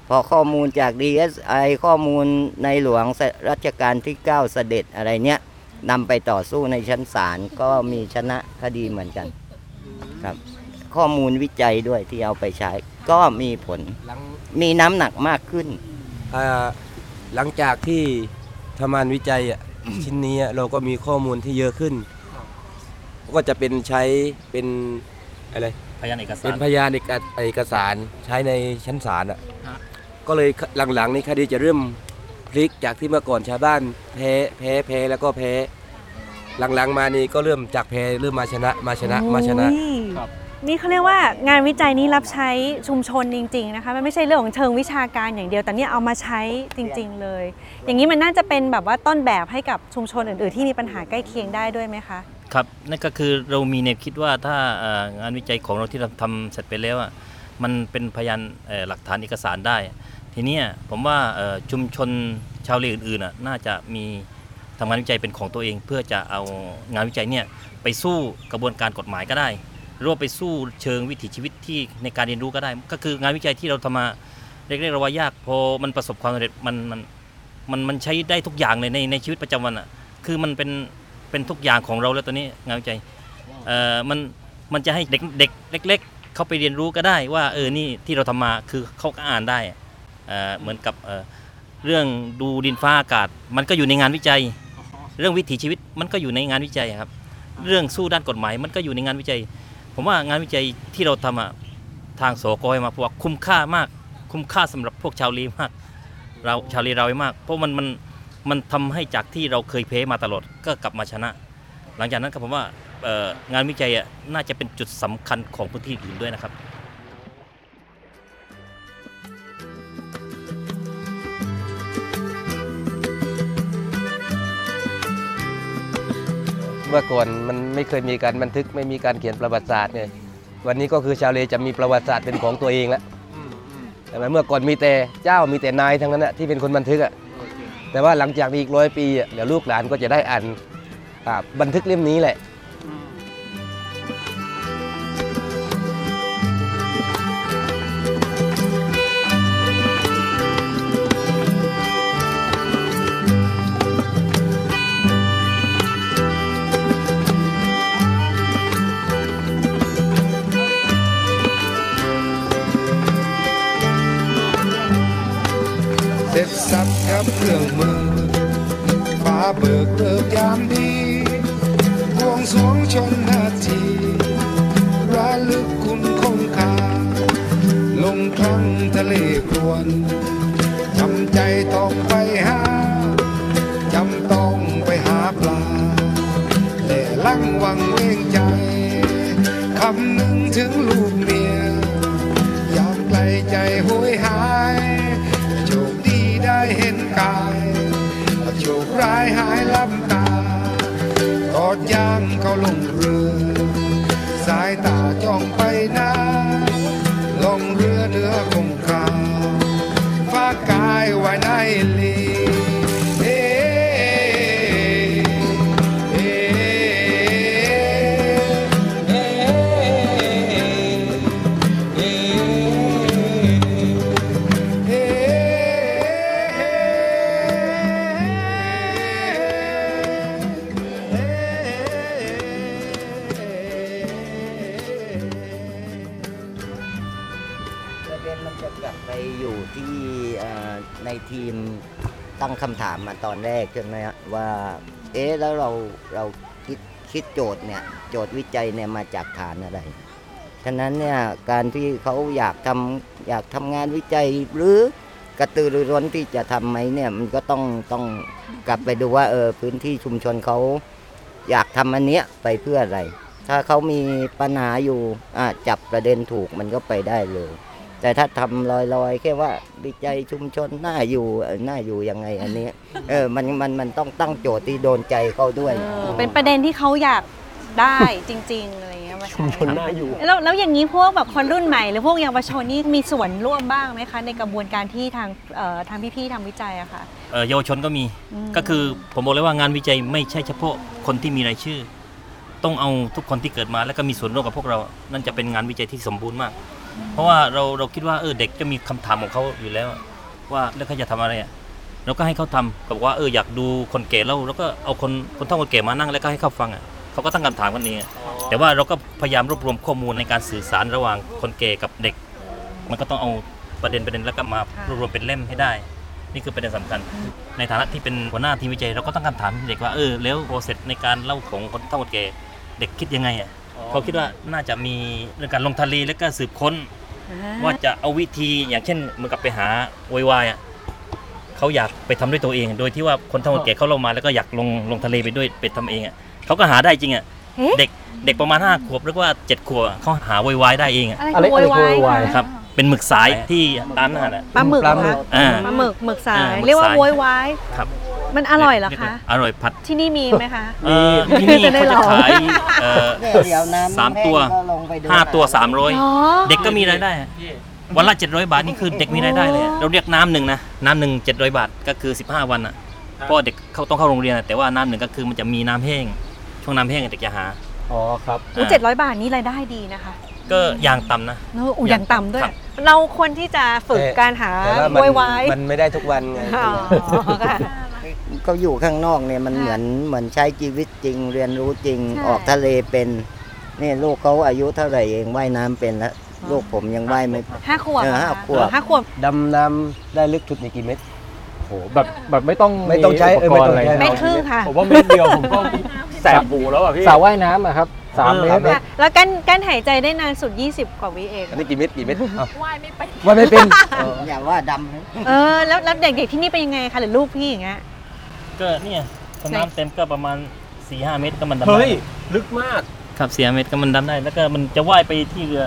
Speaker 6: พอข้อมูลจาก DSI ข้อมูลในหลวงรัชกาลที่ 9 เสด็จอะไรเนี่ยนำไปต่อสู้ในชั้นศาลก็มีชนะคดีเหมือนกันครับ ข้อมูลวิจัยด้วยที่เอาไปใช้ ก็มีผล
Speaker 5: หลัง
Speaker 6: มีน้ำหนักมากขึ้น
Speaker 5: อ่าหลังจากที่ทำงานวิจัยอะ ชิ้นนี้อะเราก็มีข้อมูลที่เยอะขึ้น ก็จะเป็นใช้เป็นอะไร
Speaker 10: พยานเอกสา
Speaker 5: เป็น
Speaker 10: ร
Speaker 5: พยานเอกเอกสารใช้ในชั้นศาลอ่ะ ก็เลยหลังๆนี้คดีจะเริ่มพลิกจากที่เมื่อก่อนชาวบ้านแพ้แพ้แพ้แล้วก็แพ้ หลังๆมานี่ก็เริ่มจากแพ้เริ่มมาชนะมาชนะมาชนะ
Speaker 2: โอ้ย
Speaker 8: ครับ
Speaker 2: นี่เขาเรียกว่างานวิจัยนี้รับใช้ชุมชนจริง ๆนะคะ มันไม่ใช่เรื่องของเชิงวิชาการอย่างเดียว แต่เนี่ยเอามาใช้จริง ๆ เลย อย่างนี้มันน่าจะเป็นแบบว่าต้นแบบให้กับชุมชนอื่น ๆ ที่มีปัญหาใกล้เคียงได้ด้วยไหมคะ
Speaker 10: ครับนั่นก็คือเรามีแนวคิดว่าถ้าเอ่องานวิจัยของเราที่เราทำเสร็จไปแล้วอะมันเป็นพยานเอ่อหลักฐานเอกสารได้ ทีเนี้ยผมว่าเอ่อชุมชนชาวเลอื่นๆน่ะน่าจะมีทำงานวิจัยเป็นของตัวเอง เพื่อจะเอางานวิจัยเนี่ยไปสู้กระบวนการกฎหมายก็ได้หรอวาไปสู้เชิงวิถีชีวิตที่ในการเรียนรู้ก็ได้ ก็คืองานวิจัยที่เราทำมาเรียกๆเราว่ายากพอมันประสบความสำเร็จมันมันมันมันใช้ได้ทุกอย่างเลยในในชีวิตประจำวันอ่ะคือมันเป็น เป็นทุกอย่างของเราแล้วตอนนี้งานวิจัยเอ่อมันมันจะให้เด็กเด็กเล็ก ๆ เขาไปเรียนรู้ก็ได้ว่าเออนี่ที่เราทำมาคือเขาก็อ่านได้เอ่อเหมือนกับเอ่อเรื่องดูดินฟ้าอากาศ มันก็อยู่ในงานวิจัย เรื่องวิถีชีวิตมันก็อยู่ในงานวิจัยครับ เรื่องสู้ด้านกฎหมายมันก็อยู่ในงานวิจัย ผมว่างานวิจัยที่เราทำอะทางสกอยมาพวกคุ้มค่ามาก คุ้มค่าสำหรับพวกชาวลีมาก เราชาวลีเรามาก เพราะมันมันมันทำให้จากที่เราเคยเพ้มาตลอดก็กลับมาชนะ หลังจากนั้นก็ผมว่าเอ่องานวิจัยอะน่าจะเป็นจุดสำคัญของพื้นที่อื่นด้วยนะครับ
Speaker 5: เมื่อก่อนมันไม่เคยมีการบันทึกไม่มีการเขียนประวัติศาสตร์เนี่ยวันนี้ก็คือชาวเลจะมีประวัติศาสตร์เป็นของตัวเองแล้วแต่ว่าเมื่อก่อนมีแต่เจ้ามีแต่นายทั้งนั้นนะที่เป็นคนบันทึกอะแต่ว่าหลังจากนี้อีกร้อยปีอะเดี๋ยวลูกหลานก็จะได้อ่านอ่าบันทึกเล่มนี้แหละ
Speaker 9: เสร็จสับกับเครื่องมือ ฟ้าเบิกเลิกยามดีบวงสรวงชนนาทีระลึกคุณคงคา ลงคลังทะเลกรวนจำใจต้องไปหาจำต้องไปหาปลาแต่ลังวังเวงใจ คำนึงถึงลูกเมีย ยามไกลใจโหยหายโชคดีได้เห็นกายโชคร้ายหายลำตาตอดย่างเขาลงเรือ สายตาจ้องไปหน้าลงเรือเหนื้อคงคาฟ้ากายไว้ในลีเอ๊ะเอ๊ะเอ๊ะ
Speaker 6: ประเด็นมันจะกลับไปอยู่ที่เอ่อในทีมตั้งคำถามมาตอนแรกใช่ไหมฮะว่า เอ๊ะแล้วเราเราคิดคิดโจทย์เนี่ยโจทย์วิจัยเนี่ยมาจากฐานอะไร ฉะนั้นเนี่ยการที่เขาอยากทำอยากทำงานวิจัยหรือกระตือรือร้นที่จะทำไหมเนี่ยมันก็ต้องต้องกลับไปดูว่าเออพื้นที่ชุมชนเขาอยากทำอันเนี้ยไปเพื่ออะไร ถ้าเขามีปัญหาอยู่อ่ะจับประเด็นถูกมันก็ไปได้เลย แต่ถ้าทำลอยๆ แค่ว่าวิจัยชุมชนน่าอยู่เอ่อน่าอยู่ยังไงอันเนี้ยเออมันมันมันต้องตั้งโจทย์ที่โดนใจเขาด้วย
Speaker 2: เออเป็นประเด็นที่เขาอยากได้จริง ๆ อะไรอย่างเงี้ยมา
Speaker 7: ชุมช
Speaker 2: ใช้
Speaker 7: นน่าอยู่
Speaker 2: แล้วแล้วอย่างนี้พวกแบบคนรุ่นใหม่หรือพวกเยาวชนนี่มีส่วนร่วมบ้างไหมคะ ในกระบวนการที่ทางเอ่อทางพี่ๆทำวิจัยอะค่ะ
Speaker 10: เอ่อเยาวชนก็มี
Speaker 2: อืม
Speaker 10: ก็คือผมบอกเลยว่างานวิจัยไม่ใช่เฉพาะคนที่มีรายชื่อ ต้องเอาทุกคนที่เกิดมาแล้วก็มีส่วนร่วมกับพวกเรา นั่นจะเป็นงานวิจัยที่สมบูรณ์มาก เพราะว่าเราเราคิดว่าเออเด็กจะมีคำถามของเขาอยู่แล้ว ว่าแล้วเขาจะทำอะไรอะเราก็ให้เขาทำแบบว่าเอออยากดูคนเก๋แล้วเราก็เอาคนคนเท่าคนเก๋มานั่งแล้วก็ให้เขาฟังอ่ะเขาก็ตั้งคำถามกันเองอะแต่ว่าเราก็พยายามรวบรวมข้อมูลในการสื่อสารระหว่างคนเก๋กับเด็ก มันก็ต้องเอาประเด็นประเด็นแล้วก็มารวบรวมเป็นเล่มให้ได้ นี่คือประเด็นสำคัญ ในฐานะที่เป็นหัวหน้าทีมวิจัยเราก็ตั้งคำถามเด็กว่าเออแล้วโปรเซสในการเล่าของคนเท่าคนแก่เด็กคิดยังไงอ่ะเขาคิดว่าน่าจะมีเรื่องการลงทะเลแล้วก็สืบค้น ว่าจะเอาวิธีอย่างเช่นเหมือนกับไปหาโวยวายอ่ะเขาอยากไปทำด้วยตัวเอง โดยที่ว่าคนเท่าคนแก่เขาลงมาแล้วก็อยากลงลงทะเลไปด้วยไปทำเองอ่ะ เขาก็หาได้จริงอ่ะ
Speaker 2: เอ๊ะ
Speaker 10: เด็กเด็กประมาณ 5 ขวบหรือว่า 7 ขวบอะเขาหาไวายได้เองอ่ะ
Speaker 2: อะไรคืออะไรคือโวยวายคะ
Speaker 10: ครับ เป็นหมึกสายที่ร้านอาหารอ่ะ
Speaker 2: ปลาหมึกเหรอคะ
Speaker 10: อ่า
Speaker 2: ปลาหมึกหมึกสา
Speaker 10: อ่าย หมึก
Speaker 2: เรียกว่า
Speaker 10: สาย
Speaker 2: โวยวาย
Speaker 10: ครับ
Speaker 2: มันอร่อยเหรอคะ
Speaker 10: อร่อยผัด
Speaker 2: ที่นี่มีไหมคะ
Speaker 10: เอ่อที่นี่
Speaker 2: จะได้
Speaker 10: เขาจะ
Speaker 2: ลอง
Speaker 10: ขายเอ่อ
Speaker 6: เดี๋ยวน้ำ
Speaker 10: สาม
Speaker 6: แห้ง
Speaker 10: ตัว
Speaker 6: ก็ลงไปดู
Speaker 10: ห้า
Speaker 6: หน่อย
Speaker 10: ตัวสามร้อย
Speaker 2: เหรอ
Speaker 10: เด็กก็มีรายได้อะวันละ700 บาทนี่คือเด็กมีรายได้เลยอะเราเรียกน้ำหนึ่งนะน้ำหนึ่ง700 บาทก็คือ 15 วันอ่ะเพราะเด็กเขาต้องเข้าโรงเรียนอะแต่ว่าน้ำหนึ่งก็คือมันจะมีน้ำแห้ง ช่วงน้ำแห้งอะเด็กจะหา
Speaker 7: อ๋อครับ
Speaker 2: อู้เจ็ดร้อยบาทนี่รายได้ดีนะคะ
Speaker 10: ก็อยางต่ำนะ
Speaker 2: แล้วอูอย่างต่ำด้วย
Speaker 10: ครับ
Speaker 2: เราควรที่จะฝึกการหา
Speaker 5: แต่ว่ามั
Speaker 2: โวยวาย
Speaker 5: มันไม่ได้ทุกวันไง
Speaker 2: อ๋อค่ะ
Speaker 6: เขาอยู่ข้างนอกเนี่ยมัน
Speaker 2: ค่ะ
Speaker 6: เหมือนเหมือนใช้ชีวิตจริง เรียนรู้จริง
Speaker 2: ใช่
Speaker 6: ออกทะเลเป็นนี่ลูกเขาอายุเท่าไหร่เองว่ายน้ำเป็นแล้ว
Speaker 2: อ
Speaker 6: ลูกผมยังว่ายไม่
Speaker 2: ห้าขวบ
Speaker 6: เออ
Speaker 2: เหรอ
Speaker 6: ห้า
Speaker 2: คะ
Speaker 6: ขวบ
Speaker 2: ห้าขวบ
Speaker 5: ดำน้ำได้ลึกสุดในกี่เมตร
Speaker 8: โหแบบแบบไม่ต้อง
Speaker 5: ไม่ต้องใช้
Speaker 8: อุปกรณ์อะไร
Speaker 5: เออ
Speaker 2: เม
Speaker 5: ไม่
Speaker 2: ต
Speaker 5: ต้อ
Speaker 2: ร
Speaker 5: ง
Speaker 2: ค
Speaker 5: ใช้
Speaker 2: รึ่งค่ะ
Speaker 7: ผมว่าเม็ดเดียวผมก็แสบหูแล้วอ่ะพี่
Speaker 8: สระว่ายน้ำอะครับสามเมตร
Speaker 2: ค่ะแล้วกั้นกั้นหายใจได้นานสุด 20 กว่าวิเอง
Speaker 5: อันนี้กี่เมตรกี่เมตร ว่ายไม่เป็นว่ายไม่เป็น
Speaker 6: อย่าว่าดำนะ
Speaker 2: เออ แล้วแล้วเด็กๆที่นี่เป็นยังไงคะหรือลูกพี่อย่างเงี้ย
Speaker 10: ก็เนี่ยพอน้ำเต็มก็ประมาณ4ีหเมตรก็มันดำ
Speaker 7: เฮ้
Speaker 10: ได้
Speaker 7: ย ลึกมาก
Speaker 10: ครับสี่เมตรก็มันดำได้ แล้วก็มันจะว่ายไปที่เรือ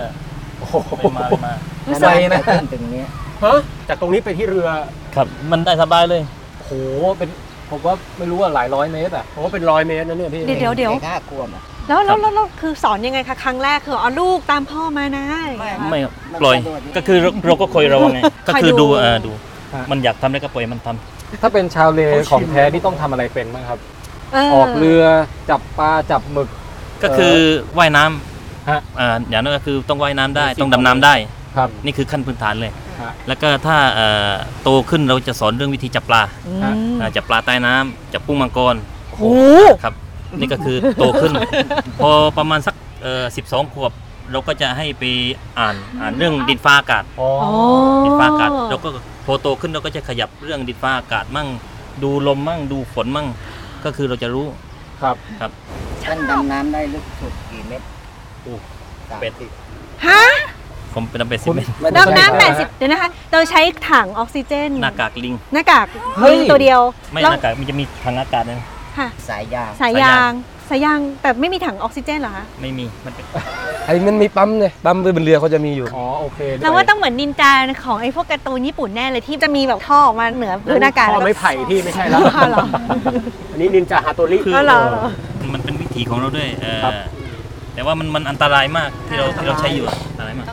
Speaker 10: ไปมาไปมา
Speaker 2: รู้สึก
Speaker 6: ไปนะถึงเนี้ย
Speaker 7: ฮะ จากตรงนี้ไปที่เรือ
Speaker 10: ครับ มันได้สบายเลย
Speaker 7: โห เป็นผมว่าไม่รู้ว่าหลายร้อยเมตรอ่ะผมว่าเป็นร้อยเมตรนะเนี่ยพี่
Speaker 2: เดี๋ยวเดี๋ยวเดี๋ยว
Speaker 6: ด็กห้าขวบอะ
Speaker 2: แล้วแล้วแล้วแล้วคือสอนยังไงคะครั้งแรกคือเอาลูกตามพ่อมานะอย่างเงี้ย
Speaker 10: ไม่ครับปล่อยก็คือเราเราก็คอยระวั งไงก็คือ
Speaker 2: คอยดู
Speaker 10: ดูเออดู
Speaker 8: ฮะ
Speaker 10: มันอยากทำอะไรก็ปล่อยมันทำ
Speaker 8: ถ้าเป็นชาวเลของแท้นี่ต้องทำอะไรเป็นบ้างครับ
Speaker 2: เอ
Speaker 8: ออกเรือจับปลาจับหมึก
Speaker 10: ก็คือว่ายน้
Speaker 8: ฮะ
Speaker 10: ำเอ่ออย่างนั้นก็คือต้องว่ายน้ำได้
Speaker 8: สิ่ง
Speaker 10: ต้องดำน้ำได้
Speaker 8: ครับ
Speaker 10: นี่คือขั้นพื้นฐานเลย
Speaker 8: ฮะ
Speaker 10: แล้วก็ถ้าเอ่อโตขึ้นเราจะสอนเรื่องวิธีจับปลา
Speaker 2: อื
Speaker 8: ฮะ
Speaker 2: ม
Speaker 10: อ่าจับปลาใต้น้ำจับกุ้งมังกร
Speaker 2: โอ้โห
Speaker 10: ครับ นี่ก็คือโต ขึ้น พอประมาณสักสิบสองขวบ เราก็จะให้ไปอ่านอ่านเรื่องดินฟ้าอากาศ
Speaker 8: อ๋อ
Speaker 2: โอ้
Speaker 10: ดินฟ้าอากาศเราก็พอโตขึ้นเราก็จะขยับเรื่องดินฟ้าอากาศมั่ง ดูลมมั่ง ดูฝนมั่ง ก็คือเราจะรู้
Speaker 6: ท่านดำน้ำได้ลึกสุดกี่เมตร
Speaker 10: โอ้
Speaker 6: สามสิบ
Speaker 2: ฮะ
Speaker 10: ผมเป็นเป็นสิบเมตร
Speaker 2: ดำน้ำแปดสิบเดี๋ยวนะคะ เราใช้ถังออกซิเจน
Speaker 10: หน้ากากลิง
Speaker 2: หน้ากาก
Speaker 8: เฮ้ย
Speaker 2: มีตัวเดียว
Speaker 10: ไม่
Speaker 2: แล้ว
Speaker 10: หน้ากากมันจะมีทางอากาศนะ
Speaker 2: ค่ะ
Speaker 6: สายยาง
Speaker 2: สาย
Speaker 10: สายยาย
Speaker 2: าง ง สายยาง แต่ไม่มีถังออกซิเจนเหรอคะ
Speaker 10: ไม่มี มันเป็น
Speaker 5: ไอ้มันมีปั๊มเลยปั๊มบนเรือเขาจะมีอยู่
Speaker 8: อ๋อโอเค
Speaker 2: เราว่าต้องเหมือนนินจาของไอ้พวกการ์ตูนญี่ปุ่นแน่เลยที่จะมีแบบท่อออกมาเหนือพื้นอากาศ
Speaker 7: พ่
Speaker 2: แล้ว
Speaker 7: อ
Speaker 2: ก็
Speaker 7: ไม่ไผ่พี่ไม่ใช่แล้ว
Speaker 2: อ๋อเหรอ
Speaker 7: อันนี้นินจาฮาโตริ
Speaker 10: คือ
Speaker 2: อ๋อเหรอ
Speaker 10: มันเป็นวิถีของเราด้วยเออ
Speaker 7: ครับ
Speaker 10: แต่ว่ามันมันอันตรายมากที่เรา
Speaker 2: อันตราย
Speaker 10: ที่เราใช้อยู่อะอันตรายมาก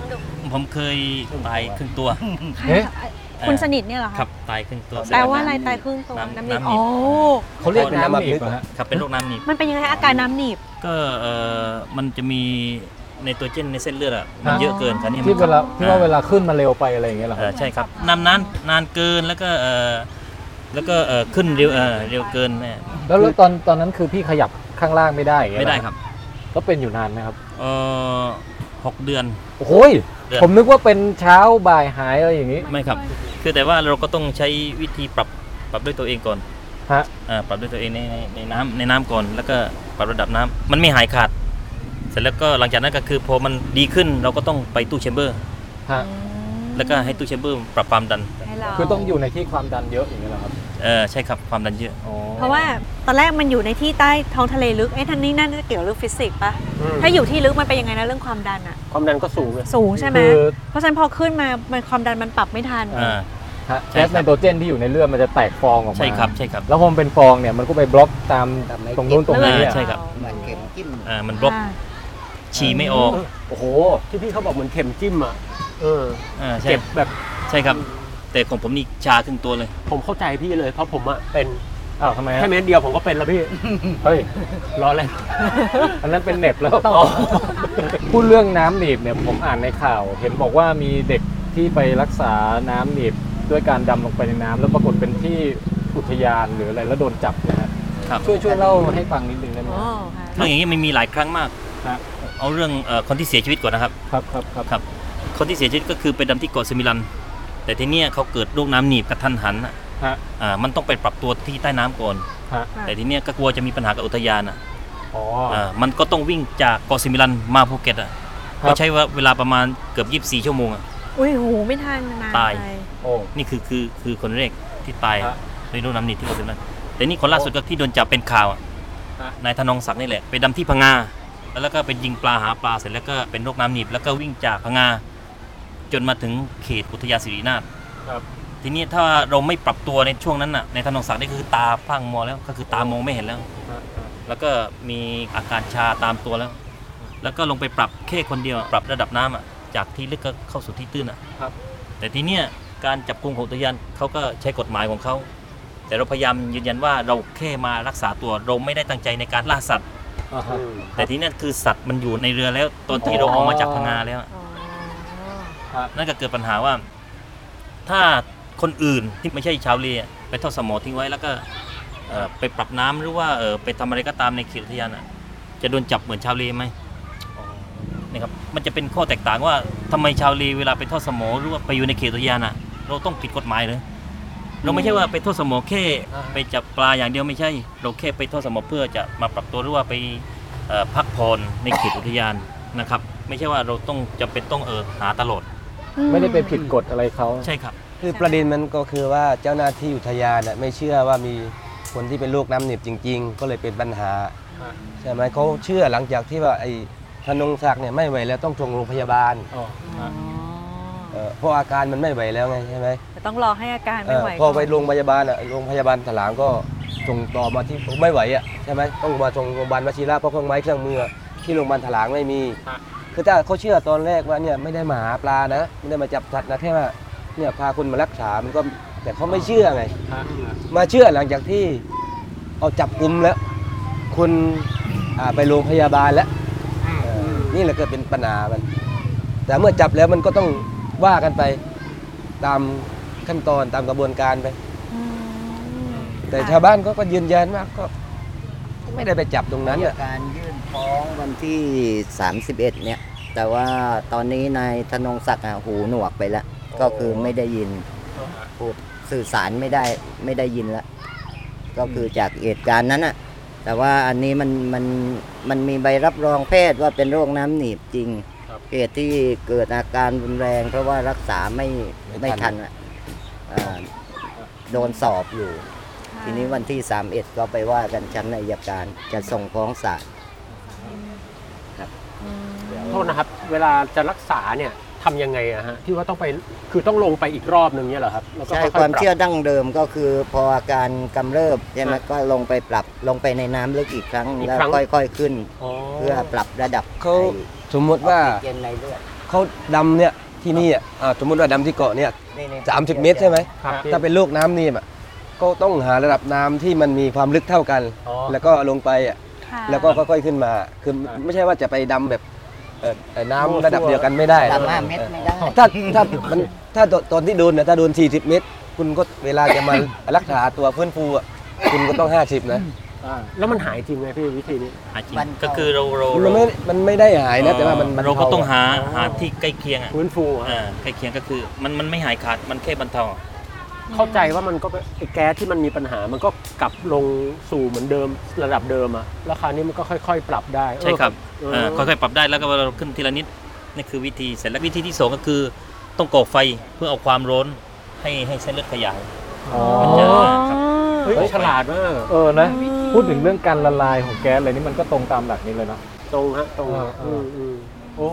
Speaker 10: ผมเคยตายครึ่งตัว
Speaker 8: เอ๊ะ
Speaker 10: เอ่อ
Speaker 2: คุณสนิทเนี่ยเหรอคะ
Speaker 10: ครับตายครึ่งตัว
Speaker 2: แปลว่าอะไรตายครึ่งตัว
Speaker 10: น้ำ
Speaker 2: น้ำหนีบ
Speaker 10: น้ำหนีบ
Speaker 2: โอ้
Speaker 8: เขาเรียกน้ำหนีบเหรอฮะ
Speaker 10: ครับเป็นโรคน้ำหนีบ
Speaker 2: มันเป็นยังไงคะอาการน้ำหนีบ
Speaker 10: ก็เออมันจะมีในตัวเจนในเส้นเลือดอ่ะมันเยอะเกินคราวนี้มั
Speaker 8: ที่
Speaker 10: น
Speaker 8: เวลาที่ว่าเวลาขึ้นมาเร็วไปอะไรอย่างเงี้ยเหรอค
Speaker 10: เอ
Speaker 8: รับ
Speaker 10: อใช่ครับนำนานนานเกินแล้วก็เออแล้วก็เออขึ้นเร็วเออเร็วเกินเนี่ย
Speaker 8: แล้วแล้วตอนตอนนั้นคือพี่ขยับข้างล่างไม่ได้อย่างเงี้ย
Speaker 10: ไม่
Speaker 8: เหอ
Speaker 10: ได้ครับ
Speaker 8: ก็เป็นอยู่นานไหมครับ
Speaker 10: เออหกเดือน
Speaker 8: โอ้ย
Speaker 10: เดือน
Speaker 8: ผมนึกว่าเป็นเช้าบ่ายหายอะไรอย่างงี้
Speaker 10: ไม่ครับ คือแต่ว่าเราก็ต้องใช้วิธีปรับปรับด้วยตัวเองก่อน
Speaker 8: ฮะ
Speaker 10: อ่าปรับด้วยตัวเองในในในน้ำในน้ำก่อน แล้วก็ปรับระดับน้ำมันไม่หายขาด เสร็จแล้วก็หลังจากนั้นก็คือพอมันดีขึ้นเราก็ต้องไปตู้แชมเบอร์
Speaker 8: ฮะ
Speaker 10: แล้วก็ให้ตู้แชมเบอร์ปรับความดัน
Speaker 8: คือต้องอยู่ในที่ความดันเยอะอย่างเงี้ยเหรอครับ
Speaker 10: เออใช่ครับความดันเยอะ
Speaker 2: เพราะว่าตอนแรกมันอยู่ในที่ใต้ท้องทะเลลึก เอ๊ะท่านนี่นั่นจะเกี่ยวเรื่องฟิสิกส์ปะถ้าอยู่ที่ลึกมันเป็นยังไงนะเรื่องความดันอะ
Speaker 7: ความดันก็สูงเลย
Speaker 2: สูงใช่ไหม
Speaker 8: คือ
Speaker 2: เพราะฉะนั้นพอขึ้นมามันความดันมันปรับไม่ทัน
Speaker 10: อ่า
Speaker 8: ฮะ
Speaker 10: ใช่
Speaker 8: แก๊
Speaker 10: ครั
Speaker 8: ส
Speaker 10: บ
Speaker 8: ไนโตรเจนที่อยู่ในเลือดมันจะแตกฟองออกมา
Speaker 10: ใช่ครับใช่ครับ
Speaker 8: แล้วพอมันเป็นฟองเนี่ยมันก็ไปบล็อกตาม
Speaker 6: ทำให้
Speaker 8: ตรงนู้นตรงนี้
Speaker 10: เลือด
Speaker 8: อะ
Speaker 10: ใช่ ครับ
Speaker 6: เหมือนเข็มจิ้ม
Speaker 10: อ่ามันบล็อก
Speaker 2: อ่า
Speaker 10: ฉี่ไม่ออก
Speaker 7: โอ้โห ที่พี่เขาบอกเหมือนเข็มจิ้มอ่ะ เออ
Speaker 10: อ่าใช่
Speaker 7: เจ็บแบบ
Speaker 10: ใช่ครับ แต่ของผมนี่ชาขึ้นตัวเลย
Speaker 7: ผมเข้าใจพี่เลย เพราะผมอ่ะเป็น
Speaker 8: อ้าวทำไมฮะ
Speaker 7: แค่เม็ดเดียวผมก็เป็นแล้ว พี่
Speaker 8: เฮ้ย
Speaker 7: ร้อนเลย
Speaker 8: อันนั้นเป็นเหน็บแล้ว พูดเรื่องน้ำหนีบเนี่ยผมอ่านในข่าว เห็นบอกว่ามีเด็กที่ไปรักษาน้ำหนีบด้วยการดำลงไปในน้ำแล้วปรากฏเป็นที่อุทยานหรืออะไรแล้วโดนจับนะฮะ
Speaker 10: ครับ
Speaker 8: ช่วยช่วยเล่าให้ฟังนิดนึงได้ไหม
Speaker 2: อ๋อ
Speaker 8: ครับ
Speaker 2: ค่ะ
Speaker 10: เรื่องอย่างนี้มันมีหลายครั้งมาก
Speaker 8: ครับ
Speaker 10: เอาเรื่องเอ่อคนที่เสียชีวิตก่อนนะครับ
Speaker 8: ครับครับครับ
Speaker 10: ครับคนที่เสียชีวิตก็คือไปดำที่เกาะสมิลัน แต่ทีเนี้ยเขาเกิดโรคน้ำหนีบกระทันหันอ่ะ
Speaker 8: ฮะ
Speaker 10: อ่ามันต้องไปปรับตัวที่ใต้น้ำก่อน
Speaker 8: ฮะ
Speaker 2: ค่ะ
Speaker 10: แต่ทีเนี้ยก็กลัวจะมีปัญหากับอุทยานอ่ะ
Speaker 8: อ๋อ
Speaker 10: อ่ามันก็ต้องวิ่งจากเกาะสมิลันมาภูเก็ตอ่ะ
Speaker 8: ครับ
Speaker 10: ก็ใช้เวลาประมาณเกือบ 24 ชั่วโมงอ่ะ
Speaker 2: อุ้ยโหไม่ทันนาน
Speaker 10: ตาย
Speaker 2: ไป
Speaker 8: โอ้
Speaker 10: นี่คือคือคือคนแรกที่ตาย
Speaker 8: ฮะ
Speaker 10: ในโรคน้ำหนีบที่เกาะสมิลันแต่นี่คนล่าสุดก็ที่โดนจับเป็นข่าวอะ นายธนงศักดิ์นี่แหละ ไปดำที่พังงา แล้วก็ไปยิงปลาหาปลาเสร็จแล้วก็เป็นนกน้ำหนีบแล้วก็วิ่งจากพังงา จนมาถึงเขตอุทยานศิรินาถ
Speaker 7: ครับ
Speaker 10: ทีนี้ถ้าเราไม่ปรับตัวในช่วงนั้นน่ะ ในายธนงศักดิ์นี่คือตาพร่างมัวแล้ว ก็คือตามองไม่เห็นแล้ว แล้วก็มีอาการชาตามตัวแล้ว แล้วก็ลงไปปรับแค่คนเดียว ปรับระดับน้ำอ่ะ จากที่ลึกก็เข้าสู่ที่ตื้นอ่ะ
Speaker 7: ครับ
Speaker 10: แต่ทีเนี้ยการจับกุมของอุทยานเขาก็ใช้กฎหมายของเขา แต่เราพยายามยืนยันว่าเราแค่มารักษาตัวเราไม่ได้ตั้งใจในการล่าสัตว์
Speaker 7: อ่าฮะ
Speaker 10: แต่ทีเนี้ยคือสัตว์มันอยู่ในเรือแล้วตอนที่เราออกมาจากพังงาแล้วอะ
Speaker 7: ครับ
Speaker 10: นั่นก็เกิดปัญหาว่า ถ้าคนอื่นที่ไม่ใช่ชาวเรือไปทอดสมอทิ้งไว้แล้วก็เอ่อไปปรับน้ำหรือว่าเอ่อไปทำอะไรก็ตามในเขตอุทยานอะจะโดนจับเหมือนชาวเรือไหม นะครับมันจะเป็นข้อแตกต่างว่าทำไมชาวเลเวลาไปทอดสมอหรือว่าไปอยู่ในเขตอุทยานอ่ะ เราต้องผิดกฎหมายเลย เราไม่ใช่ว่าไปทอดสมอแค่
Speaker 7: อ่าฮะ
Speaker 10: ไปจับปลาอย่างเดียวไม่ใช่ เราแค่ไปทอดสมอเพื่อจะมาปรับตัวหรือว่าไปเอ่อพักผ่อนในเขตอุทยานนะครับ ไม่ใช่ว่าเราต้องจะเป็นต้องเออหาตลอด
Speaker 8: ไม่ได้ไปผิดกฎอะไรเขา
Speaker 10: ใช่ครับ
Speaker 5: คือประเด็นมันก็คือว่าเจ้าหน้าที่อุทยานน่ะไม่เชื่อว่ามีคนที่เป็นลูกน้ำหนีบจริง ๆ ก็เลยเป็นปัญหา
Speaker 7: ครับ
Speaker 5: ใช่ไหมเขาเชื่อหลังจากที่ว่าไอ้ธนงศักดิ์เนี่ยไม่ไหวแล้วต้องส่งโรงพยาบาล
Speaker 7: อ๋อ
Speaker 5: เอ่อเพราะอาการมันไม่ไหวแล้วไงใช่ไหม
Speaker 2: แต่ต้องรอให้อาการ
Speaker 5: เอ
Speaker 2: ไม่
Speaker 5: อ
Speaker 2: ไหว
Speaker 5: พอไปโรงพยาบาลอ่ะโรงพยาบาลถลางก็ส่งต่อมาที่ไม่ไหวอ่ะใช่ไหมต้องมาส่งโรงพยาบาลวชิระเพราะเครื่องไม้เครื่องมือที่โรงพยาบาลถลางไม่มี
Speaker 7: ฮะ
Speaker 5: คือถ้าเขาเชื่อตอนแรกว่าเนี่ยไม่ได้มาหาปลานะไม่ได้มาจับสัตว์นะแค่ว่าเนี่ยพาคนมารักษา มันก็แต่เขาไม่เชื่อไง
Speaker 7: ฮะ
Speaker 5: มาเชื่อหลังจากที่เอาจับกลุ่มแล้วคุณอ่าไปโรงพยาบาลแล้วเออนี่แหละก็เป็นปัญหามัน แต่เมื่อจับแล้วมันก็ต้องว่ากันไปตามขั้นตอนตามกระบวนการไป
Speaker 2: อืม
Speaker 5: แต่ชาวบ้านก็ก็ยืนยันว่าก็ไม่ได้ไปจับตรงนั้นน่ะ
Speaker 6: การยื่นฟ้องวันที่ 31 เนี่ย แต่ว่าตอนนี้นายธนงศักดิ์อะหูหนวกไปแล้ว ก็คือไม่ได้ยินพูดสื่อสารไม่ได้ไม่ได้ยินแล้ว ก็คือจากเหตุการณ์นั้นอะแต่ว่าอันนี้มันมันมันมีใบรับรองแพทย์ว่าเป็นโรคน้ำหนีบจริงเหตุที่เกิดอาการรุนแรง เพราะว่ารักษาไม่
Speaker 5: ไม่
Speaker 6: ไม่
Speaker 5: ทั
Speaker 6: ทั
Speaker 5: น
Speaker 6: นอะอ่าโดนสอบอยู่ ทีนี้วันที่ 31 ก็ไปว่ากันชั้นอายการจะส่งฟ้องศาล
Speaker 7: โทษนะครับ เวลาจะรักษาเนี่ยทำยังไงอะฮะ ที่ว่าต้องไป คือต้องลงไปอีกรอบหนึ่งเนี่ยเหรอครับ แล้วก็
Speaker 6: ใช่
Speaker 7: ค่อยๆ
Speaker 6: ความ
Speaker 7: ปรับ
Speaker 6: เชื่อดั้งเดิมก็คือพออาการกำเริบใช่ไห
Speaker 7: ค
Speaker 6: ม
Speaker 7: รับ
Speaker 6: ก็ลงไปปรับลงไปในน้ำลึกอีกครั้ง
Speaker 7: อีก
Speaker 6: แล้ว
Speaker 7: ครั้ง
Speaker 6: ค่อยๆขึ้น
Speaker 7: อ๋อ
Speaker 6: เพื่อปรับระดับ
Speaker 5: เขา
Speaker 6: ไอ้
Speaker 5: สมมติว่า
Speaker 6: ออกซิเจนในเลือด
Speaker 5: เขาดำเนี่ยที่นี่อ่ะอ่าสมมติว่าดำที่เกาะเนี่ย
Speaker 6: นี่นี่
Speaker 5: สามสิบเมตรใช่ไหม
Speaker 7: ครับพี่
Speaker 5: ถ้าเป็นลูกน้ำนี่อ่ะก็ต้องหาระดับน้ำที่มันมีความลึกเท่ากัน
Speaker 7: อ๋อ
Speaker 5: แล้วก็ลงไปอ่ะ
Speaker 2: ค่ะ
Speaker 5: แล้วก็ค่อยๆขึ้นมา คือไม่ไม่ใช่ว่าจะไปดำแบบเอ่อเอ่อน้ำ
Speaker 7: มั่ว
Speaker 5: ระดับ
Speaker 7: ซั่ว
Speaker 5: เดียวกันไม่ได้
Speaker 6: ดำห้าเมตรไม่ได้
Speaker 5: ถ้าถ้ามันถ้าตอนตอนที่โดนนะถ้าโดน 40 เมตร คุณก็เวลาจะมา รักษาตัวฟื้นฟูอะคุณก็ต้อง 50 นะ
Speaker 7: อ่าแล้วมันหายจริงไหมพี่วิธีนี้
Speaker 10: อาจริง
Speaker 6: มันเก่า
Speaker 10: ก็คือเราเรา
Speaker 5: มันไม่ มันไม่ได้หายนะ แต่ว่ามันบ
Speaker 10: เราก็
Speaker 5: ท
Speaker 10: ต้องหา
Speaker 7: อ๋อ
Speaker 10: หาที่ใกล้เคียงอ่ะ
Speaker 7: ฟื้นฟูอะ
Speaker 10: อ่าใกล้เคียงก็คือมันมันไม่หายขาดมันแค่บรรเทา
Speaker 7: เข้าใจว่ามันก็เป็นไอ้แก๊สที่มันมีปัญหา มันก็กลับลงสู่เหมือนเดิมระดับเดิมอะแล้วคราวนี้มันก็ค่อย ๆ ปรับได้เออ
Speaker 10: ใช่ครับ
Speaker 7: เออ
Speaker 10: เอ่อค่อยๆ ปรับได้แล้วก็เราขึ้นทีละนิดนี่คือวิธีเสร็จแล้ววิธีที่สองก็คือต้องก่อไฟเพื่อเอาความร้อนให้ให้เส้นเลือดขยาย
Speaker 8: อ๋อ
Speaker 10: เจอครับ
Speaker 7: เฮ้ยฉลาดมาก
Speaker 8: เออนะ พูดถึงเรื่องการละลายของแก๊สอะไรนี่มันก็ตรงตามหลักนี้เลยเนาะ
Speaker 7: ตรงฮะตรง
Speaker 8: เออเอออื
Speaker 7: มมโอ้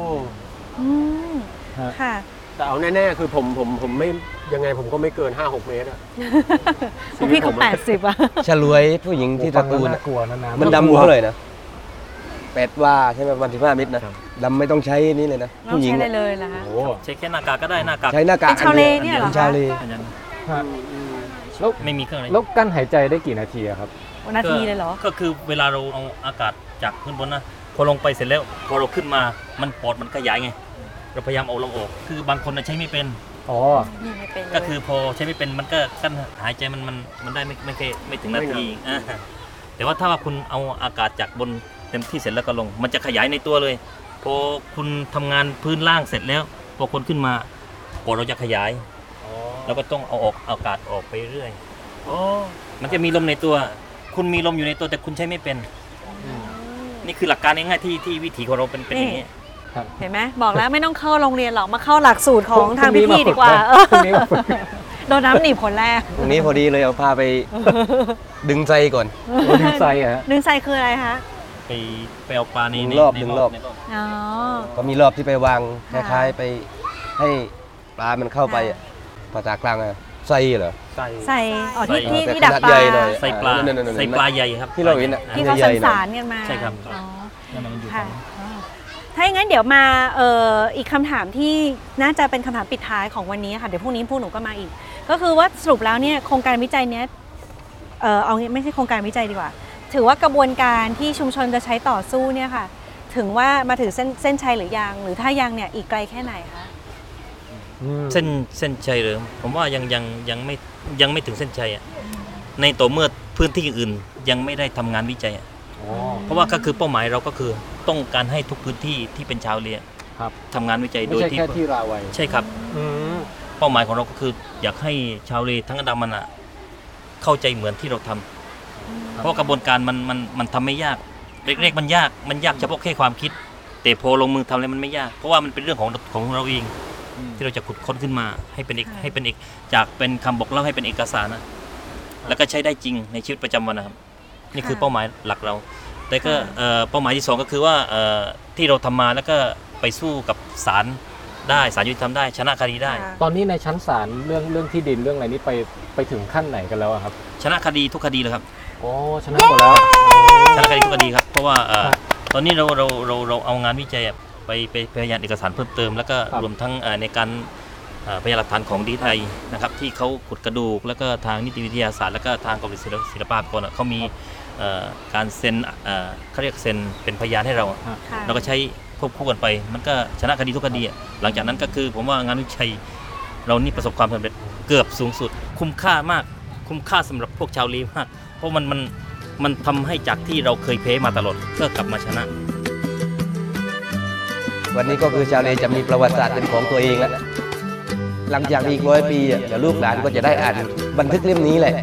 Speaker 2: อืม
Speaker 8: ฮะ
Speaker 2: ค่ะ
Speaker 7: แต่เอาแน่ๆคือผมผมผมไม่ยังไงผมก็ไม่เกิน 5 6 เม ตรอะ
Speaker 2: พวกพี่เขา
Speaker 7: ผมอะ
Speaker 2: แปดสิบอะ
Speaker 5: ฉลวยผู้หญิงที่ตระกูล
Speaker 8: ฟังแว
Speaker 5: อะ
Speaker 8: น่ากลัวนะน้ำ
Speaker 5: มันดำเท่าไหร่นะแปดว่าใช่ไหมวันที่ห้าเมตรนะดำไม่ต้องใช้นี่เลยนะ
Speaker 2: เรา
Speaker 5: ผู้หญิง
Speaker 2: ใช้ได้
Speaker 5: อะ
Speaker 2: เลยเหรอคะ
Speaker 8: โอ้โห
Speaker 10: ใช้แค่หน้ากากก็ได้หน้ากาก
Speaker 5: ใช้หน้ากาก
Speaker 2: เป็นชาวเลเนี่ยเหรอคะ
Speaker 5: ชาวเล
Speaker 10: อันนั้น
Speaker 8: แล้ว
Speaker 10: ไม่มีเครื่องอะไร
Speaker 8: แล้วกั้นหายใจได้กี่นาทีอะครับ
Speaker 2: วันนาทีเลยเหรอ
Speaker 10: ก็คือเวลาเราเอาอากาศจากขึ้นบนนะพอลงไปเสร็จแล้วพอเราขึ้นมามันปอดมันขยายไง เราพยายามเอาลงออก คือบางคนน่ะใช้ไม่เป็น
Speaker 8: อ๋อ
Speaker 2: นี่ไม่เป็นเลย
Speaker 10: ก็คือพอใช้ไม่เป็นมันก็กั้นหายใจมันมันมันได้ไม่ไม่เคไม่ถึงนาทีอ่าแต่ว่าถ้าว่าคุณเอาอากาศจากบนเต็มที่เสร็จแล้วก็ลง มันจะขยายในตัวเลย พอคุณทำงานพื้นล่างเสร็จแล้วพอคนขึ้นมาปอดเราจะขยาย แล้วก็ต้องเอาออกเอาอากาศออกไปเรื่อย
Speaker 7: อ๋อ
Speaker 10: มันจะมีลมในตัว คุณมีลมอยู่ในตัวแต่คุณใช้ไม่เป็น นี่คือหลักการง่ายๆที่ที่วิถีของเราเป็นเป็นอย่างนี้
Speaker 2: เห็นไหมบอกแล้วไม่ต้องเข้าโรงเรียนหรอกมาเข้าหลักสูตรขอ
Speaker 8: พ
Speaker 2: ง
Speaker 8: รุ่ง
Speaker 2: ทางพี่
Speaker 8: พรุ่งนี้มา
Speaker 2: พี่
Speaker 8: ฝึก
Speaker 2: ดีกว่า
Speaker 8: นะ
Speaker 2: เออ
Speaker 8: พรุ่งนี้มาฝึก
Speaker 2: โดนน้ำหนีบคนแรก
Speaker 5: ตรงนี้พอดีเลยเอา พาไปดึงใจก่อน
Speaker 8: ดึงไซอะฮะ
Speaker 2: ดึงไซคืออะไรคะ
Speaker 10: ไปไปเอาปลาใน
Speaker 5: หนึ่ง
Speaker 10: ใน
Speaker 5: รอบ
Speaker 10: ใน
Speaker 5: หนึ่งรอบ
Speaker 10: ใน
Speaker 2: อ๋อ
Speaker 5: ก็มีรอบที่ไปวางค
Speaker 2: ค่ะ
Speaker 5: ล้ายๆไปให้ปลามันเข้าไปอะภาษากลางอะไส้เหรอ
Speaker 7: ใส่
Speaker 2: ไซอ๋อที่
Speaker 10: ไซ
Speaker 2: ที่
Speaker 5: แต่
Speaker 2: ที่ดัก
Speaker 5: ขนาด
Speaker 2: ปลา
Speaker 5: ใหญ่หน่อย
Speaker 10: ใส่ปลา
Speaker 5: นั่นๆๆๆ
Speaker 10: ใส่ปลาใหญ่ครับ
Speaker 5: ที่เราเห็นอะ
Speaker 10: ปลใญ่
Speaker 2: ที่เขา
Speaker 5: ใหญ่
Speaker 2: สัน
Speaker 5: ๆหน่อย
Speaker 2: สารกันมา
Speaker 10: ใช่ครับ
Speaker 2: อ๋อ
Speaker 10: นั่นมันอยู่
Speaker 2: ค่ะ
Speaker 10: ตรงนั้น
Speaker 2: อ๋อถ้าอย่างนั้นเดี๋ยวมาเอ่ออีกคำถามที่น่าจะเป็นคำถามปิดท้ายของวันนี้ค่ะ เดี๋ยวพรุ่งนี้พวกหนูก็มาอีก ก็คือว่าสรุปแล้วเนี่ยโครงการวิจัยเนี้ยเอ่อเอางี้ไม่ใช่โครงการวิจัยดีกว่า ถือว่ากระบวนการที่ชุมชนจะใช้ต่อสู้เนี่ยค่ะ ถึงว่ามาถึงเส้นเส้นชัยหรือยัง หรือถ้ายังเนี่ยอีกไกลแค่ไหนคะ
Speaker 10: เส้นเส้นชัยเหรือผมว่ายังยังยังไม่ยังไม่ถึงเส้นชัยอะในต่อเมื่อพื้นที่อื่นยังไม่ได้ทำงานวิจัยอะเพราะว่าก็คือเป้าหมายเราก็คือต้องการให้ทุกพื้นที่ที่เป็นชาวเลีย
Speaker 8: ครับ
Speaker 10: ทำงานวิจัย
Speaker 8: ไม่
Speaker 10: โดย
Speaker 8: ใช่
Speaker 10: ที่
Speaker 8: แค่ที่ราวัย
Speaker 10: ใช่ครับ เป้าหมายของเราก็คืออยากให้ชาวเลทั้งอันดามันอะเข้าใจเหมือนที่เราทำเพราะกระบวนการมันมันมันทำไม่ยากเรียกๆมันยากมันยากเฉพาะแค่ความคิด แต่พอลงมือทำอะไรมันไม่ยาก เพราะว่ามันเป็นเรื่องของของเราเอง ที่เราจะขุดค้นขึ้นมา ให้เป็นเอก
Speaker 2: ค่ะ
Speaker 10: ให้เป็นเอกจากเป็นคำบอกเล่าให้เป็นเอกสารนะแล้วก็ใช้ได้จริงในชีวิตประจำวันนะครับนี่คือเป้าหมายหลักเรา แต่ก็เอ่อเป้าหมายที่สองก็คือว่าเอ่อที่เราทำมาแล้วก็ไปสู้กับศาลได้ศาลยุติธรรมได้ชนะคดีได้
Speaker 2: ค่ะ
Speaker 8: ตอนนี้ในชั้นศาลเรื่องเรื่องที่ดินเรื่องอะไรนี่ไปไปถึงขั้นไหนกันแล้วอะครับ
Speaker 10: ชนะคดีทุกคดีเลยครับ
Speaker 8: โอ้ชนะหมดแล้ว
Speaker 10: ชนะคดีทุกคดีครับ เพราะว่าเอ่
Speaker 8: ค
Speaker 10: อ
Speaker 8: รับ
Speaker 10: ตอนนี้เราเราเราเราเอางานวิจัยอะไปไปไปพยานเอกสารเพิ่มเติม แล้วก็
Speaker 8: ครับ
Speaker 10: รวมทั้งเอ่อในการเอ่อพยานหลักฐานของดีไทยนะครับที่เขาขุดกระดูก แล้วก็ทางนิติวิทยาศาสตร์ แล้วก็ทางกรมศิลปศิลปากรอะเขามีเอ่อการเซ็นเอ่อเขาเรียกเซ็นเป็นพยานให้เราอะ
Speaker 2: ค่ะ
Speaker 10: เราก็ใช้ควบคู่กันไป มันก็ชนะคดีทุกคดีอะหลังจากนั้นก็คือผมว่างานวิจัยเรานี่ประสบความสำเร็จเกือบสูงสุด คุ้มค่ามากคุ้มค่าสำหรับพวกชาวลีมาก เพราะมันมัน มันทำให้จากที่เราเคยเพ้มาตลอดก็กลับมาชนะ
Speaker 5: วันนี้ก็คือชาวเลจะมีประวัติศาสตร์เป็นของตัวเองแล้ว หลังจากอีกร้อยปีอะเดี๋ยวลูกหลานก็จะได้อ่านบันทึกเล่มนี้แหละ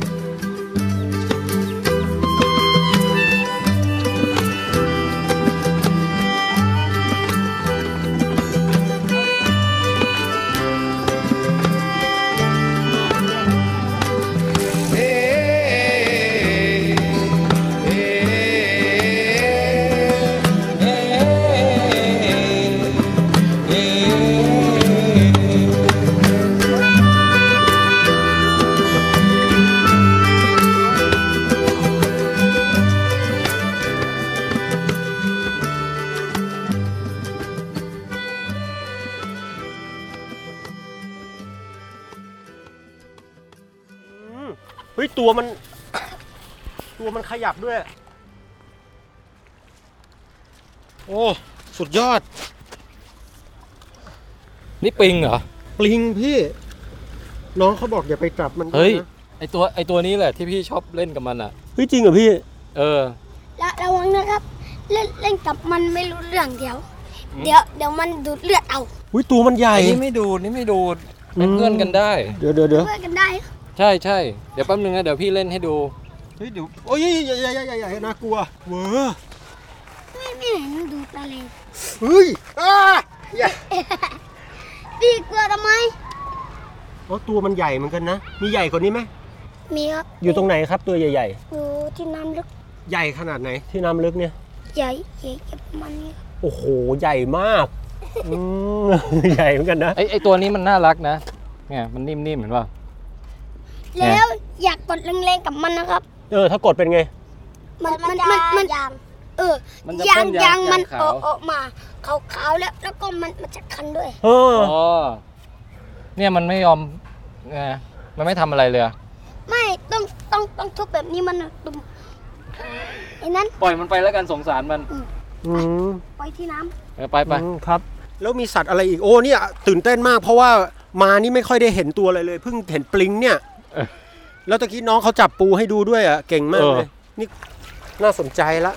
Speaker 7: เฮ้ย ตัวมัน ตัวมันขยับด้วย
Speaker 1: โอ้ สุดยอด นี่ปิงเหรอ
Speaker 7: ปลิงพี่ น้องเขาบอกอย่าไปจับมัน
Speaker 1: เฮ้ย ไอตัวไอตัวนี้แหละที่พี่ชอบเล่นกับมันอ่ะ
Speaker 7: เฮ้ย จริงเหรอพี่
Speaker 1: เออ
Speaker 11: ระระวังนะครับ เล่นเล่นกับมันไม่รู้เรื่องเดี๋ยว เดี๋ยวเดี๋ยวมันดูดเลือดเอา
Speaker 7: อุ้ยตัวมันใหญ่
Speaker 1: ไอ้นี่ไม่ดูดนี่ไม่ดูดเป็นเพื่อนกันได้
Speaker 7: เดี๋ยวเดี๋ยวเดี๋ยว
Speaker 11: เพื่อนกันได้
Speaker 1: ใช่ใช่เดี๋ยวแป๊บนึงนะเดี๋ยวพี่เล่นให้ดู
Speaker 7: เฮ้ยเดี๋ยวโอ้ยใหญ่ใหญ่ใหญ่ใหญ่น่ากลัว เว้อ
Speaker 11: ไม่ไม่เห็นมันดูดอะไรเลย
Speaker 7: เฮ้ยอ้าใหญ่
Speaker 11: พี่กลัวทำไม
Speaker 7: อ๋อตัวมันใหญ่เหมือนกันนะ มีใหญ่กว่านี้ไหม
Speaker 11: มีครับ
Speaker 7: อยู่ตรงไหนครับตัวใหญ่
Speaker 11: อยู่ที่น้ำลึก
Speaker 7: ๆ ใหญ่ขนาดไหนที่น้ำลึกเนี่ย
Speaker 11: ใหญ่ใหญ่กับมันเนี่ย
Speaker 7: โอ้โห ใหญ่มากอืม ใหญ่เหมือนกันนะ
Speaker 1: ไอไอตัวนี้มันน่ารักนะ เนี่ยมันนิ่มๆเห็นป่ะ เนี่ย
Speaker 11: แล้วอยากกดแรงๆกับมันนะครับ
Speaker 7: เออ ถ้ากดเป็นไง
Speaker 11: มันมันมันมันเออ
Speaker 1: มันจะ
Speaker 11: ยาง
Speaker 1: พ่นยาง
Speaker 11: ยางมัน
Speaker 1: ยางขาว
Speaker 11: ออกออกมาขาวๆแล้วแล้วก็มันมันจะคันด้วย
Speaker 7: เออ
Speaker 1: อ๋อ เนี่ยมันไม่ยอมนะมันไม่ทำอะไรเลยอะ
Speaker 11: ไม่ต้องต้องต้องทุบแบบนี้มันอะตุ่มไอ้นั้น
Speaker 1: ปล่อยมันไปแล้วกันสงสารมัน
Speaker 7: อืม
Speaker 11: ไว้ที่น้ำ
Speaker 1: เออไปไป
Speaker 7: อืมครับ แล้วมีสัตว์อะไรอีก โอ้ เนี่ย ตื่นเต้นมาก เพราะว่ามานี่ไม่ค่อยได้เห็นตัวอะไรเลย เพิ่งเห็นปลิงเนี่ย
Speaker 8: เออ
Speaker 7: แล้วตะกี้น้องเขาจับปูให้ดูด้วยอ่ะ เก่งมากเล
Speaker 8: เอย อ
Speaker 7: นี่น่าสนใจละ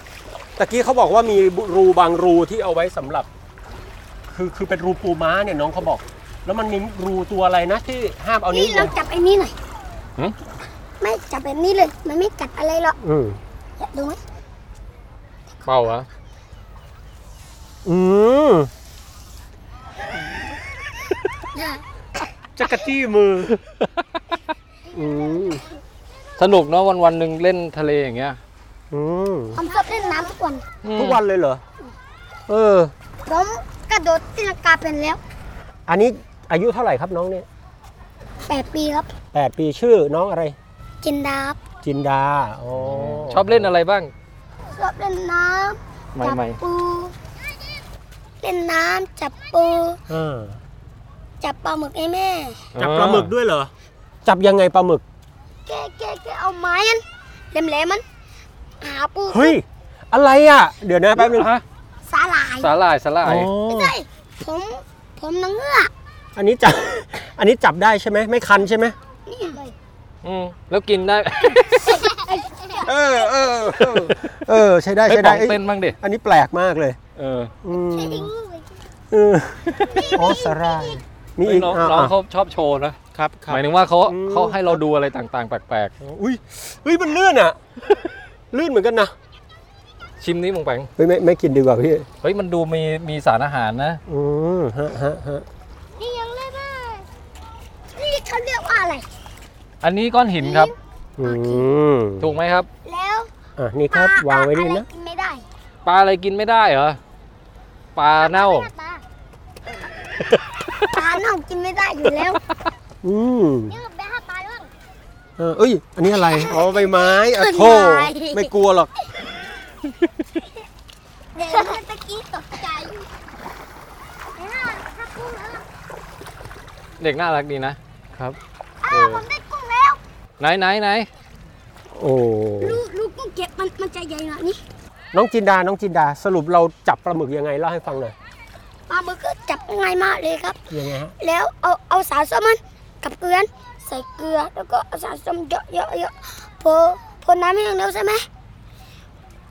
Speaker 7: ตะกี้เขาบอกว่ามีรูบางรูที่เอาไว้สำหรับ คือคือเป็นรูปูม้าเนี่ยน้องเขาบอก แล้วมันมีรูตัวอะไรนะที่ห้ามเอานิ้
Speaker 11: นี่
Speaker 7: วล
Speaker 11: เรา
Speaker 7: ง
Speaker 11: จับไอ้นี่หน่อย
Speaker 1: หืม
Speaker 11: ไม่จับแบบนี้เลย มันไม่กัดอะไรหรอก
Speaker 7: อืม
Speaker 11: อยากดูไหม
Speaker 1: เป่าอะ
Speaker 7: อืม
Speaker 11: ได้
Speaker 7: จักรจี้มือ อืม
Speaker 8: สนุกเนาะวันวันๆหนึ่งเล่นทะเลอย่างเงี้ย
Speaker 7: อืม
Speaker 11: ผมชอบเล่นน้ำทุกวัน
Speaker 7: ทุกวันเลยเหรอ เออ
Speaker 11: ผมกระโดดตีลังกาเป็นแล้ว
Speaker 7: อันนี้อายุเท่าไหร่ครับน้องเนี่ย
Speaker 11: แปดปีครับ
Speaker 7: แปดปีชื่อน้องอะไร
Speaker 11: กินดาครับ
Speaker 7: จินดาอ๋อ
Speaker 1: ชอบเล่นอะไรบ้าง
Speaker 11: ชอบเล่นน้ำจับ
Speaker 8: ใหม่
Speaker 11: ปู เล่นน้ำจับปู
Speaker 7: อ่า
Speaker 11: จับปลาหมึกให้แม่
Speaker 7: จับปลาหมึกด้วยเหรอ จับยังไงปลาหมึก
Speaker 11: แกแกแกเอาไม้อันแหลมแหลมๆมันหาปู
Speaker 7: เฮ้ย อะไรอ่ะ เดี๋ยวนะแป๊บนึง
Speaker 8: ฮะ
Speaker 11: สาหร่าย
Speaker 8: สาหร่ายสาหร่า
Speaker 7: อ๋
Speaker 8: ย
Speaker 11: ไม่
Speaker 7: อ
Speaker 11: ใช่ผมผมนางเงือก
Speaker 7: อันนี้จับ อันนี้จับได้ใช่ไหม ไม่คันใช่ไหม
Speaker 11: นี่เลย
Speaker 1: อืมแล้วกินได้
Speaker 7: เออเออเออเออใช้ได้
Speaker 8: ไอ้
Speaker 7: ใช้
Speaker 8: ป๋
Speaker 7: ได้
Speaker 8: อง
Speaker 7: เอ้ย
Speaker 8: เต้นบ้างดิ
Speaker 7: อันนี้แปลกมากเลย
Speaker 8: เออ
Speaker 7: อืม
Speaker 11: ใช้ดิ้งเลย
Speaker 7: เอออ๋อสาหรายมี
Speaker 8: เฮ้
Speaker 7: อี
Speaker 8: ย
Speaker 7: ก
Speaker 8: น้อง
Speaker 7: อ่ะ
Speaker 8: น้อง
Speaker 7: อ่ะ
Speaker 8: เขาชอบโชว์นะครับ
Speaker 7: ครับ
Speaker 8: หมายถึงว่าเขา
Speaker 7: อืม
Speaker 8: เขาให้เราดูอะไรต่างๆ แปลก
Speaker 7: อุ้ยเฮ้ยมันลื่นอ่ะ ลื่นเหมือนกันนะ
Speaker 8: ๆ ชิมนี้มงแปง
Speaker 7: เฮ้ยไม่ไม่กินดีกว่าพี่
Speaker 8: เฮ้ยมันดูมีมีสารอาหารนะ
Speaker 7: อืมฮะฮะฮะ
Speaker 11: นี่ยังเล่นได้นี่เขาเรียกว่าอะไร
Speaker 8: อันนี้ก้อนหินครับ
Speaker 7: อืม
Speaker 8: ถูกไหมครับ
Speaker 11: แล้ว
Speaker 7: อ่ะนี่ครับ
Speaker 11: ปล
Speaker 7: วางไว้นี่
Speaker 11: อะไร
Speaker 7: นะ
Speaker 11: กิไม่ได้
Speaker 8: ปลาอะไรกินไม่ได้เหรอ ปลาเน่า
Speaker 11: หน้าตาปลาเน่ากินไม่ได้อยู่แล้ว
Speaker 7: อืม
Speaker 11: นี่ไปหาปลาด้วย
Speaker 7: เออเอ้ย อันนี้อะไรอ๋อใบไม้อะโถ
Speaker 11: ต้นไม้
Speaker 7: ไม่กลัวหรอก
Speaker 11: เดี๋ยวตะกี้ตกใจเดี๋ยวนะถ้ากุ้งแล้วล่ะ
Speaker 8: เด็กน่ารักดีนะ
Speaker 11: อ้าวผมได้กุ้งแล้ว
Speaker 8: ไหนไหนไหน
Speaker 7: โอ้
Speaker 11: ลูกลูกกุ้งเก็บมันมันจะใหญ่หน่อยนี่
Speaker 7: น้องจินดาน้องจินดาสรุปเราจับปลาหมึกยังไงเล่าให้ฟังหน่อย
Speaker 11: ปลาหมึกก็จับง่ายมากเลยครับ
Speaker 7: ยังไงฮะ
Speaker 11: แล้วเอาเอาสารส้มมันกับเกลือใส่เกลือแล้วก็เอาสารส้มเยอะเยอะเยอะพอพอน้ำแห้งแล้วใช่ไหม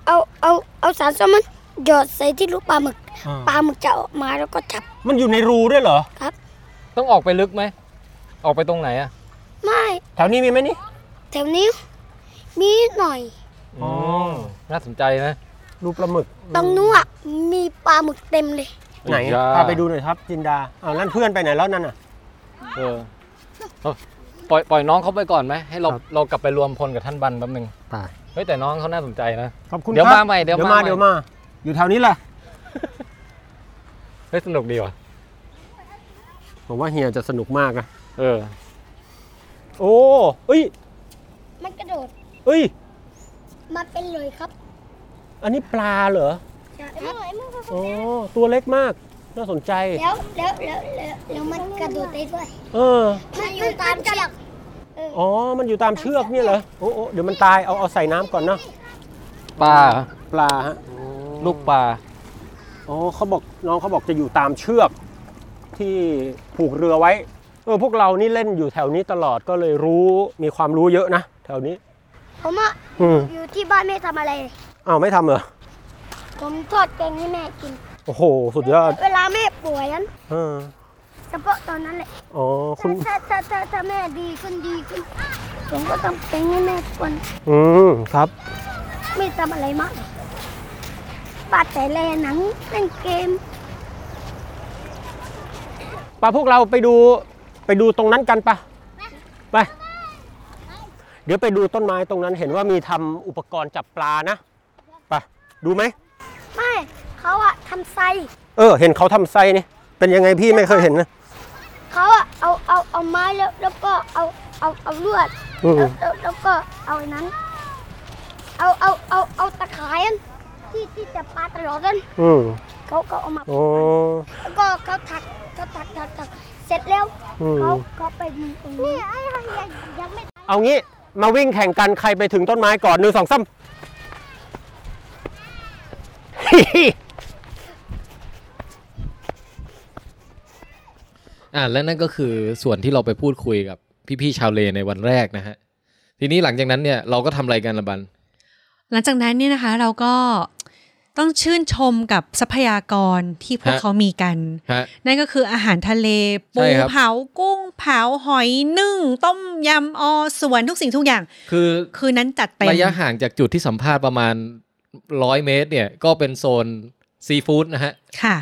Speaker 11: เอาเอาเอาสารส้มมันหยอดใส่ที่ลูกปลาหมึก
Speaker 7: อ่า
Speaker 11: ปลาหมึกจะออกมาแล้วก็จับ
Speaker 7: มันอยู่ในรูด้วยเหรอ
Speaker 8: ต้องออกไปลึกไหม ออกไปตรงไหนอะ
Speaker 11: ไม่
Speaker 7: แถวนี้มีไหมนี่
Speaker 11: แถวนี้มีหน่อย
Speaker 7: อ๋อ
Speaker 8: มน่าสนใจนะ
Speaker 7: รูปปลาหมึก
Speaker 11: ตรงนู้นอะมีปลาหมึกเต็มเลย
Speaker 7: ไหน
Speaker 8: ย
Speaker 7: พาไปดูหน่อยครับจินดาเอานั่นเพื่อนไปไหนแล้วนั่นน่ะ
Speaker 8: เออเอาปล่อยปล่อยน้องเขาไปก่อนไหม ให้เรา
Speaker 7: ครับ
Speaker 8: เรากลับไปรวมพลกับท่านบันแป๊บนึง
Speaker 6: ป่า
Speaker 8: เฮ้ยแต่น้องเขาน่าสนใจนะ
Speaker 7: ขอบคุณ
Speaker 8: เดี๋ยว
Speaker 7: ครับ
Speaker 8: มาใหม่เดี๋ยวมาใหม่
Speaker 7: เดี๋ยวมา อยู่แถวนี้แหละ
Speaker 8: เฮ้ยสนุกดีว่ะ
Speaker 7: ผมว่าเฮียจะสนุกมากนะ
Speaker 8: เออ
Speaker 7: โอ้เอ้ย
Speaker 11: มันกระโดด
Speaker 7: เอ้ย
Speaker 11: มาเป็นเลยครับ
Speaker 7: อันนี้ปลาเหรอ
Speaker 11: ครับ
Speaker 7: อ๋อตัวเล็กมาก น่าสนใจ
Speaker 11: แล้วแล้วแล้วแล้วแล้วมันกระโดดได้ด้วย
Speaker 7: เออ
Speaker 11: มันอยู่ตามเชือก
Speaker 7: อ๋อ มันอยู่ตามเชือกเนี่ยเหรอ โอ้โอ้เดี๋ยวมันตาย เอาเอาใส่น้ำก่อนนะ
Speaker 8: ปลาเหรอ
Speaker 7: ปลาฮะ
Speaker 8: ลูกปลา
Speaker 7: อ๋อเขาบอกน้องเขาบอกจะอยู่ตามเชือกที่ผูกเรือไว้ เออพวกเรานี่เล่นอยู่แถวนี้ตลอดก็เลยรู้มีความรู้เยอะนะแถวนี้
Speaker 11: ผมอะ
Speaker 7: อืม
Speaker 11: อยู่ที่บ้านไม่ทำอะไรเลย
Speaker 7: อ้าวไม่ทำเหรอ
Speaker 11: ผมทอดแกงให้แม่กิน
Speaker 7: โอ้โห สุดยอด
Speaker 11: เวลาแม่ป่วยนั้น
Speaker 7: เออ
Speaker 11: เฉพาะตอนนั้นแหละ
Speaker 7: อ๋อคุ
Speaker 11: ถ้า
Speaker 7: ณ
Speaker 11: ถ้าถ้าถ้าถ้าแม่ดีขึ้นดีขึ้น ผมก็ต้องแกงให้แม่ทุกวัน
Speaker 7: อืมครับ
Speaker 11: ไม่ทำอะไรมากบาดแต่แลหนังเล่นเกม
Speaker 7: ปะพวกเราไปดูไปดูตรงนั้นกันปะไป เดี๋ยวไปดูต้นไม้ตรงนั้นเห็นว่ามีทำอุปกรณ์จับปลานะไปะดูไหม
Speaker 11: ไม่เขาอะทำไซ
Speaker 7: เออ เห็นเขาทำไซนี่ เป็นยังไงพี่ไม่เคยเห็นนะ
Speaker 11: เขาอะเอาเอาเอาไม้แล้วแล้วก็เอาเอาเอาลวด
Speaker 7: อืม
Speaker 11: แล้วแล้วแล้วก็เอาอันนั้น เอาเอาเอาเอาตะข่ายอันที่ที่จะปลาตลอดนั้น
Speaker 7: อืม
Speaker 11: เขาก็เอามา
Speaker 7: โอ้
Speaker 11: แล้วก็เขาถักเขาถักถักถักเสร็จแล้ว
Speaker 7: อืม
Speaker 11: เขาเขาไปมีตรงนี้ไอ้ไอ้ยังยังไม่
Speaker 7: เอางี้มาวิ่งแข่งกันใครไปถึงต้นไม้ก่อนหนึ่งสองสาม
Speaker 1: อ่าและนั่นก็คือส่วนที่เราไปพูดคุยกับพี่ๆชาวเลในวันแรกนะฮะ ทีนี้หลังจากนั้นเนี่ยเราก็ทำอะไรกันละบัน
Speaker 3: หลังจากนั้นเนี่ยนะคะเราก็ต้องชื่นชมกับทรัพยากรที่พวก
Speaker 1: ฮะ
Speaker 3: เขามีกัน
Speaker 1: ฮะ
Speaker 3: นั่นก็คืออาหารทะเล
Speaker 1: ใช่
Speaker 3: ปู
Speaker 1: ครับ
Speaker 3: เผากุ้งเผาหอยนึ่ง ต้มยำอส่วนทุกสิ่งทุกอย่าง
Speaker 1: คือ
Speaker 3: คืนนั้นจัดเต็ม
Speaker 1: ระยะห่างจากจุดที่สัมภาษณ์ประมาณร้อยเมตรเนี่ย ก็เป็นโซนซีฟู้ดนะฮะ
Speaker 3: ค่ะ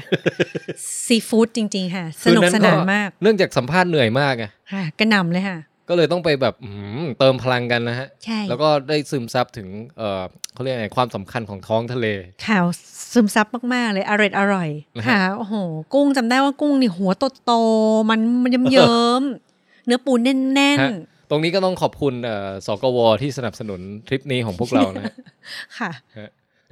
Speaker 3: ซีฟู้ดจริง ๆ ค่ะ สนุก
Speaker 1: คื
Speaker 3: สนานมาก
Speaker 1: เนื่องจากสัมภาษณ์เหนื่อยมากไง
Speaker 3: ค่ะกระหน่ำเลยค่ะ
Speaker 1: ก็เลยต้องไปแบบอื้อหือเติมพลังกันนะฮะ
Speaker 2: ใช่
Speaker 1: แล้วก็ได้ซึมซับถึงเอ่อเขาเรียกไงความสำคัญของท้องทะเล
Speaker 2: ข่าวซึมซับมาก ๆ เลยอร่อยอร่อย
Speaker 1: นะฮะ
Speaker 2: ค่ะโอ้โห กุ้งจำได้ว่ากุ้งนี่หัวโตๆมันมันเยิ้มๆ เนื้อปูแน่น
Speaker 1: ฮะตรงนี้ก็ต้องขอบคุณเอ่อสกวที่สนับสนุนทริปนี้ของพวกเรา นะฮะ
Speaker 2: ๆ ค่ะ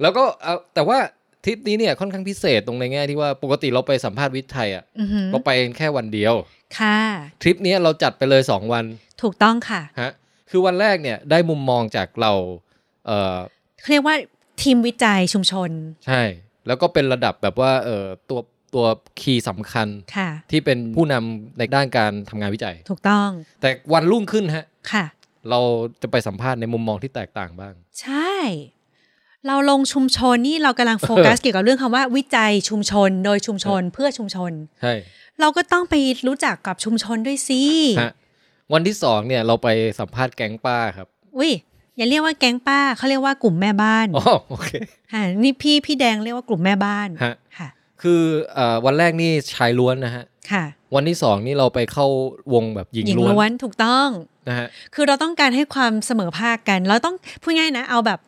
Speaker 1: แล้วก็เอาแต่ว่าทริปนี้เนี่ยค่อนข้างพิเศษตรงในแง่ที่ว่าปกติเราไปสัมภาษณ์วิทย์ไทยอ่ะ
Speaker 2: อือหือ
Speaker 1: เราไปแค่วันเดียว
Speaker 2: ค่ะ
Speaker 1: ทริปเนี้ยเราจัดไปเลย 2 วัน
Speaker 2: ถูกต้องค่ะ
Speaker 1: ฮะคือวันแรกเนี่ยได้มุมมองจากเราเอ่อ
Speaker 2: เขาเรียกว่าทีมวิจัยชุมชน
Speaker 1: ใช่ แล้วก็เป็นระดับแบบว่าเอ่อตัวตัวคีย์สำคัญ
Speaker 2: ค่ะ
Speaker 1: ที่เป็นผู้นำในด้านการทำงานวิจัย
Speaker 2: ถูกต้อง
Speaker 1: แต่วันรุ่งขึ้นฮะ
Speaker 2: ค่ะ
Speaker 1: เราจะไปสัมภาษณ์ในมุมมองที่แตกต่างบ้าง
Speaker 2: ใช่ เราลงชุมชนนี่เรากำลังโฟกัส เกี่ยวกับเรื่องคำว่าวิจัยชุมชน โดยชุมชนเพื่อชุมชน
Speaker 1: ใช่
Speaker 2: เราก็ต้องไปรู้จักกับชุมชนด้วยสิ
Speaker 1: ฮะวันที่สองเนี่ยเราไปสัมภาษณ์แก๊งป้าครับ
Speaker 2: อุ้ยอย่าเรียกว่าแก๊งป้าเขาเรียกว่ากลุ่มแม่บ้าน
Speaker 1: อ๋อ โอเค
Speaker 2: ค่ะนี่พี่พี่แดงเรียกว่ากลุ่มแม่บ้าน
Speaker 1: ฮะ
Speaker 2: ค่ะ
Speaker 1: คือเออวันแรกนี่ชายล้วนนะฮะ
Speaker 2: ค่ะ
Speaker 1: วันที่สองนี่เราไปเข้าวงแบบหญิงล้
Speaker 2: ล้ว
Speaker 1: วน น
Speaker 2: ถูกต้อง
Speaker 1: นะฮะ
Speaker 2: คือเราต้องการให้ความเสมอภาคกัน เราต้องพูดง่ายนะ เอาแบบ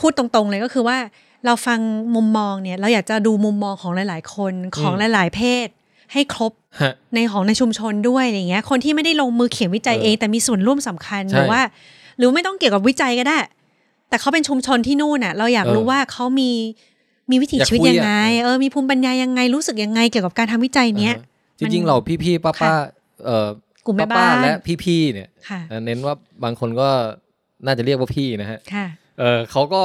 Speaker 2: พูดตรงๆเลยก็คือว่า เราฟังมุมมองเนี่ย เราอยากจะดูมุมมองของหลาย ๆ คนของ
Speaker 1: อืม
Speaker 2: หลาย ๆ เพศ ให้ครบ
Speaker 1: ฮะ
Speaker 2: ในของในชุมชนด้วยอะไรเงี้ย คนที่ไม่ได้ลงมือเขียนวิจัย
Speaker 1: เออ
Speaker 2: เอง แต่มีส่วนร่วมสำคัญ
Speaker 1: ใช่
Speaker 2: หรือว่า หรือไม่ต้องเกี่ยวกับวิจัยก็ได้ แต่เขาเป็นชุมชนที่นู่นน่ะ เราอยาก
Speaker 1: เออ
Speaker 2: รู้ว่าเขามีมีวิถี
Speaker 1: อยาก
Speaker 2: ชีวิต
Speaker 1: คุย
Speaker 2: ยัง
Speaker 1: อะ
Speaker 2: ไง เออมีภูมิปัญญายังไงรู้สึกยังไงเกี่ยวกับการทำวิจัยเนี้ย
Speaker 1: อ่าฮะจริงๆ เราพี่ๆป้า
Speaker 2: ค่ะ
Speaker 1: ป้าเอ่อก
Speaker 2: ลุ่มแม่
Speaker 1: ป้า
Speaker 2: บ้าน
Speaker 1: ๆและพี่ๆเนี่ย
Speaker 2: ค่ะ
Speaker 1: เอ่อเน้นว่าบางคนก็น่าจะเรียกว่าพี่นะฮะ
Speaker 2: ค่ะ
Speaker 1: เออเขาก็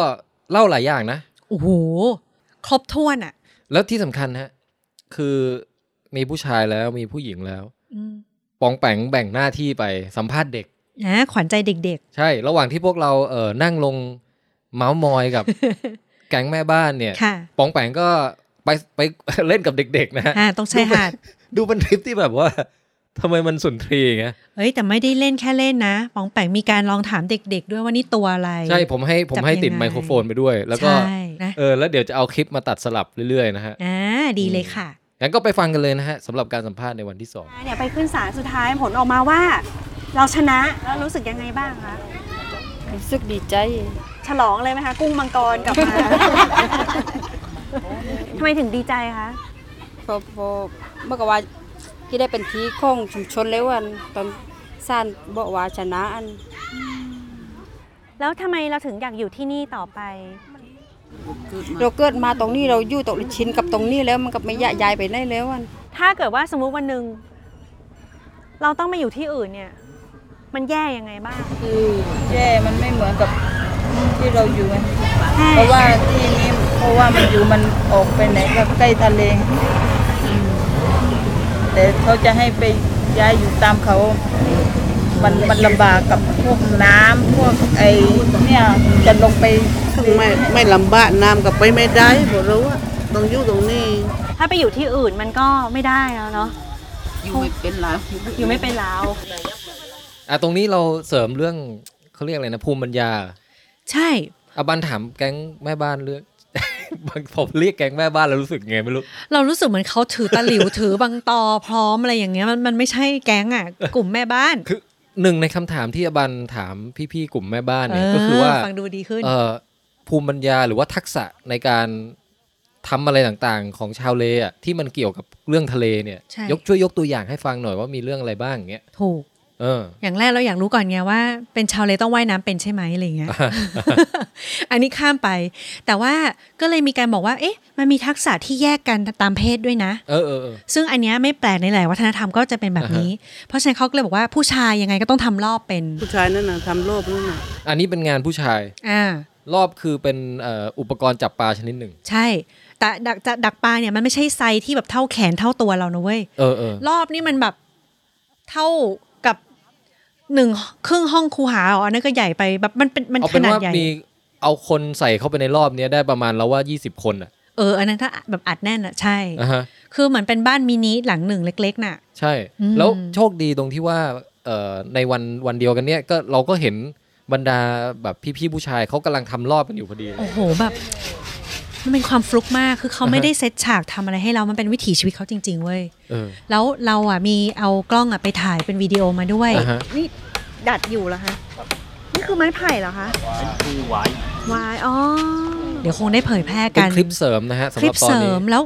Speaker 1: เล่าหลายอย่างนะ
Speaker 2: โอ้โหครบถ้วนอ่ะ
Speaker 1: แล้วที่สำคัญฮะคือมีผู้ชายแล้วมีผู้หญิงแล้ว
Speaker 2: อืม
Speaker 1: ปองแปงแบ่งหน้าที่ไปสัมภาษณ์เด็ก
Speaker 2: นะขวัญใจเด็ก ๆ
Speaker 1: ใช่ ระหว่างที่พวกเราเออนั่งลงเมาส์มอยกับ แก๊งแม่บ้านเนี่ย
Speaker 2: ค่ะ
Speaker 1: ปองแปงก็ไปไป เล่นกับเด็ก ๆ นะฮะ
Speaker 2: อ่าตรงชายหาด
Speaker 1: ดูเป็นทริปที่แบบว่าทำไมมันสุนทรีอย่างเงี้ย
Speaker 2: เอ้ยแต่ไม่ได้เล่นแค่เล่นนะปองแปงมีการลองถามเด็กๆ ด้วยว่านี่ตัวอะไร
Speaker 1: ใช่ผมให้ผมให้ติดไมโครโฟนไปด้วย แล้วก็
Speaker 2: ใช่นะ
Speaker 1: เออแล้วเดี๋ยวจะเอาคลิปมาตัดสลับเรื่อย ๆ นะฮะ
Speaker 2: อ่าดีเลยค่ะ
Speaker 1: งั้นก็ไปฟังกันเลยนะฮะสำหรับการสัมภาษณ์ในวันที่สอง
Speaker 12: เนี่ยไปขึ้นศาลสุดท้ายผลออกมาว่า เราชนะแล้วรู้สึกยังไงบ้างคะ
Speaker 13: รู้สึกดีใจ
Speaker 12: ฉลองเลยไหมคะ กุ้งมังกรกลับมา ทำไมถึงดีใจคะ
Speaker 13: พอพอเมื่อกว่าที่ได้เป็นที่ของชุมชนแล้วอันตอนสร้างบอกว่าชนะอัน
Speaker 12: แล้วทำไมเราถึงอยากอยู่ที่นี่ต่อไป
Speaker 13: เราเกิดมาตรงนี้เราอยู่ตกชินกับตรงนี้แล้วมันก็ไม่ยะยายไปได้แล้วอัน
Speaker 12: ถ้าเกิดว่าสมมุติวันหนึ่งเราต้องมาอยู่ที่อื่นเนี่ย มันแย่ยังไงบ้าง
Speaker 13: คือแย่มันไม่เหมือนกับที่เราอยู่
Speaker 14: เพราะว่าที่นี่เพราะว่ามันอยู่มันออกไปไหนก็ใกล้ทะเล แต่เขาจะให้ไปย้ายอยู่ตามเขา มันมันลำบากกับพวกน้ำพวกไอ้เนี่ยจะลงไป
Speaker 15: ไม่ไม่ลำบากน้ำกับไปไม่ได้บอกเราว่าต้องอยู่ตรงนี้
Speaker 12: ถ้าไปอยู่ที่อื่นมันก็ไม่ได้แล้วเนาะ
Speaker 15: อยู่ไม่เป็นแล้ว
Speaker 12: อยู่ไม่เป็นแล้ว
Speaker 1: อ่ะตรงนี้เราเสริมเรื่องเขาเรียกอะไรนะภูมิปัญญา
Speaker 2: ใช่
Speaker 1: อาบันถามแก๊งแม่บ้านเรื่อง บางผมเรียกแก๊งแม่บ้านแล้วรู้สึกไงไม่รู้
Speaker 2: เรารู้สึกเหมือนเขาถือตะหลิว ถือบังตอพร้อมอะไรอย่างเงี้ยมันมันไม่ใช่แก๊งอ่ะ กลุ่มแม่บ้าน
Speaker 1: คือหนึ่งในคำถามที่อาบันถามพี่ๆกลุ่มแม่บ้านเนี่ย
Speaker 2: เออ
Speaker 1: ก็คือว่า
Speaker 2: ฟังดูดีขึ้น
Speaker 1: เอ่อภูมิปัญญาหรือว่าทักษะในการทำอะไรต่างๆ ของชาวเลอะที่มันเกี่ยวกับเรื่องทะเลเนี่ย
Speaker 2: ใช่
Speaker 1: ยกช่วยยกตัวอย่างให้ฟังหน่อยว่ามีเรื่องอะไรบ้างอย่างเงี้ย
Speaker 2: ถูก
Speaker 1: เออ
Speaker 2: อย่างแรกเราอยากรู้ก่อนไงว่า เป็นชาวเลต้องว่ายน้ำเป็นใช่ไหมอะไรอย่างเงี้ย อันนี้ข้ามไป แต่ว่าก็เลยมีการบอกว่า เอ๊ะ มันมีทักษะที่แยกกันตามเพศด้วยนะ
Speaker 1: เออเออเออ
Speaker 2: ซึ่งอันเนี้ยไม่แปลกในหลายวัฒนธรรมก็จะเป็นแบบนี้ เพราะฉะนั้นเขาก็เลยบอกว่าผู้ชายยังไงก็ต้องทำรอบเป็น
Speaker 15: ผู้ชายนั่นน่ะทำโลภนั่นน่ะ
Speaker 1: อันนี้เป็นงานผู้ชาย
Speaker 2: อ่า
Speaker 1: รอบคือเป็นเอ่ออุปกรณ์จับปลาชนิดหนึ่ง
Speaker 2: ใช่ แต่ดักจะดักปลาเนี่ยมันไม่ใช่ไซส์ที่แบบเท่าแขนเท่าตัวเรานะเว้ย
Speaker 1: เออเออ
Speaker 2: รอบนี่มันแบบเท่ากับหนึ่งครึ่งห้องคูหาอ๋ออันนั้นก็ใหญ่ไปแบบมันเป็นมัน
Speaker 1: เอา
Speaker 2: ข
Speaker 1: เป็น
Speaker 2: นาด
Speaker 1: ว่า
Speaker 2: ใหญ่
Speaker 1: มีเอาคนใส่เข้าไปในรอบเนี้ยได้ประมาณแล้วว่า 20 คนอ่ะ
Speaker 2: เอออันนั้นถ้าแบบอัดแน่นอ่ะใช่
Speaker 1: อ่ะฮะ
Speaker 2: คือเหมือนเป็นบ้านมินิหลังหนึ่งเล็ก ๆ น่ะ
Speaker 1: ใช่
Speaker 2: อืม
Speaker 1: แล้วโชคดีตรงที่ว่าเอ่อในวันวันเดียวกันเนี่ยก็เราก็เห็นบรรดาแบบพี่ๆผู้ชายเขากำลังทำรอบกันอยู่พอดีเลย
Speaker 2: โอ้โหแบบมันเป็นความฟลุกมากคือเขาไม่
Speaker 1: อ่าฮะ
Speaker 2: ได้เซตฉากทำอะไรให้เรามันเป็นวิถีชีวิตเขาจริง ๆ เว้ย
Speaker 1: เออ
Speaker 2: แล้วเราอ่ะมีเอากล้องอ่ะไปถ่ายเป็นวิดีโอมาด้วย
Speaker 1: อ่าฮะ
Speaker 2: นี่
Speaker 14: ดัดอยู่เหรอคะ นี่คือไม้ไผ่เหรอคะ
Speaker 16: คือไว้
Speaker 14: วาย อ๋อ
Speaker 2: เดี๋ยวคงได้เผยแพร่
Speaker 1: เป็
Speaker 2: กัน น
Speaker 1: คลิปเสริมนะฮะสำ
Speaker 2: ค
Speaker 1: ห
Speaker 2: ลิ
Speaker 1: รับ
Speaker 2: ป
Speaker 1: ตอน
Speaker 2: เสริ
Speaker 1: นี้
Speaker 2: มแล้ว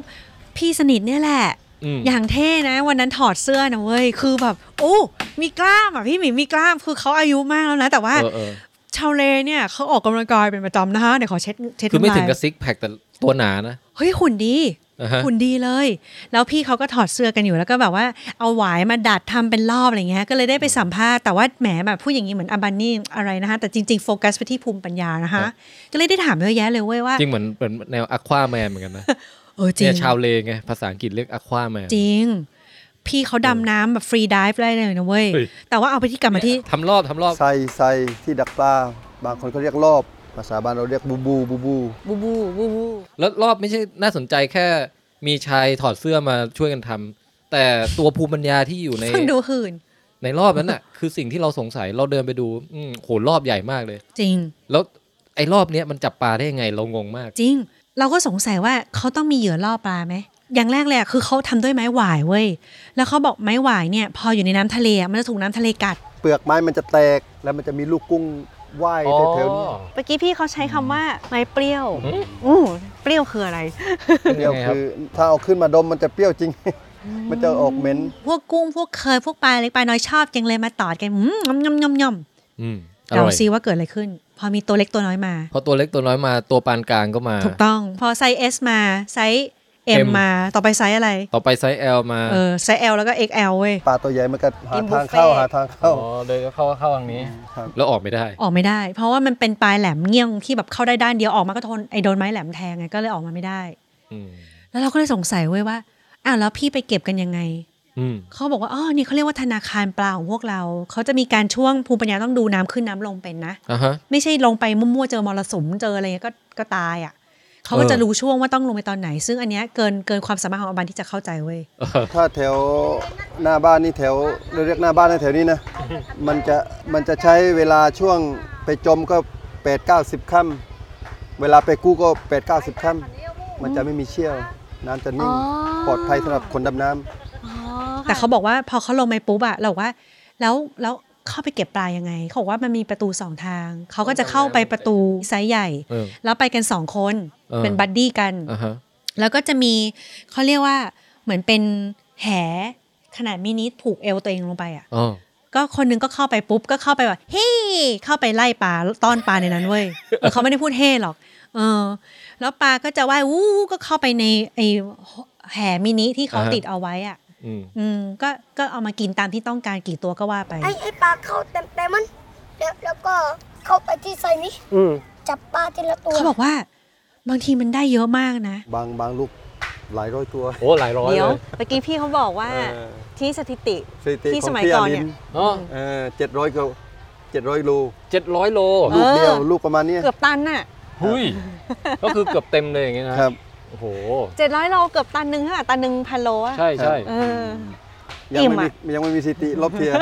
Speaker 2: พี่สนิทเนี่ยแหละ
Speaker 1: อืม
Speaker 2: อย่างเท่นะ วันนั้นถอดเสื้อนะเว้ย คือแบบโอ้มีกล้ามอ่ะพี่หมีมีกล้ามคือเขาอายุมากแล้วนะ แต่ว่า
Speaker 1: เออเออ
Speaker 2: ชาวเลเนี่ยเขาออกกำลังกายเป็นประจำนะคะเดี๋ยวขอเช็ดเช็ด
Speaker 1: คือไม่ถึง
Speaker 2: น้ำลาย
Speaker 1: กับซิกแพคแต่ตัวหนานะ
Speaker 2: เฮ้ยหุ่นดี
Speaker 1: อ่าฮะ
Speaker 2: หุ่นดีเลย แล้วพี่เขาก็ถอดเสื้อกันอยู่แล้วก็แบบว่าเอาหวายมาดัดทำเป็นรอบอะไรเงี้ยก็เลยได้ไปสัมภาษณ์แต่ว่าแหมแบบผู้อย่างนี้เหมือนอับานี่อะไรนะคะแต่จริงๆโฟกัสไปที่ภูมิปัญญานะคะก็เลยได้ถามเยอะแยะเลยเว้ยว่า
Speaker 1: จริงเหมือนเหมือนแนวอควาแมนเหมือนกันนะ
Speaker 2: เออจริง
Speaker 1: นี่ยชาวเลไงภาษาอังกฤษเรียกอควาแมน
Speaker 2: จริง พี่เขาดำน้ำแบบฟรีดิฟได้เลยนะเว้ย
Speaker 1: เฮ้ย
Speaker 2: แต่ว่าเอาไปที่กลับมาที่
Speaker 1: ทำรอบทำรอบ
Speaker 17: ไซไซที่ดักปลา บางคนเขาเรียกรอบ ภาษาบ้านเราเรียกบูบูบูบู
Speaker 18: บูบูบูบู
Speaker 1: แล้วรอบไม่ใช่น่าสนใจแค่มีชายถอดเสื้อมาช่วยกันทำแต่ตัวภูมิปัญญาที่อยู่ใน
Speaker 2: ฟัง ดูหื่น
Speaker 1: ในรอบนั้นน่ะ คือสิ่งที่เราสงสัยเราเดินไปดูอืมโหรอบใหญ่มากเลย
Speaker 2: จริง
Speaker 1: แล้วไอ้รอบเนี้ยมันจับปลาได้ยังไงเรางงมาก
Speaker 2: จริง เราก็สงสัยว่าเขาต้องมีเหยื่อล่อปลาไหม อย่างแรกเลยอะคือเขาทำด้วยไม้หวายเว้ย แล้วเขาบอกไม้หวายเนี่ย พออยู่ในน้ำทะเลอะมันจะถูกน้ำทะเลกัด
Speaker 17: เปลือกไม้มันจะแตกแล้วมันจะมีลูกกุ้งว่ายแถวๆนี้
Speaker 14: เมื่อกี้พี่เขาใช้คำว่าไม้เปรี้ยว อู้เปรี้ยวคืออะไร
Speaker 17: เปรี้ยวคือถ้าเอาขึ้นมาดมมันจะเปรี้ยวจริง มันจะออกเหม็น
Speaker 2: พวกกุ้งพวกเคยพวกปลาเล็กปลาน้อยชอบจังเลยมาตอดกันอืมยำยำยำ
Speaker 1: อืมอ
Speaker 2: เรา
Speaker 1: ร่อย
Speaker 2: ซีว่าเกิดอะไรขึ้น พอมีตัวเล็กตัวน้อยมา
Speaker 1: พอตัวเล็กตัวน้อยมาตัวปานกลางก็มา
Speaker 2: ถูกต้อง พอไซส์ S มาไซส์ M
Speaker 1: M
Speaker 2: มาต่อไปไซส์อะไร
Speaker 1: ต่อไปไซส์ L มา
Speaker 2: เออไซส์ L แล้วก็ XL เว้ย
Speaker 17: ปลาตัวใหญ่มันก็หา
Speaker 2: กินบุ
Speaker 17: ทา
Speaker 2: ฟ
Speaker 17: ง
Speaker 2: เฟ่
Speaker 17: เข้าหาทางเข้า
Speaker 19: อ๋อเลยก็เข้าเข้าทางนี้
Speaker 1: แล้วออกไม่ได้
Speaker 2: ออกไม่ได้ เพราะว่ามันเป็นปลายแหลมเงี้ยงที่แบบเข้าได้ด้านเดียวออกมาก็ทนไอ้โดนไม้แหลมแทงไงก็เลยออกมาไม่ได้
Speaker 1: อืม
Speaker 2: แล้วเราก็เลยสงสัยเว้ยว่าอ้าวแล้วพี่ไปเก็บกันยังไง
Speaker 1: อืม
Speaker 2: เขาบอกว่าอ๋อนี่เขาเรียกว่าธนาคารปลาของพวกเรา เขาจะมีการช่วงภูมิปัญญาต้องดูน้ำขึ้นน้ำลงเป็นนะ
Speaker 1: อ่าฮะ
Speaker 2: ไม่ใช่ลงไปมั่วๆเจอมรสุมเจออะไรเงี้ยก็ก็ตายอ่ะเขาก็
Speaker 17: เออ
Speaker 2: จะรู้ช่วงว่าต้องลงไปตอนไหน ซึ่งอันเนี้ยเกินเกินความสามารถของอบันที่จะเข้าใจเว้ย
Speaker 17: ถ้าแถวหน้าบ้านนี่แถวเราเรียกหน้าบ้านนะแถว นี้นะ มันจะมันจะใช้เวลาช่วงไปจมก็8 9 0ค่ำเวลาไปกู้ก็8 9 0ค่ำมันจะไม่มีเชี่ยว น้ำจะนิ่ง
Speaker 2: อ๋อ
Speaker 17: ปลอดภัยสำหรับคนดำน้
Speaker 2: แต่เขาบอกว่าพอเขาลงไปปุ๊บอะเราบอกว่า แล้วแล้วเข้าไปเก็บปลายังไงเขาบอกว่ามันมีประตูสองทาง เขาก็จะเข้าไปประตูไซส์ใหญ่
Speaker 1: เออ
Speaker 2: แล้วไปกันสองคน
Speaker 1: เออ
Speaker 2: เป็นบัดดี้กัน
Speaker 1: อ่าฮะ
Speaker 2: แล้วก็จะมีเขาเรียกว่าเหมือนเป็นแหขนาดมินิผูกเอวตัวเองลงไปอะ
Speaker 1: อ๋อ
Speaker 2: ก็คนหนึงก็เข้าไปปุ๊บก็เข้าไปแบบเฮ้เข้าไปไล่ปลาต้อนปลาในนั้นเว้ยเออเขาไม่ได้พูดเฮ้หรอก เออ แล้วปลาก็จะว่ายวู้ก็เข้าไปในไอแหมินิที่เขา
Speaker 1: อ่าฮะ
Speaker 2: ติดเอาไว้อะ
Speaker 1: อืม
Speaker 2: อืมก็ก็เอามากินตามที่ต้องการกี่ตัวก็ว่าไป
Speaker 20: ไอ้ไอ้ปลาเข้าเต็มเต็มๆมันแล้วแล้วก็เข้าไปที่ไซนี้ จับปลาทีละตัว
Speaker 2: เขาบอกว่า บางทีมันได้เยอะมากนะ
Speaker 17: ำบางบางลูกหลายร้อยตัว
Speaker 1: โอ้หลายร้อย
Speaker 14: เดี๋ยวเมื่อกี้พี่เขาบอกว่า
Speaker 17: เออ
Speaker 14: ที่สถิติ
Speaker 17: สถิติ
Speaker 14: ที่
Speaker 17: ข
Speaker 14: ส
Speaker 17: อง
Speaker 14: มัย
Speaker 17: พี่
Speaker 14: ก่
Speaker 17: อา
Speaker 14: อน
Speaker 17: ลิ
Speaker 14: เนี่
Speaker 17: น
Speaker 14: ย
Speaker 17: เออเจ็ดร้อยกิโลเจ็ดร้อยโล
Speaker 19: เจ็ดร้อยโล
Speaker 17: ลูกเดียว
Speaker 14: เออ
Speaker 17: ลูกประมาณเนี้ย
Speaker 14: เกือบตันน่ะ
Speaker 19: หุ้ยก็คือเกือบเต็มเลยอย่างเงี้ยนะครับ โอ้โห
Speaker 14: เจ็ดร้อยโลเกือบตันหนึ่งค่ะตันหนึ่งพันโลอะ
Speaker 19: ใช่ใช่
Speaker 14: เออ
Speaker 17: ยั
Speaker 14: อิ่
Speaker 17: ไม่
Speaker 14: ม
Speaker 17: มี
Speaker 14: อะ
Speaker 17: ยังไม่มีสถิ ติลบเทีย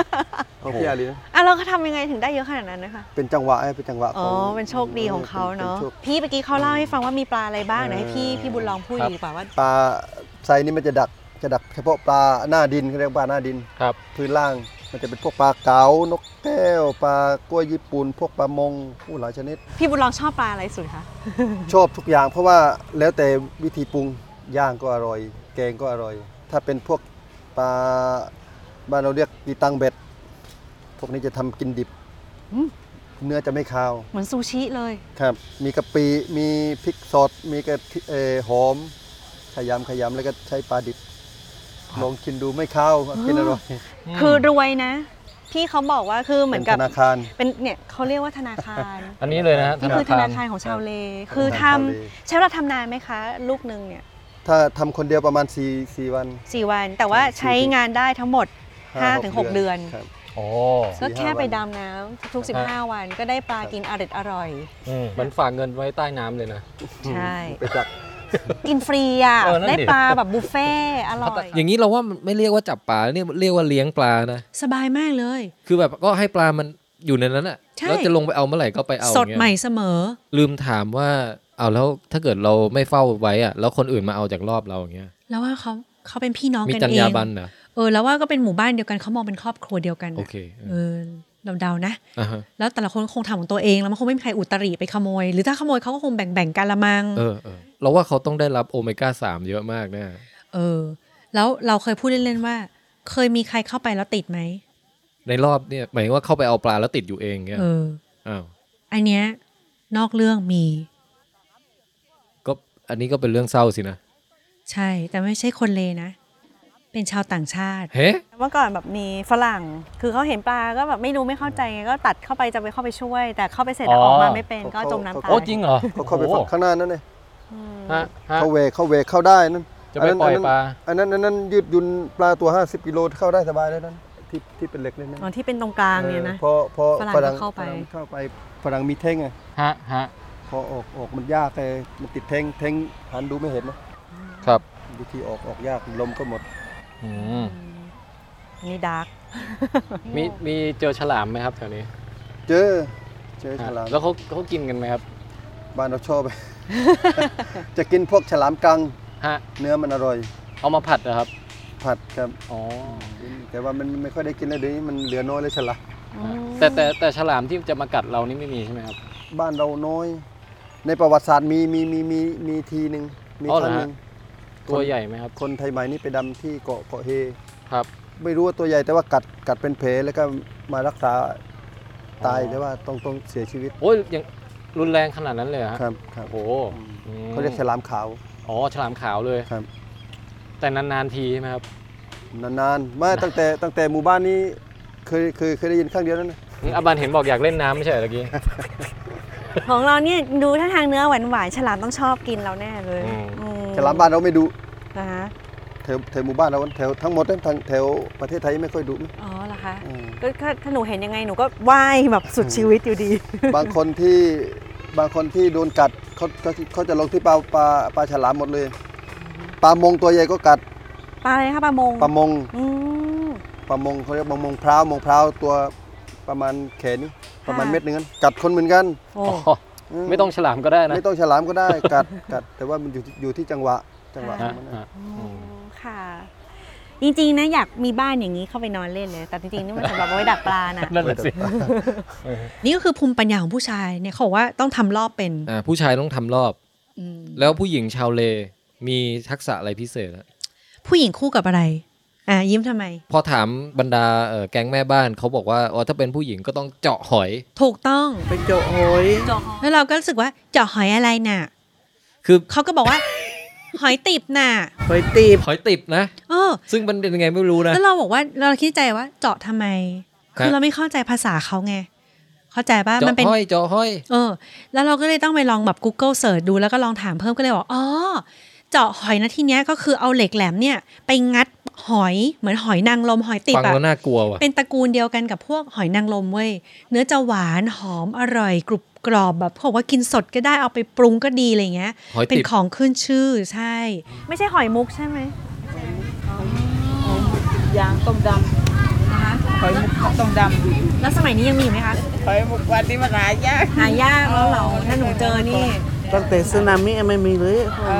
Speaker 17: ของพี่อาลิน
Speaker 14: อ่ะเราก็ทำยังไงถึงได้เยอะขนาดนั้นนะคะ
Speaker 17: เป็นจังหวะให้เป็นจังหวะ
Speaker 14: อ๋
Speaker 17: ข
Speaker 14: อ
Speaker 17: อง
Speaker 14: เป็นโชคดีของเขาเนาะ
Speaker 17: เป็นโชค
Speaker 14: พี่เมื่อกี้เขาเล่าให้ฟังว่ามีปลาอะไรบ้างนะให้พี่พี่บุญลองพูดดีกว่าว่า
Speaker 17: ปลาไซนี่มันจะดักจะดักเฉพาะปลาหน้าดินเขาเรียกปลาหน้าดิน
Speaker 19: ครับ
Speaker 17: พื้นล่างมันจะเป็นพวกปลาเก๋านกแก้วปลากล้วยญี่ปุ่น พวกปลามงอู้หลายช นิด
Speaker 14: พี่บุญลองชอบปลาอะไรสุดคะ
Speaker 17: ชอบทุกอย่างเพราะว่าแล้วแต่วิธีปรุงย่างก็อร่อย แกงก็อร่อย ถ้าเป็นพวกปลาบ้านเราเรียกกีตังเบ็ด พวกนี้จะทำกินดิบ
Speaker 14: อืม
Speaker 17: เนื้อจะไม่คาว
Speaker 14: เหมือนซูชิเลย
Speaker 17: ครับ มีกะปิ มีพริกสด มีกระเทียเอ่อหอม ขยำขยำแล้วก็ใช้ปลาดิบ ลองกินดูไม่คาวกินอร่อย
Speaker 14: คือรวยนะ พี่เขาบอกว่าคือเหมือนกับ
Speaker 17: ป็ธนาคาร
Speaker 14: เป็นเนี่ยเขาเรียกว่าธนาคาร
Speaker 19: อันนี้เลยนะฮะ
Speaker 14: นี่คือธนาคารของชาวเลคือทำใช้เวลาทำนานไหมคะ ลูกหนึ่งเนี่ย
Speaker 17: ถ้าทำคนเดียวประมาณ4 4วัน
Speaker 14: สี่วัน แต่ว่าใช้งานได้ทั้งหมด
Speaker 17: ห้า
Speaker 14: 5ถึง
Speaker 17: หก
Speaker 14: 6
Speaker 17: เดื
Speaker 14: เดือ
Speaker 17: อน น
Speaker 19: โอ้
Speaker 14: ก็แค่ไปดำน้ำทุก 15 วันก็ได้ปลากินอร่อยอร่อย
Speaker 19: เหมือนฝากเงินไว้ใต้น้ำเลยนะ
Speaker 14: ใช่
Speaker 17: ไปจับ
Speaker 14: กินฟรีอ่ะ
Speaker 19: เออนั่นดิ
Speaker 14: ได้ปลาแบบบุฟเฟ่ต์อร่อย
Speaker 1: อย่างนี้เราว่ามันไม่เรียกว่าจับปลาเรียกเรียกว่าเลี้ยงปลานะ
Speaker 2: สบายมากเลย
Speaker 1: คือแบบก็ให้ปลามันอยู่ในนั้นอ่ะ
Speaker 2: ใช่
Speaker 1: แล้วจะลงไปเอาเมื่อไหร่ก็ไปเอา
Speaker 2: สด
Speaker 1: อย่างเงี้ย
Speaker 2: ใหม่เสมอ
Speaker 1: ลืมถามว่าเอาแล้วถ้าเกิดเราไม่เฝ้าไว้อะแล้วคนอื่นมาเอาจากรอบเราอย่างเงี้ย
Speaker 2: แล้วว่าเขาเขาเป็นพี่น้อง
Speaker 1: มี
Speaker 2: กัน
Speaker 1: จร
Speaker 2: เอย
Speaker 1: ราง บรรณเหรอ
Speaker 2: เออ แล้วว่าก็เป็นหมู่บ้านเดียวกันเขามองเป็นครอบครัวเดียวกัน
Speaker 1: โอเค
Speaker 2: เออ
Speaker 3: เราเดานะ
Speaker 1: อ่าฮะ
Speaker 3: แล้วแต่ละคนคงทำของตัวเองแล้วมันคงไม่มีใครอุตริไปขโมย หรือถ้าขโมยเขาก็คงแบ่งๆกันละมัง
Speaker 1: เออเออเราว่าเขาต้องได้รับโอเมก้าสามเยอะมากแน่
Speaker 3: เออ แล้วเราเคยพูดเล่นๆว่า เคยมีใครเข้าไปแล้วติดไหม
Speaker 1: ในรอบเนี่ยหมายถึงว่าเข้าไปเอาปลาแล้วติดอยู่เองเงี้ย
Speaker 3: เออ
Speaker 1: อ้าว
Speaker 3: อันเนี้ยนอกเรื่องมี
Speaker 1: ก็อันนี้ก็เป็นเรื่องเศร้าสินะ
Speaker 3: ใช่ แต่ไม่ใช่คนเลนะ เป็นชาวต่างชาติ
Speaker 1: เฮ้
Speaker 2: เมื่อก่อนแบบมีฝรั่ง คือเขาเห็นปลาก็แบบไม่รู้ไม่เข้าใจไงก็ตัดเข้าไปจะไปเข้าไปช่วย แต่เข้าไปเสร็จแล้วออกมาไม่เป็นก็จมน้ำตาย
Speaker 17: โอ้จริงเหรอ เขาเข้าไปฝั่งข้างหน้านั่นเองเขาเวเขาเวเข้าได้นั่น
Speaker 8: จะไปปล่อยปลา
Speaker 17: อันนั้นอันนั้นยืดหยุนปลาตัว 50กิโลเข้าได้สบายเลยนั่นที่ที่เป็นเหล็กเลยนั่น
Speaker 2: อ๋อที่เป็นตรงกลางเนี่ยนะ
Speaker 17: ออพอพอ
Speaker 2: ฝ
Speaker 17: ฝ
Speaker 2: รั่
Speaker 17: รั่
Speaker 2: ง
Speaker 17: ง
Speaker 2: ก็เข้าไป
Speaker 17: ฝรั่งเข้าไปฝรั่งมีเท่งไง
Speaker 8: ฮะฮะ
Speaker 17: พอออกออกมันยากเลยมันติดเท่งเท่งหันดูไม่เห็นนะครับ วิธีออกออกยากลมก็หมด
Speaker 2: นี่ดาร์ก
Speaker 8: มีมีเจอฉลามไหมครับแถวนี้
Speaker 17: เจอเจอฉลาม
Speaker 8: แล้วเขาเขากินกันไหมครับ
Speaker 17: บ้านเราชอบ จะกินพวกฉลามกัง
Speaker 8: ฮะ
Speaker 17: เนื้อมันอร่อย
Speaker 8: เอามาผัดนะครับ
Speaker 17: ผัดครับ
Speaker 8: อ๋อ
Speaker 17: แต่ว่ามันไม่ค่อยได้กินแล้วเดี๋ยวนี้มันเหลือน้อยเลยฉลาม
Speaker 8: แต่แต่แต่ฉลามที่จะมากัดเรานี่ไม่มีใช่ไหมครับ
Speaker 17: บ้านเราน้อย ในประวัติศาสตร์มีมีมีมีมีทีหนึ่งมี
Speaker 8: อ๋อ
Speaker 17: ค
Speaker 8: เหรอ
Speaker 17: รั้ง
Speaker 8: ฮะ
Speaker 17: หนึ่ง
Speaker 8: ตัวใหญ่ไหมครับ
Speaker 17: คนไทยใหม่นี่ไปดำที่เกาะเกาะเฮ
Speaker 8: ครับ
Speaker 17: ไม่รู้ว่าตัวใหญ่แต่ว่ากัดกัดเป็นแผลแล้วก็มารักษาตายแต่ว่าต้องต้องเสียชีวิต
Speaker 8: โอ้ยยังรุนแรงขนาดนั้นเลยเหรอฮะ
Speaker 17: ครับครับ
Speaker 8: โอ้โหอืม
Speaker 17: เขาเรียกฉลามขาว
Speaker 8: อ๋อฉลามขาวเลย
Speaker 17: ครับ
Speaker 8: แต่นานๆทีใช่ไหมครับ
Speaker 17: นานๆไม่ตั้งแต่ตั้งแต่หมู่บ้านนี้เคยเคยเคยได้ยินครั้งเดียวนั่นนะ
Speaker 8: อืมอาบันเห็นบอกอยากเล่นน้ำไม่ใช่เหรอตะกี้
Speaker 2: ของเราเนี่ยดูท่าทางเนื้อหวานหวานๆฉลามต้องชอบกินเราแน่เลย
Speaker 8: อืม
Speaker 2: อื
Speaker 17: ฉลามบ้านเราไม่ดุ
Speaker 2: นะฮะ
Speaker 17: แถวแถวหมู่บ้านเราแถวทั้งหมดนะทางแถวประเทศไทยไม่ค่อยดุนะ
Speaker 2: อ๋อเหรอคะ
Speaker 17: อืม
Speaker 2: ก็ถ้าถ้าหนูเห็นยังไงหนูก็ว่ายแบบสุดชีวิตอยู่ดี
Speaker 17: บางคนที่บางคนที่โดนกัดเขาเขาเขาจะลงที่ปลาปลาปลาฉลามหมดเลยปลามงตัวใหญ่ก็กัด
Speaker 2: ปลาอะไรคะปลามง
Speaker 17: ปลามง
Speaker 2: อืม
Speaker 17: ปลามงเขาเรียกปลามงพร้าวมงพร้าวตัวประมาณแขนนี่ประมาณ
Speaker 2: ค่ะ
Speaker 17: เม็ดหนึงนั้นกัดคนเหมือนกัน
Speaker 2: โอ้
Speaker 8: อ๋อไม่ต้องฉลามก็ได้นะ
Speaker 17: ไม่ต้องฉลามก็ได้ กัดกัด แต่ว่ามันอยู่ที่อยู่ที่จังหวะจังหวะข
Speaker 8: ฮะ
Speaker 17: องมันนะ
Speaker 8: ฮะ
Speaker 2: ค่ะ จริงๆนะอยากมีบ้านอย่างนี้เข้าไปนอนเล่นเลย แต่จริงๆนี่มันสำหรับเอาไว้ดักปลานะ
Speaker 8: นั่นแหละสิ
Speaker 3: นี่ก็คือภูมิปัญญาของผู้ชายเนี่ยเขาบอกว่าต้องทำรอบเป็น
Speaker 1: อ่าผู้ชายต้องทำรอบ
Speaker 3: อืม
Speaker 1: แล้วผู้หญิงชาวเลมีทักษะอะไรพิเศษอะ
Speaker 3: ผู้หญิงคู่กับอะไร อ่ะยิ้มทำไม
Speaker 1: พอถามบรรดาเอ่อแก๊งแม่บ้านเขาบอกว่าอ๋อถ้าเป็นผู้หญิงก็ต้องเจาะหอย
Speaker 3: ถูกต้อง
Speaker 14: ไปเจาะหอย
Speaker 3: แล้วเราก็รู้สึกว่าเจาะหอยอะไรน่ะ
Speaker 1: คือ
Speaker 3: เขาก็บอกว่า หอยติบน่ะ
Speaker 14: หอยตีบ
Speaker 1: หอยติบนะ
Speaker 3: เออ
Speaker 1: ซึ่งมันเป็นยังไงไม่รู้นะ
Speaker 3: แล้วเราบอกว่าเราคิดใจว่าเจาะทำไม
Speaker 1: ครับ
Speaker 3: คือเราไม่เข้าใจภาษาเขาไง เข้าใจป่ะมัน
Speaker 1: เจาะ
Speaker 3: เป็น
Speaker 1: ห้อยเจาะห้อย
Speaker 3: เออ แล้วเราก็เลยต้องไปลองแบบ Google Search ดูแล้วก็ลองถามเพิ่มก็เลยบอกอ๋อ เจาะหอยนะที่เนี้ยก็คือเอาเหล็กแหลมเนี่ย ไปงัดหอยเหมือนหอยนางรมหอยติบ
Speaker 1: ฟัง
Speaker 3: อะ
Speaker 1: แล้วน่ากลัวว่ะ
Speaker 3: เป็นตระกูลเดียวกันกับพวกหอยนางรมเว้ย เนื้อจะหวานหอมอร่อยกรุบกรอบแบบเขาบอกว่ากินสดก็ได้เอาไปปรุงก็ดีอะไรเงี้ย
Speaker 1: หอยติบ
Speaker 3: เป็นของขึ้นชื่อใช่
Speaker 2: ไม่ใช่หอยมุกใช่ไหม
Speaker 14: ยางต้มดำหอยมุกต้มด
Speaker 2: แล้วสมัยนี้ยังมีอยู่ไหมคะ
Speaker 14: ำหอยมุกวันนี้มันหายาก
Speaker 2: หายากแล้วเหรอถ้าหนูเจอนี่
Speaker 14: ตั้งแต่สึนามิไม่มีเลยหอย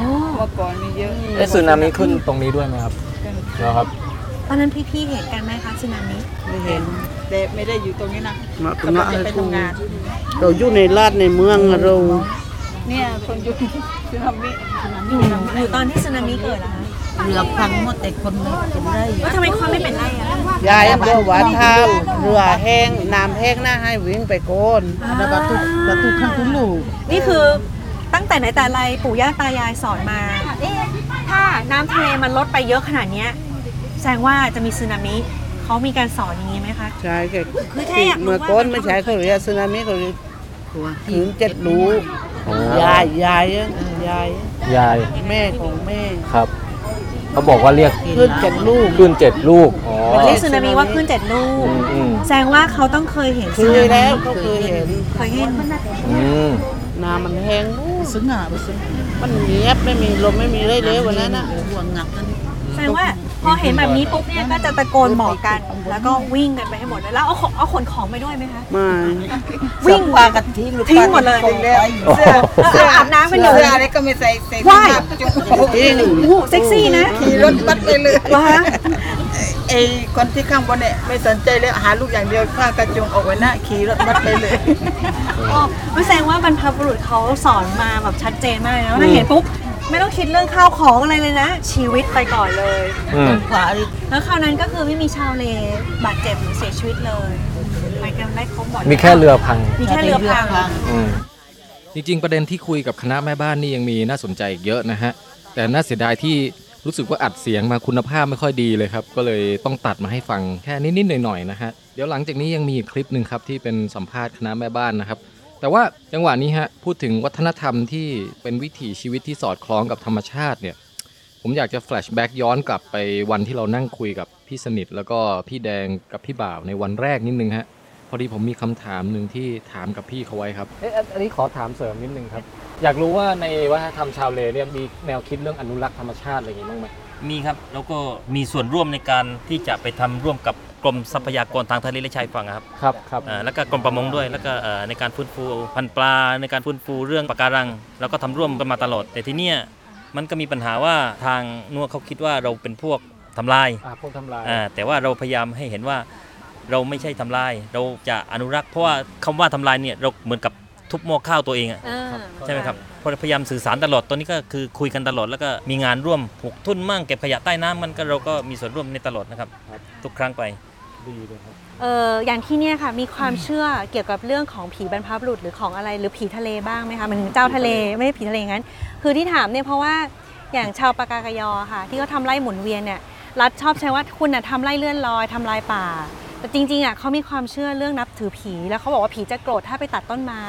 Speaker 14: มุก
Speaker 4: เมื่อก่อนมีเยอะ
Speaker 8: เอ๊ะสึนามิขึ้นตรงนี้ด้วยไหมครับแล้วครับ
Speaker 2: ตอนนั้นพี่ๆเห็นกันไหมคะสึนามิ
Speaker 14: ไม่เห็น
Speaker 4: แต่ไม่ได้อยู่ตรงนี้นะ
Speaker 14: มาตรง
Speaker 4: กำลั
Speaker 14: นั้
Speaker 4: ง
Speaker 14: น
Speaker 4: จะไปทำงาน
Speaker 14: เราอยู่ในลาดในเมืองอะเรา
Speaker 4: เนี่ยคนอยู่คือทำมิ
Speaker 2: อยู่อยู่ตอนที่สึนามิเกิดเหรอคะ
Speaker 21: เรือพังหมดแต่คนเป็นไร
Speaker 2: แล้วทำไมความไม่เป็นไรอะ
Speaker 14: ยายบอกว่าถ้าเรือแห้งน้ำแห้งน่าให้วิ่งไปโกนแล้วก็ทุกแล้วทุกข้างทุกลูก
Speaker 2: นี่คือตั้งแต่ไหนแต่ไรปู่ย่าตายายสอนมาเอ๊ะถ้าน้ำทะเลมันลดไปเยอะขนาดเนี้ยแสดงว่าจะมีสึนามิเขามีการสอนอย่างนี้ไหมคะ
Speaker 14: ใช่แก่
Speaker 2: คือถ้าอยากรู้ว่า
Speaker 14: เมื่อก่อนไม่ใช่เขาเรียกสึนามิเขาเรียกถึงเจ็ดรู
Speaker 8: โอ้
Speaker 14: ยายยายเอ้ยยาย
Speaker 8: ยาย
Speaker 14: แม่ของแม่
Speaker 8: ครับ เขาบอกว่าเรียก
Speaker 14: ขึ้นเจ็ดลูก
Speaker 8: ขึ้นเจ็ดลูกอ๋อ
Speaker 2: เรียกสึนามิว่าขึ้นเจ็ดลูก
Speaker 8: อืมอืม
Speaker 2: แสดงว่าเขาต้องเคยเห็น
Speaker 14: เคยแล้วก็เคยเห็น
Speaker 2: เคยเห็น
Speaker 8: อืม
Speaker 14: น้ำมันแห้งซึ้งอ่ะมันเงียบไม่มีลมไม่มีเลยเลยวันนั้นอ่ะห่วงหนักกัน
Speaker 2: แสดงว่าพอเห็นแบบนี้ปุ๊บเนี่ยก็จะตะโกนบอกกัน แล้วก็วิ่งกันไปให้หมดเลยแล้วเอาของเอาขนของไปด้วยไหมคะ
Speaker 14: ไม่
Speaker 2: วิ่ง
Speaker 21: ปลากันทิ้ง
Speaker 2: ทิ้งหมดเลย
Speaker 21: ทิ้งแล้ว
Speaker 2: เสื้อเสื้ออาบน้ำกันอยู่
Speaker 21: เสื้ออะไรก็ไม่ใส่ใส่
Speaker 2: ว่าย
Speaker 21: ถุงดำจุก
Speaker 14: จริง
Speaker 2: โอ้โหเซ็กซี่นะ
Speaker 21: ขี่รถบัสไปเลย
Speaker 2: เหรอคะ
Speaker 21: ไอ้คนที่ข้างบนเนี่ยไม่สนใจเลยหาลูกอย่างเดียวผ้ากระจุงออกไว้หน้าขี่รถบัสไปเลย
Speaker 2: อ๋อมันแสดงว่าบรรพบุรุษเขาสอนมาแบบชัดเจนมากเลยนะว่าถ้าเห็นปุ๊บไม่ต้องคิดเรื่องข้าวของอะไรเลยนะ ชีวิตไปก่อนเลย
Speaker 21: อืม
Speaker 2: แล้วคราวนั้นก็คือไม่มีชาวเลบาดเจ็บหรือเสียชีวิตเลยไปกันได้ครบหมด
Speaker 8: มีแค่เรือพัง
Speaker 2: มีแค่เรือพัง
Speaker 1: จริงๆ ประเด็นที่คุยกับคณะแม่บ้านนี่ยังมีน่าสนใจอีกเยอะนะฮะ แต่น่าเสียดายที่รู้สึกว่าอัดเสียงมาคุณภาพไม่ค่อยดีเลยครับ ก็เลยต้องตัดมาให้ฟังแค่นิดๆหน่อยๆนะฮะ เดี๋ยวหลังจากนี้ยังมีอีกคลิปหนึ่งครับที่เป็นสัมภาษณ์คณะแม่บ้านนะครับ แต่ว่าจังหวะนี้ฮะพูดถึงวัฒนธรรมที่เป็นวิถีชีวิตที่สอดคล้องกับธรรมชาติเนี่ย ผมอยากจะแฟลชแบ็กย้อนกลับไปวันที่เรานั่งคุยกับพี่สนิท แล้วก็พี่แดงกับพี่บ่าวในวันแรกนิดนึงฮะพอดีผมมีคำถามหนึ่งที่ถามกับพี่เขาไว้ครับ
Speaker 8: เอ๊ะอันอันนี้ขอถามเสริมนิดนึงครับ อยากรู้ว่าในวัฒนธรรมชาวเลเนี่ยมีแนวคิดเรื่องอนุรักษ์ธรรมชาติอะไรอย่างงี้บ้างไหม
Speaker 10: มีครับ แล้วก็มีส่วนร่วมในการที่จะไปทำร่วมกับกรมทรัพยากรทางทะเลและชายฝั่งอะครับ
Speaker 8: ครับครับ
Speaker 10: อ่าแล้วก็กรมประมงด้วย แล้วก็เอ่อในการฟื้นฟูพันธุ์ปลา ในการฟื้นฟูเรื่องปะการัง แล้วก็ทำร่วมกันมาตลอด แต่ที่เนี่ยมันก็มีปัญหาว่าทางนัวเขาคิดว่าเราเป็นพวกทำลาย
Speaker 8: อ่าพวกทำลาย
Speaker 10: อ่าแต่ว่าเราพยายามให้เห็นว่าเราไม่ใช่ทำลาย เราจะอนุรักษ์ เพราะว่าคำว่าทำลายเนี่ยเราเหมือนกับทุบหม้อข้าวตัวเองอะ
Speaker 2: เออ
Speaker 10: ใช่ไหมครับพอพยายามสื่อสารตลอด ตอนนี้ก็คือคุยกันตลอด แล้วก็มีงานร่วมหกทุ่นมั่งเก็บขยะใต้น้ำมันก็เราก็มีส่วนร่วมในตลอดนะครับ ทุกครั้งไป
Speaker 8: ดีเลยครับ
Speaker 2: เอออย่างที่เนี่ยค่ะมีความเชื่อเกี่ยวกับเรื่องของผีบรรพบุรุษหรือของอะไรหรือผีทะเลบ้างไหมคะหมันถึงเจ้าทะเลไม่ใช่ผีทะเลงั้น คือที่ถามเนี่ยเพราะว่าอย่างชาวปากากยอค่ะ ที่เขาทำไร่หมุนเวียนเนี่ยรัฐชอบใช้ว่าคุณน่ะทำไร่เลื่อนลอยทำลายป่า แต่จริงๆอ่ะเขามีความเชื่อเรื่องนับถือผี แล้วเขาบอกว่าผีจะโกรธถ้าไปตัดต้นไม้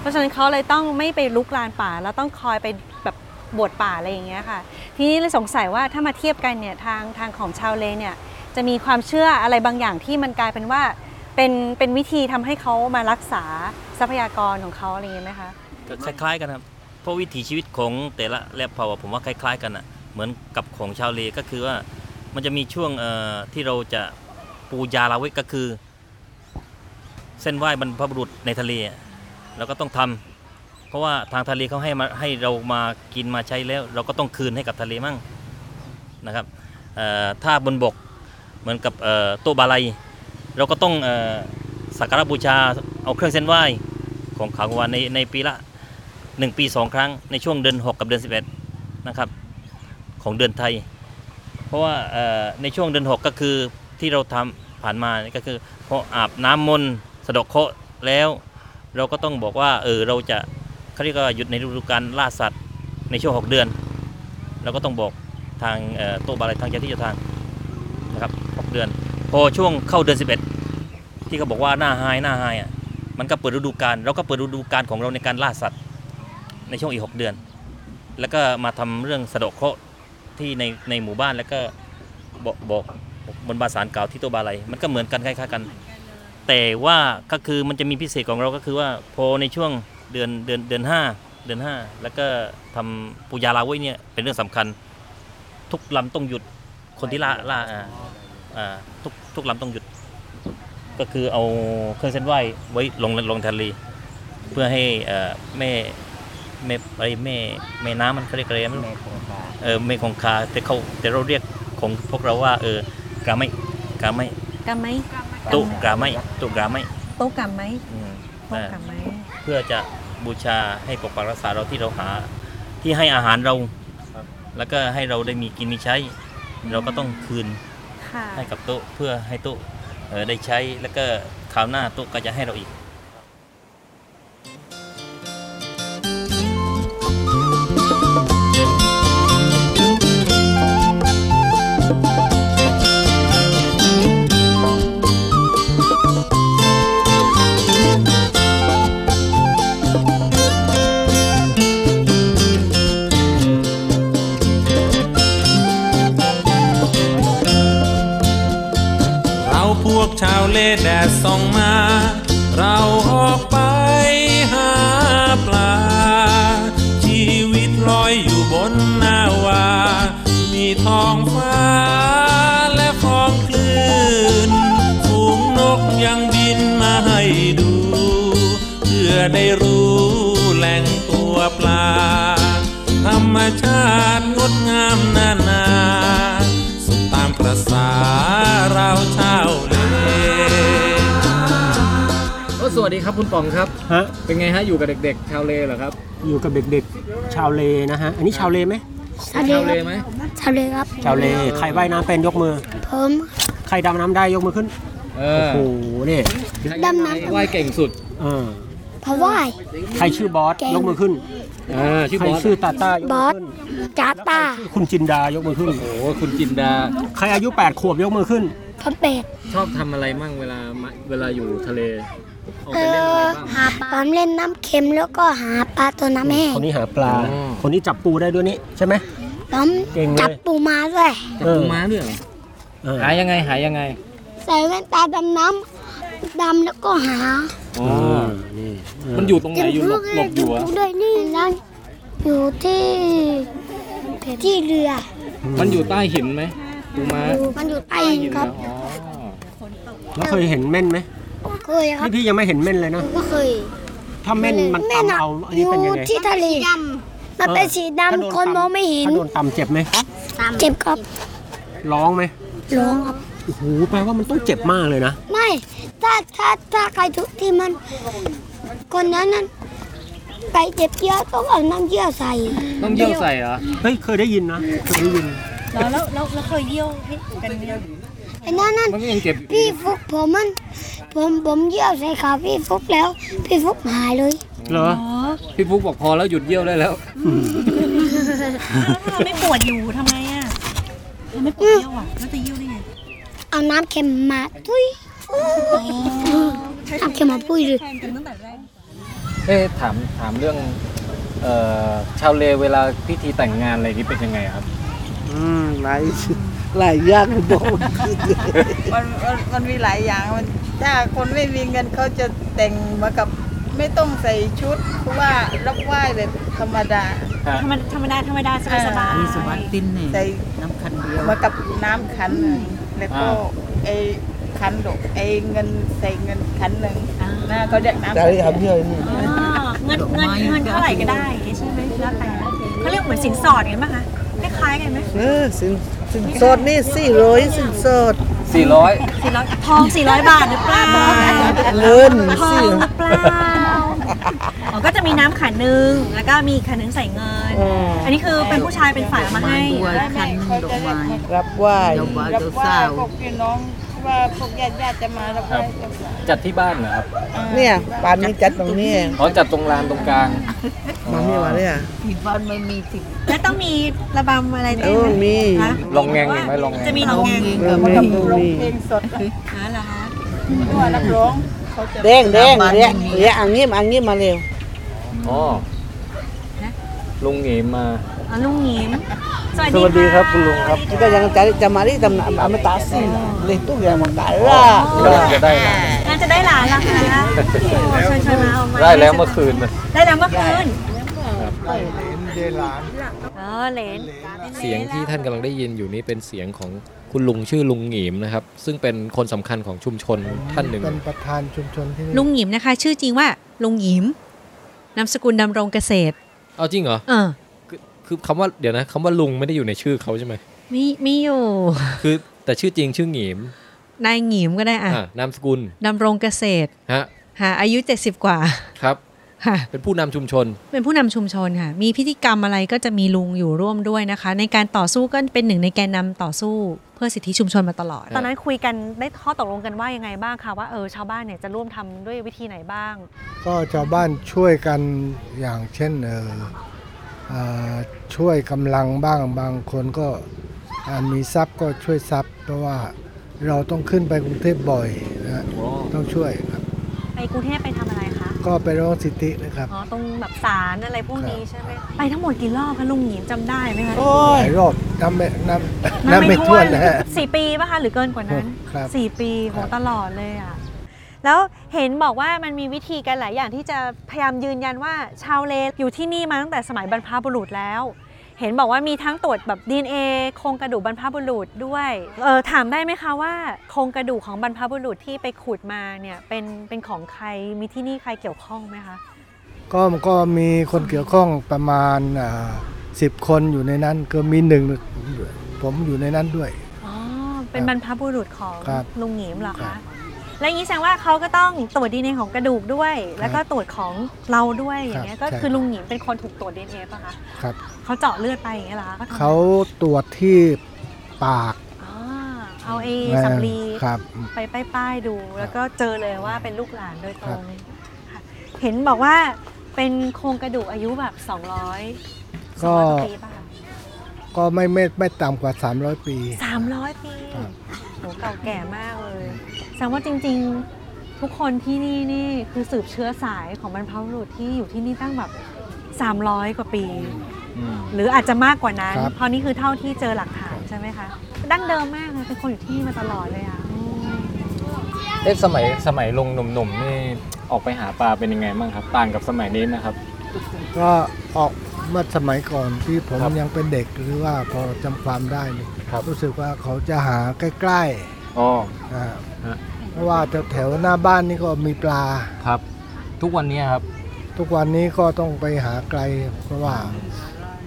Speaker 2: เพราะฉะนั้นเขาเลยต้องไม่ไปลุกลานป่าแล้วต้องคอยไปแบบบวชป่าอะไรอย่างเงี้ยค่ะ ทีนี้เลยสงสัยว่าถ้ามาเทียบกันเนี่ยทางทางของชาวเลเนี่ย จะมีความเชื่ออะไรบางอย่างที่มันกลายเป็นว่า เป็นเป็นวิธีทำให้เขามารักษาทรัพยากรของเขาอะไรอย่างเงี้ยไหมคะ
Speaker 10: ก็คล้ายๆกันครับ เพราะวิถีชีวิตของแต่ละแลบเผ่าอะผมว่าคล้าย ๆ กันอ่ะ เหมือนกับของชาวเลก็คือว่ามันจะมีช่วงเอ่อที่เราจะปูยาลาเวกก็คือ เส้นไหว้บรรพบุรุษในทะเลอะเราก็ต้องทำเพราะว่าทางทะเลเขาให้มาให้เรามากินมาใช้แล้ว เราก็ต้องคืนให้กับทะเลมั่งนะครับเอ่อถ้าบนบกเหมือนกับเอ่อโตะบาลัย เราก็ต้องเอ่อสักการะบูชาเอาเครื่องเส้นไหว้ของขาววานในในปีละ หนึ่งปีสองครั้งในช่วงเดือน 6 กับเดือน 11 นะครับ ของเดือนไทย เพราะว่าเอ่อในช่วงเดือน 6 ก็คือที่เราทำผ่านมานี่ก็คือพออาบน้ำมนต์สะเดอกเคราะห์แล้ว เราก็ต้องบอกว่าเออเราจะเขาเรียกว่าหยุดในฤดูกาลล่าสัตว์ในช่วง 6 เดือน เราก็ต้องบอกทางเอ่อโต๊ะบาลัยทางเจ้าที่เจ้าทางนะครับ6เดือน พอช่วงเข้าเดือน 11 ที่เขาบอกว่าหน้าไฮหน้าไฮอ่ะมันก็เปิดฤดูกาลเราก็เปิดฤดูกาลของเราในการล่าสัตว์ ในช่วงอีก 6 เดือน แล้วก็มาทำเรื่องสะเดอกเคราะห์ที่ในในหมู่บ้านแล้วก็บอกบอกบนบาสารเก่าที่ตัวบาลัยมันก็เหมือนกันคล้ายๆกัน แต่ว่าก็คือมันจะมีพิเศษของเราก็คือว่าพอในช่วงเดือนเดือนเดือนห้าเดือนห้าแล้วก็ทำปูยาลาเว้ยเนี่ยเป็นเรื่องสำคัญ ทุกลำต้องหยุดคนที่ล่าล่าอ่าอ่าทุกทุกลำต้องหยุด ก็คือเอาเครื่องเส้นไหว้ไว้ลงลงทะเล เพื่อให้เอ่อแม่แม่ไอแม่แม่น้ำมันเขาเรียกอะไรไม่รู้เออแม่คงคาแต่เขาแต่เราเรียกของพวกเราว่า เออกราไม่กราไม่
Speaker 2: กรรมไหม
Speaker 10: ตุกราไม่ตุกราไม่
Speaker 2: โต๊ะกรรมไหม
Speaker 10: อืม
Speaker 2: โต๊ะกรรมไหม
Speaker 10: เพื่อจะบูชาให้ปกปักรักษาเราที่เราหา ที่ให้อาหารเรา แล้วก็ให้เราได้มีกินมีใช้ เราก็ต้องคืน
Speaker 2: ค่ะ
Speaker 10: ให้กับโต๊ะเพื่อให้โต๊ะเอ่อได้ใช้แล้วก็คราวหน้าโต๊ะก็จะให้เราอีก
Speaker 22: เราพวกชาวเลแดดส่องมา เราออกไปหาปลา ชีวิตลอยอยู่บนหน้าวา มีท้องฟ้าและฟองคลื่นฝูงนกยังบินมาให้ดู เพื่อได้รู้แหล่งตัวปลา ธรรมชาติงดงามนานา สุขตามประสา
Speaker 8: วัสดีครับคุณป๋องครับ เป็นไงฮะอยู่กับเด็กๆชาวเลเหรอครับ
Speaker 7: อยู่กับเด็กๆ ชาวเลนะฮะ อันนี้ชาวเลไหม
Speaker 11: ชาวเล
Speaker 8: ชาวเลไหม
Speaker 11: ชาวเลครับ
Speaker 7: ชาวเล ใครว่ายน้ำเป็นยกมือ
Speaker 11: ผม
Speaker 7: ใครดำน้ำได้ยกมือขึ้น
Speaker 8: เอ
Speaker 7: โอ้โหนี่
Speaker 11: ดำน้ำ
Speaker 8: ว่ายเก่งสุด
Speaker 7: เออ
Speaker 11: เพราะว่าย
Speaker 7: ใครชื่อบอส
Speaker 11: เก่ง
Speaker 7: ยกมือขึ้น
Speaker 8: อ่าชื่อบอส
Speaker 7: ใครชื่อตาต้ายก
Speaker 11: บ
Speaker 7: มื
Speaker 11: อ
Speaker 7: อ
Speaker 11: สจ้าตา
Speaker 7: ขึ้นคุณจินดายกมือขึ้น
Speaker 8: โอ้โหคุณจินดา
Speaker 7: ใครอายุ8ขวบยกมือขึ้น
Speaker 11: ผมเป็ด
Speaker 8: ชอบทำอะไรมั่งเวลามาเวลาอยู่ทะเลออกไป
Speaker 11: เอ
Speaker 8: เล่นอะไร
Speaker 11: อ
Speaker 8: บ้าง
Speaker 11: หาปลาผมเล่นน้ำเค็มแล้วก็หาปลาตัวน้ำแห้ง
Speaker 7: คนนี้หาปลา คนนี้จับปูได้ด้วยนี่ใช่ไหม
Speaker 11: ผม
Speaker 7: เก่งเล
Speaker 11: จับ
Speaker 7: ย
Speaker 11: ปูม้าด้วย
Speaker 8: จับปูม้าด้วยเหรอหายังไงหายังไง
Speaker 11: ใส่แว่นตาดำน้ำดำแล้วก็หา
Speaker 8: อ๋อมันอยู่ตรงไหนอยู่หลบหลบอยู่อะ
Speaker 11: ด้วยนี่แล้วอยู่ที่ที่เรือ
Speaker 8: มันอยู่ใต้หินไหมปูม้า
Speaker 11: มันอยู่ใต้หินครับ
Speaker 7: แล้วเคยเห็นเม่นไหม
Speaker 11: เคยครับ
Speaker 7: นี่พี่ยังไม่เห็นเม่นเลยนะ
Speaker 11: ก็เคย
Speaker 7: ถ้าเม่นมันตำเอา อันนี้เป็นยังไง
Speaker 11: ที่ทะเลมันเป็นสี
Speaker 7: ถ้าโด
Speaker 11: ดำคน
Speaker 7: ตำ
Speaker 11: มองไม่เห็น
Speaker 7: ถ้าโดนตำเจ็บไหม
Speaker 11: เจ็บครับ
Speaker 7: ร้องไหม
Speaker 11: ร้องครับ
Speaker 7: โอ้โหแปลว่ามันต้องเจ็บมากเลยนะ
Speaker 11: ไม่ถ้าถ้าถ้าใครทุกที่มัน คนนั้นนั้นไปเจ็บเยอะต้องเอาน้ำเยื่อใส่
Speaker 8: ต้องเยี่ยวใส่เหรอ
Speaker 7: เฮ้ย เคยได้ยินนะ เคยได้ยิน
Speaker 2: แล้วแล้วแล้วแล้วเคยเยี่ยวให้กันเนี่ย
Speaker 11: ไอ้นั่นนั่น
Speaker 8: มันยังเก็บ
Speaker 11: พี่ฟุกผมมัน ผมผมเยี่ยวใส่ขาพี่ฟุกแล้ว พี่ฟุกหายเลย
Speaker 8: เหรอ พี่ฟุกบอกพอแล้วหยุดเยี่ยวได้แล้ว
Speaker 2: แล้วถ้าเราไม่ปวดอยู่ทำไงอ่ะเราไม่ปวดเยี่ยวอ่ะแล้วจะเยี่ยวได้ไง
Speaker 11: เอาน้ำเค็มมาปุ้ยน้ำเค็มมาปุ้ยเลย
Speaker 8: เอ๊ะถามถามเรื่องเอ่อชาวเลเวลาพิธีแต่งงานอะไรนี้เป็นยังไงครับ
Speaker 14: อืมหลายหลายอย่างบอกไม่ถูก
Speaker 21: มันมันมันมีหลายอย่างมันถ้าคนไม่มีเงินเขาจะแต่งมากับไม่ต้องใส่ชุด เพราะว่ารับไหว้แบบธรรมดา
Speaker 2: ธรรมดาธรรมดาธรรมดาสบายสบาย
Speaker 21: อ่ใส่น้ำขันเดียวมากับน้ำขันหนึ่งแล้วก็
Speaker 8: อ่า
Speaker 21: ไอ้ขันดอกไอ้เงินใส่เงินขันหนึ่งนะเขาเรียกน้ำขัน
Speaker 14: แต่
Speaker 21: เดี
Speaker 14: ที่
Speaker 21: ยว
Speaker 14: ทำเยอะนี่
Speaker 2: อ๋อเงินเงินเงินเท่าไหร่ก็ได้อย่างเงี้ยใช่ไหมแล้วแต่เขาเรียกเหมือนสินสอดกันป่ะคะคล้ายๆกันไหม
Speaker 14: เออสินสินสดนี่สี่ร้อยสินสด
Speaker 8: 400
Speaker 2: สี่ร้อยทองสี่ร้อยบาทหรือเปล่า
Speaker 14: เงิน
Speaker 2: ทอง
Speaker 14: สี่
Speaker 2: หรือเปล่าอ๋อก็จะมีน้ำขันหนึ่งแล้วก็มีขันหนึ่งใส่เงิน อันนี้คือเป็นผู้ชายเป็นฝ่ายเอามาให้
Speaker 21: เขาจะเรียก
Speaker 14: รับไหว้
Speaker 21: รับไหว้พวกพี่น้องว่าพวกญาติญาติๆจะมารับไหว้
Speaker 8: จัดที่บ้านเหรอครับ
Speaker 14: เนี่ยปานนี้จัดตรงนี้เอง
Speaker 8: อ๋อจัดตรงลานตรงกลาง
Speaker 14: มันมีวะเนี่ย
Speaker 2: ที่บ้านไม่มีสิแล้วต้องมีระบำอะไร
Speaker 14: เอ
Speaker 2: เต้น
Speaker 14: อ
Speaker 2: ไหม
Speaker 14: มี
Speaker 8: ลองแงงหรือไม่ลองแงง
Speaker 2: จะมีลองแงง
Speaker 14: เออมีมี
Speaker 21: เพลงสดอะ
Speaker 2: อ๋อเหรอคะ
Speaker 21: ว่านักร้องเขาจะ
Speaker 14: แดงแดงเรียกเรียกอันนี้มาอันนี้มาเร็ว
Speaker 8: อ๋อลุงเหงียมมา
Speaker 2: อ๋อลุงหงิมสวัส
Speaker 8: ส
Speaker 2: ดี
Speaker 8: วัสดีครับคุณลุงครับ
Speaker 14: kita jangan cari camari tam ama tasi leh tu yang mengkara
Speaker 8: จะได้นะ
Speaker 2: งานจะได้หลานเหรอคะโอ้ชวนชวนมาเอามา
Speaker 8: ได้แล้วเมื่อคืนนะ
Speaker 2: ได้แล้วเมื่อคืนเออเหรน
Speaker 1: เสียงที่ท่านกำลังได้ยินอยู่นี้เป็นเสียงของคุณลุงชื่อลุงหงีมนะครับ ซึ่งเป็นคนสำคัญของชุมชนท่านหนึ่ง
Speaker 23: เป็นประธานชุมชนที่นี่
Speaker 3: ลุงหยิมนะคะ ชื่อจริงว่าลุงหยิมนามสกุลดำรงเกษตร
Speaker 1: เอาจริงเหรอ
Speaker 3: เออ
Speaker 1: คือคำว่าเดี๋ยวนะคำว่าลุงไม่ได้อยู่ในชื่อเขาใช่ไหม
Speaker 3: มีมีอยู่
Speaker 1: คือแต่ชื่อจริงชื่อหงีม
Speaker 3: นายหยิมก็ได้อ่ะ
Speaker 1: อ่ะนามสกุล
Speaker 3: ดำรงเกษตร
Speaker 1: ฮะ
Speaker 3: หาอายุ 70 กว่า
Speaker 1: ครับ
Speaker 3: ค่ะ
Speaker 1: เป็นผู้นำชุมชน
Speaker 3: เป็นผู้นำชุมชนค่ะ มีพิธีกรรมอะไรก็จะมีลุงอยู่ร่วมด้วยนะคะ ในการต่อสู้ก็เป็นหนึ่งในแกนนำต่อสู้เพื่อสิทธิชุมชนมาตลอด
Speaker 2: ตอนนั้นคุยกันได้ข้อตกลงกันว่ายังไงบ้างคะว่าเออชาวบ้านเนี่ยจะร่วมทำด้วยวิธีไหนบ้าง
Speaker 23: ก็ชาวบ้านช่วยกันอย่างเช่นเอออ่าช่วยกำลังบ้างบางคนก็อ่ามีทรัพย์ก็ช่วยทรัพย์ เพราะว่าเราต้องขึ้นไปกรุงเทพบ่อยนะฮะต้องช่วยครับ
Speaker 2: ไปกรุงเทพไปทำอะไรคะ
Speaker 23: ก็ไปร้องสิทธินะครับ
Speaker 2: อ๋อตรงแบบศาลอะไรพวกนี้ใช่ไหมไปทั้งหมดกี่รอบคะลุงหยิมจำได้ไหมคะ
Speaker 23: หลายรอบน้ำไม่น้ำน้ำไม่ท่วนนะฮะ
Speaker 2: สี่ปีป่ะคะหรือเกินกว่านั้น
Speaker 23: ครับ
Speaker 2: สี่ปีโหตลอดเลยอ่ะแล้วเห็นบอกว่ามันมีวิธีการหลายอย่างที่จะพยายามยืนยันว่าชาวเลอยู่ที่นี่มาตั้งแต่สมัยบรรพบุรุษแล้ว เห็นบอกว่ามีทั้งตรวจแบบ DNA โครงกระดูกบรรพบุรุษด้วยเออถามได้ไหมคะว่าโครงกระดูกของบรรพบุรุษที่ไปขุดมาเนี่ยเป็นเป็นของใครมีที่นี่ใครเกี่ยวข้องไหมคะ
Speaker 23: ก็ก็มีคนเกี่ยวข้องประมาณสิบคนอยู่ในนั้นก็มีหนึ่งผมอยู่ในนั้นด้วย
Speaker 2: อ๋อ เป็นบรรพบุรุษของ
Speaker 23: ครับ
Speaker 2: ลุงหงีมเหรอ
Speaker 23: ครั
Speaker 2: คะ
Speaker 23: บ
Speaker 2: แล้วอย่างนี้แสดงว่าเขาก็ต้องตรวจดีเอ็นเอของกระดูกด้วย แล้วก็ตรวจของเราด้วยอย่างเงี้ย
Speaker 23: ครั
Speaker 2: ก็
Speaker 23: บใช่
Speaker 2: คือลุงหนิมเป็นคนถูกตรวจดีเอ็นเอป่ะคะ
Speaker 23: ครับ
Speaker 2: เขาเจาะเลือดไปอย่างเงี้ยเหรอคะทำไม
Speaker 23: เขาตรวจที่ปาก
Speaker 2: อ่าเอาไอ้
Speaker 23: เอ่อ
Speaker 2: สำลี
Speaker 23: ครับ
Speaker 2: ไปป้ายๆดู แล้วก็เจอเลยว่าเป็นลูกหลานโดยตรงค่ะเห็นบอกว่าเป็นโครงกระดูกอายุแบบ 200
Speaker 23: ก็
Speaker 2: 200ปีป่ะ
Speaker 23: ก็ไม่ไม่ไม่ต่ำกว่า 300 ปี
Speaker 2: 300 ปี
Speaker 23: ครับ
Speaker 2: โหเก่าแก่มากเลยแสดงว่าจริงๆทุกคนที่นี่นี่คือสืบเชื้อสายของบรรพบุรุษที่อยู่ที่นี่ตั้งแบบ 300 กว่าปี หรืออาจจะมากกว่านั้น
Speaker 23: ครับ
Speaker 2: เพราะนี่คือเท่าที่เจอหลักฐานใช่ไหมคะ ดั้งเดิมมากเลยเป็นคนอยู่ที่นี่มาตลอดเลยอ่ะ
Speaker 8: เอ๊ะสมัยสมัยลงหนุ่มๆนี่ออกไปหาปลาเป็นยังไงบ้างครับ ต่างกับสมัยนี้นะครับ
Speaker 23: ก็ออกเมื่อสมัยก่อนที่ผมยังเป็นเด็กหรือว่าพอจำความได้นี่รู้สึกว่าเขาจะหาใกล้
Speaker 8: อ๋อ
Speaker 23: ๆอ่า
Speaker 8: ฮะ
Speaker 23: เพราะว่าแถวๆหน้าบ้านนี่ก็มีปลา
Speaker 8: ครับ ทุกวันนี้ครับ
Speaker 23: ทุกวันนี้ก็ต้องไปหาไกล เพราะว่า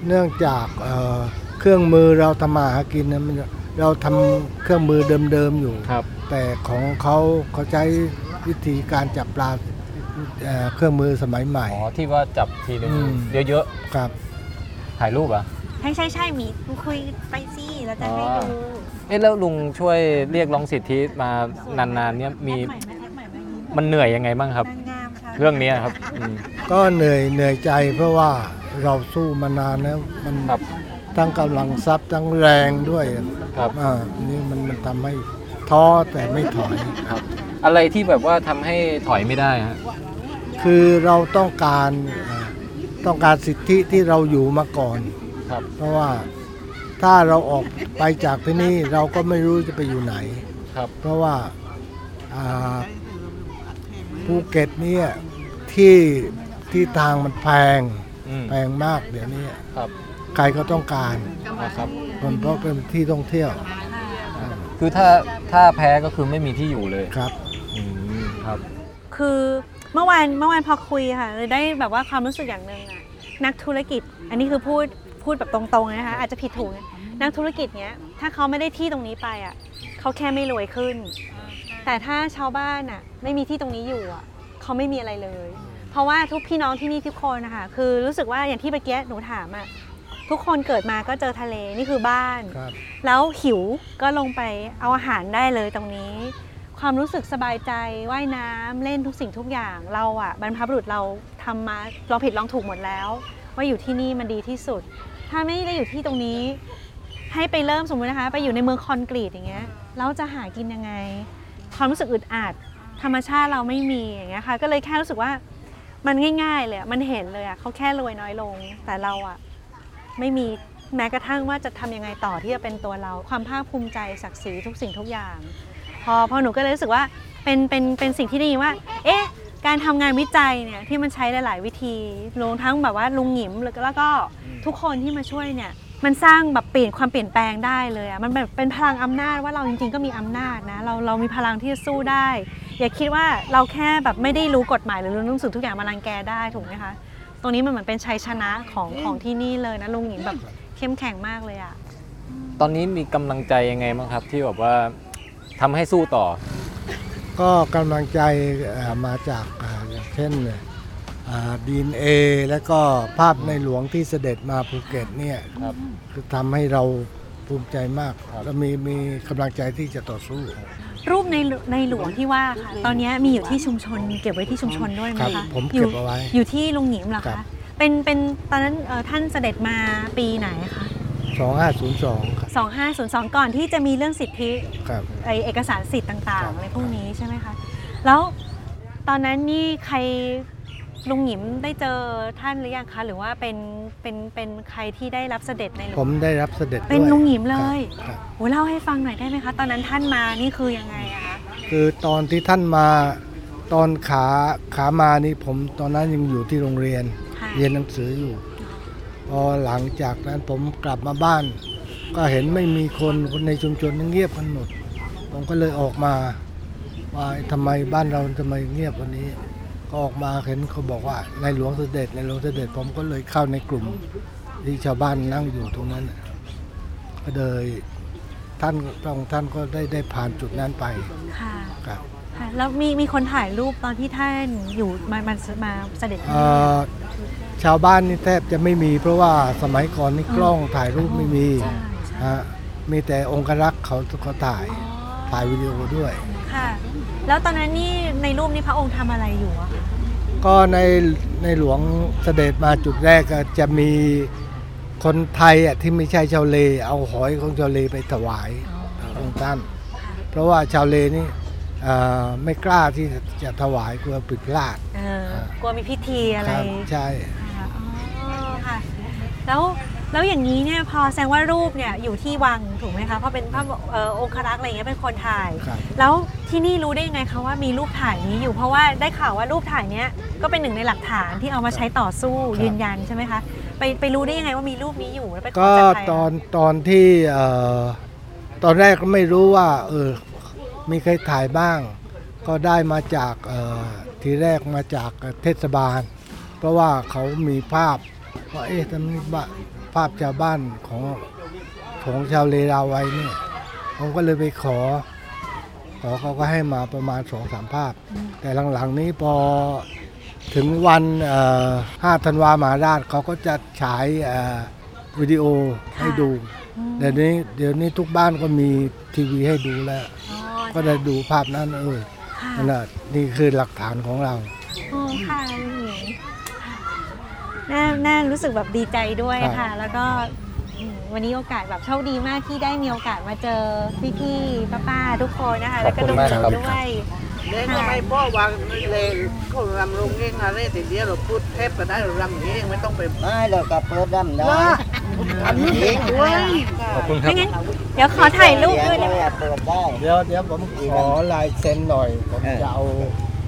Speaker 23: เนื่องจากเอ่อเครื่องมือเราทำมาหากินนะมันเราทำเครื่องมือเดิมๆอยู่ แต่ของเขาเขาใช้วิธีการจับปลาเอ่อเครื่องมือสมัยใหม่
Speaker 8: อ๋อที่ว่าจับทีนึง
Speaker 23: อืม
Speaker 8: เยอะ
Speaker 23: ครับ
Speaker 8: ๆถ่ายรูปเหรอ่ะ
Speaker 2: ใช่ใช่ใช่มีคุยไปสิแล้วจะให้ดู
Speaker 8: เอ๊ะแล้วลุงช่วยเรียกร้องสิทธิมานานๆเนี่ยมีมันเหนื่อยยังไงบ้างครับ เรื่องเนี้ยครับอืม
Speaker 23: ก็เหนื่อยเหนื่อยใจเพราะว่าเราสู้มานานแล้วมันทั้งกำลังทรัพย์ทั้งแรงด้วย
Speaker 8: ครับ
Speaker 23: อ่านี่มันมันทำให้ท้อแต่ไม่ถอย
Speaker 8: อะไรที่แบบว่าทำให้ถอยไม่ได้ฮะ
Speaker 23: คือเราต้องการเอ่อต้องการสิทธิที่เราอยู่มาก่อน
Speaker 8: ครับ
Speaker 23: เพราะว่าถ้าเราออกไปจากที่นี่เราก็ไม่รู้จะไปอยู่ไหน
Speaker 8: ครับ
Speaker 23: เพราะว่าอ่าภูเก็ตเนี่ยที่ที่ทางมันแพง
Speaker 8: อืม
Speaker 23: แพงมากเดี๋ยวนี้
Speaker 8: ครับ
Speaker 23: ใครก็ต้องการ
Speaker 8: นะครับ
Speaker 23: มันเพราะเป็นที่ท่องเที่ยว
Speaker 8: คือถ้าถ้าแพ้ก็คือไม่มีที่อยู่เลย
Speaker 23: ครับ
Speaker 8: อืมครับ
Speaker 2: คือเมื่อวานเมื่อวานพอคุยค่ะเลยได้แบบว่าความรู้สึกอย่างหนึ่งอะนักธุรกิจ อันนี้คือพูดพูดแบบตรงๆนะคะอาจจะผิดถูกนะนักธุรกิจเนี้ยถ้าเขาไม่ได้ที่ตรงนี้ไปอ่ะเขาแค่ไม่รวยขึ้น แต่ถ้าชาวบ้านอ่ะไม่มีที่ตรงนี้อยู่อ่ะเขาไม่มีอะไรเลย เพราะว่าทุกพี่น้องที่นี่ทุกคนนะคะคือรู้สึกว่าอย่างที่เมื่อกี้หนูถามอ่ะทุกคนเกิดมาก็เจอทะเลนี่คือบ้าน
Speaker 23: ครับ
Speaker 2: แล้วหิวก็ลงไปเอาอาหารได้เลยตรงนี้ ความรู้สึกสบายใจว่ายน้ำเล่นทุกสิ่งทุกอย่างเราอะบรรพบุรุษเราทำมาลองผิดลองถูกหมดแล้ว ว่าอยู่ที่นี่มันดีที่สุด ถ้าไม่ได้อยู่ที่ตรงนี้ ให้ไปเริ่มสมมตินะคะ ไปอยู่ในเมืองคอนกรีตอย่างเงี้ยเราจะหากินยังไง ความรู้สึกอึดอัดธรรมชาติเราไม่มีอย่างเงี้ยค่ะก็เลยแค่รู้สึกว่ามันง่ายๆเลยอะมันเห็นเลยอะเขาแค่รวยน้อยลง แต่เราอะ ไม่มีแม้กระทั่งว่าจะทำยังไงต่อที่จะเป็นตัวเรา ความภาคภูมิใจศักดิ์ศรีทุกสิ่งทุกอย่าง พอพอหนูก็เลยรู้สึกว่าเป็นเป็นเป็นสิ่งที่ดีว่า เอ๊ะ การทำงานวิจัยเนี่ยที่มันใช้หลาย ๆ วิธีรวมทั้งแบบว่าลุงหงิมแล้วก็แล้วก็ทุกคนที่มาช่วยเนี่ย มันสร้างแบบเปลี่ยนความเปลี่ยนแปลงได้เลยอะมันแบบเป็นพลังอำนาจว่าเราจริง ๆ ก็มีอำนาจนะเราเรามีพลังที่จะสู้ได้ อย่าคิดว่าเราแค่แบบไม่ได้รู้กฎหมายหรือรู้หนังสือทุกอย่างมารังแกได้ถูกไหมคะ ตรงนี้มันเหมือนเป็นชัยชนะของของที่นี่เลยนะลุงหญิงแบบเข้มแข็งมากเลยอ่ะ
Speaker 8: ตอนนี้มีกำลังใจยังไงบ้างครับ ที่แบบว่าทำให้สู้ต่อ
Speaker 23: ก็กำลังใจเอ่อมาจากอ่าอย่างเช่นดีเอ็นเอและก็ภาพในหลวงที่เสด็จมาภูเก็ตเนี่ยคือทำให้เราภูมิใจมากและมีมีกำลังใจที่จะต่อสู้
Speaker 2: รูปในหลวในหลวงที่ว่าค่ะ ตอนนี้มีอยู่ที่ชุมชน เก็บไว้ที่ชุมชนด้วยไหม
Speaker 23: ครั
Speaker 2: คะ
Speaker 23: บผมเก็บ
Speaker 2: ยู่
Speaker 23: เอาไว้
Speaker 2: อยู่ที่ลุงหญิมเหรอคะเป็นเป็นตอนนั้นเอ่อท่านเสด็จมาปีไหนคะ
Speaker 23: 2502 ครับ
Speaker 2: 2502 ก่อนที่จะมีเรื่องสิทธิ
Speaker 23: ครับ
Speaker 2: ไอ้เอกสารสิทธิ์ต่างๆอะไรพวกนี้ใช่ไหมคะ แล้วตอนนั้นนี่ใครลุงหยิมได้เจอท่านหรือยังคะ หรือว่าเป็นเป็นเป็นใครที่ได้รับเสด็จในหลวง
Speaker 23: ผมได้รับเสด็จ
Speaker 2: เป็น
Speaker 23: ด้วย
Speaker 2: ลุงหยิมเลย
Speaker 23: ครับ
Speaker 2: โอ้เล่าให้ฟังหน่อยได้ไหมคะ ตอนนั้นท่านมานี่คือยังไงอะคะ
Speaker 23: คือตอนที่ท่านมาตอนขาขามานี่ผมตอนนั้นยังอยู่ที่โรงเรียน เรียนหนังสืออยู่ พอหลังจากนั้นผมกลับมาบ้าน ก็เห็นไม่มีคนคนในชุมชนเงียบกันหมด ผมก็เลยออกมาว่าทำไมบ้านเราทำไมเงียบวันนี้ ก็ออกมาเห็นเขาบอกว่าในหลวงเสด็จในหลวงเสด็จผมก็เลยเข้าในกลุ่มที่ชาวบ้านนั่งอยู่ตรงนั้นน่ะก็เลยท่านพระองค์ท่านก็ได้ได้ผ่านจุดนั้นไป
Speaker 2: ค่ะ
Speaker 23: ครับ
Speaker 2: ค่ะแล้วมีมีคนถ่ายรูปตอนที่ท่านอยู่มามามาเสด็จ
Speaker 23: เอ่อชาวบ้านนี่แทบจะไม่มีเพราะว่าสมัยก่อนนี่กล้องถ่ายรูปไม่มีฮะมีแต่องครักษ์เขาเขาถ่ายถ่ายวิดีโอด้วย
Speaker 2: ค่ะ แล้วตอนนั้นนี่ในรูปนี้พระองค์ทำอะไรอยู่อะคะ
Speaker 23: ก็ในในหลวงเสด็จมาจุดแรกก็จะมีคนไทยอ่ะที่ไม่ใช่ชาวเล เอาหอยของชาวเลไปถวายองค์ท่าน เพราะว่าชาวเลนี่เอ่อไม่กล้าที่จะถวายกลัวผิดพลาด
Speaker 2: เออกลัวมีพิธีอะไร
Speaker 23: ครับใช่
Speaker 2: อ๋อค่ะ แล้วแล้วอย่างนี้เนี่ยพอแสดงว่ารูปเนี่ยอยู่ที่วังถูกไหมคะเพราะเป็นพระเอ่อองครักษ์อะไรอย่างเงี้ยเป็นคนถ่าย
Speaker 23: ครับ
Speaker 2: แล้วที่นี่รู้ได้ยังไงคะว่ามีรูปถ่ายนี้อยู่ เพราะว่าได้ข่าวว่ารูปถ่ายเนี้ยก็เป็นหนึ่งในหลักฐานที่เอามาใช้ต่อสู้ยืนยันใช่ไหมคะไปไปรู้ได้ยังไงว่ามีรูปนี้อยู่แล้วไปขอ
Speaker 23: ก็
Speaker 2: จากใคร
Speaker 23: ตอ
Speaker 2: อะ
Speaker 23: นตอนที่เอ่อตอนแรกก็ไม่รู้ว่าเออมีใครถ่ายบ้าง ก็ได้มาจากเอ่อทีแรกมาจากเทศบาล เพราะว่าเขามีภาพว่าเอ๊ะทำไมบ้าภาพชาวบ้านของของชาวเลราไว้เนี่ยผมก็เลยไปขอ ขอเขาก็ให้มาประมาณสองสามภาพ แต่หลังๆนี้พอถึงวันเอ่อ5ธันวามหาราชเขาก็จะฉายเอ่อวิดีโอให้ดูเดี๋ยวนี้เดี๋ยวนี้ทุกบ้านก็มีทีวีให้ดูแล้ว ก็ได้ดูภาพนั้นเออนั่นแหละนี่คือหลักฐานของเรา
Speaker 2: อ๋อค่ะน่าน่ารู้สึกแบบดีใจด้วย
Speaker 23: ครับ
Speaker 2: ค่ะ แล้วก็อืมวันนี้โอกาสแบบโชคดีมากที่ได้มีโอกาสมาเจอพี่ๆป้าๆทุกคนนะคะ แล้วก็ดู
Speaker 14: ขอบคุณมากครับ
Speaker 2: ด้วย
Speaker 14: เล่นก็ไม่บอกว่าเล่นก็รำลงเองอะไรแต่เดียวเราพูดเทพก็ได้เรารำเองไม่ต้องไป
Speaker 6: ไม่เราก็เปิดรำได้
Speaker 14: ว่าทำเองด้วย
Speaker 23: ขอบคุณครับ
Speaker 2: เดี๋ยวขอถ่ายรูปด้วยได้ไหม
Speaker 6: เปิดได้
Speaker 23: เดี๋ยวเดี๋ยวผมขอลายเซ็นหน่อย ผมจะเอา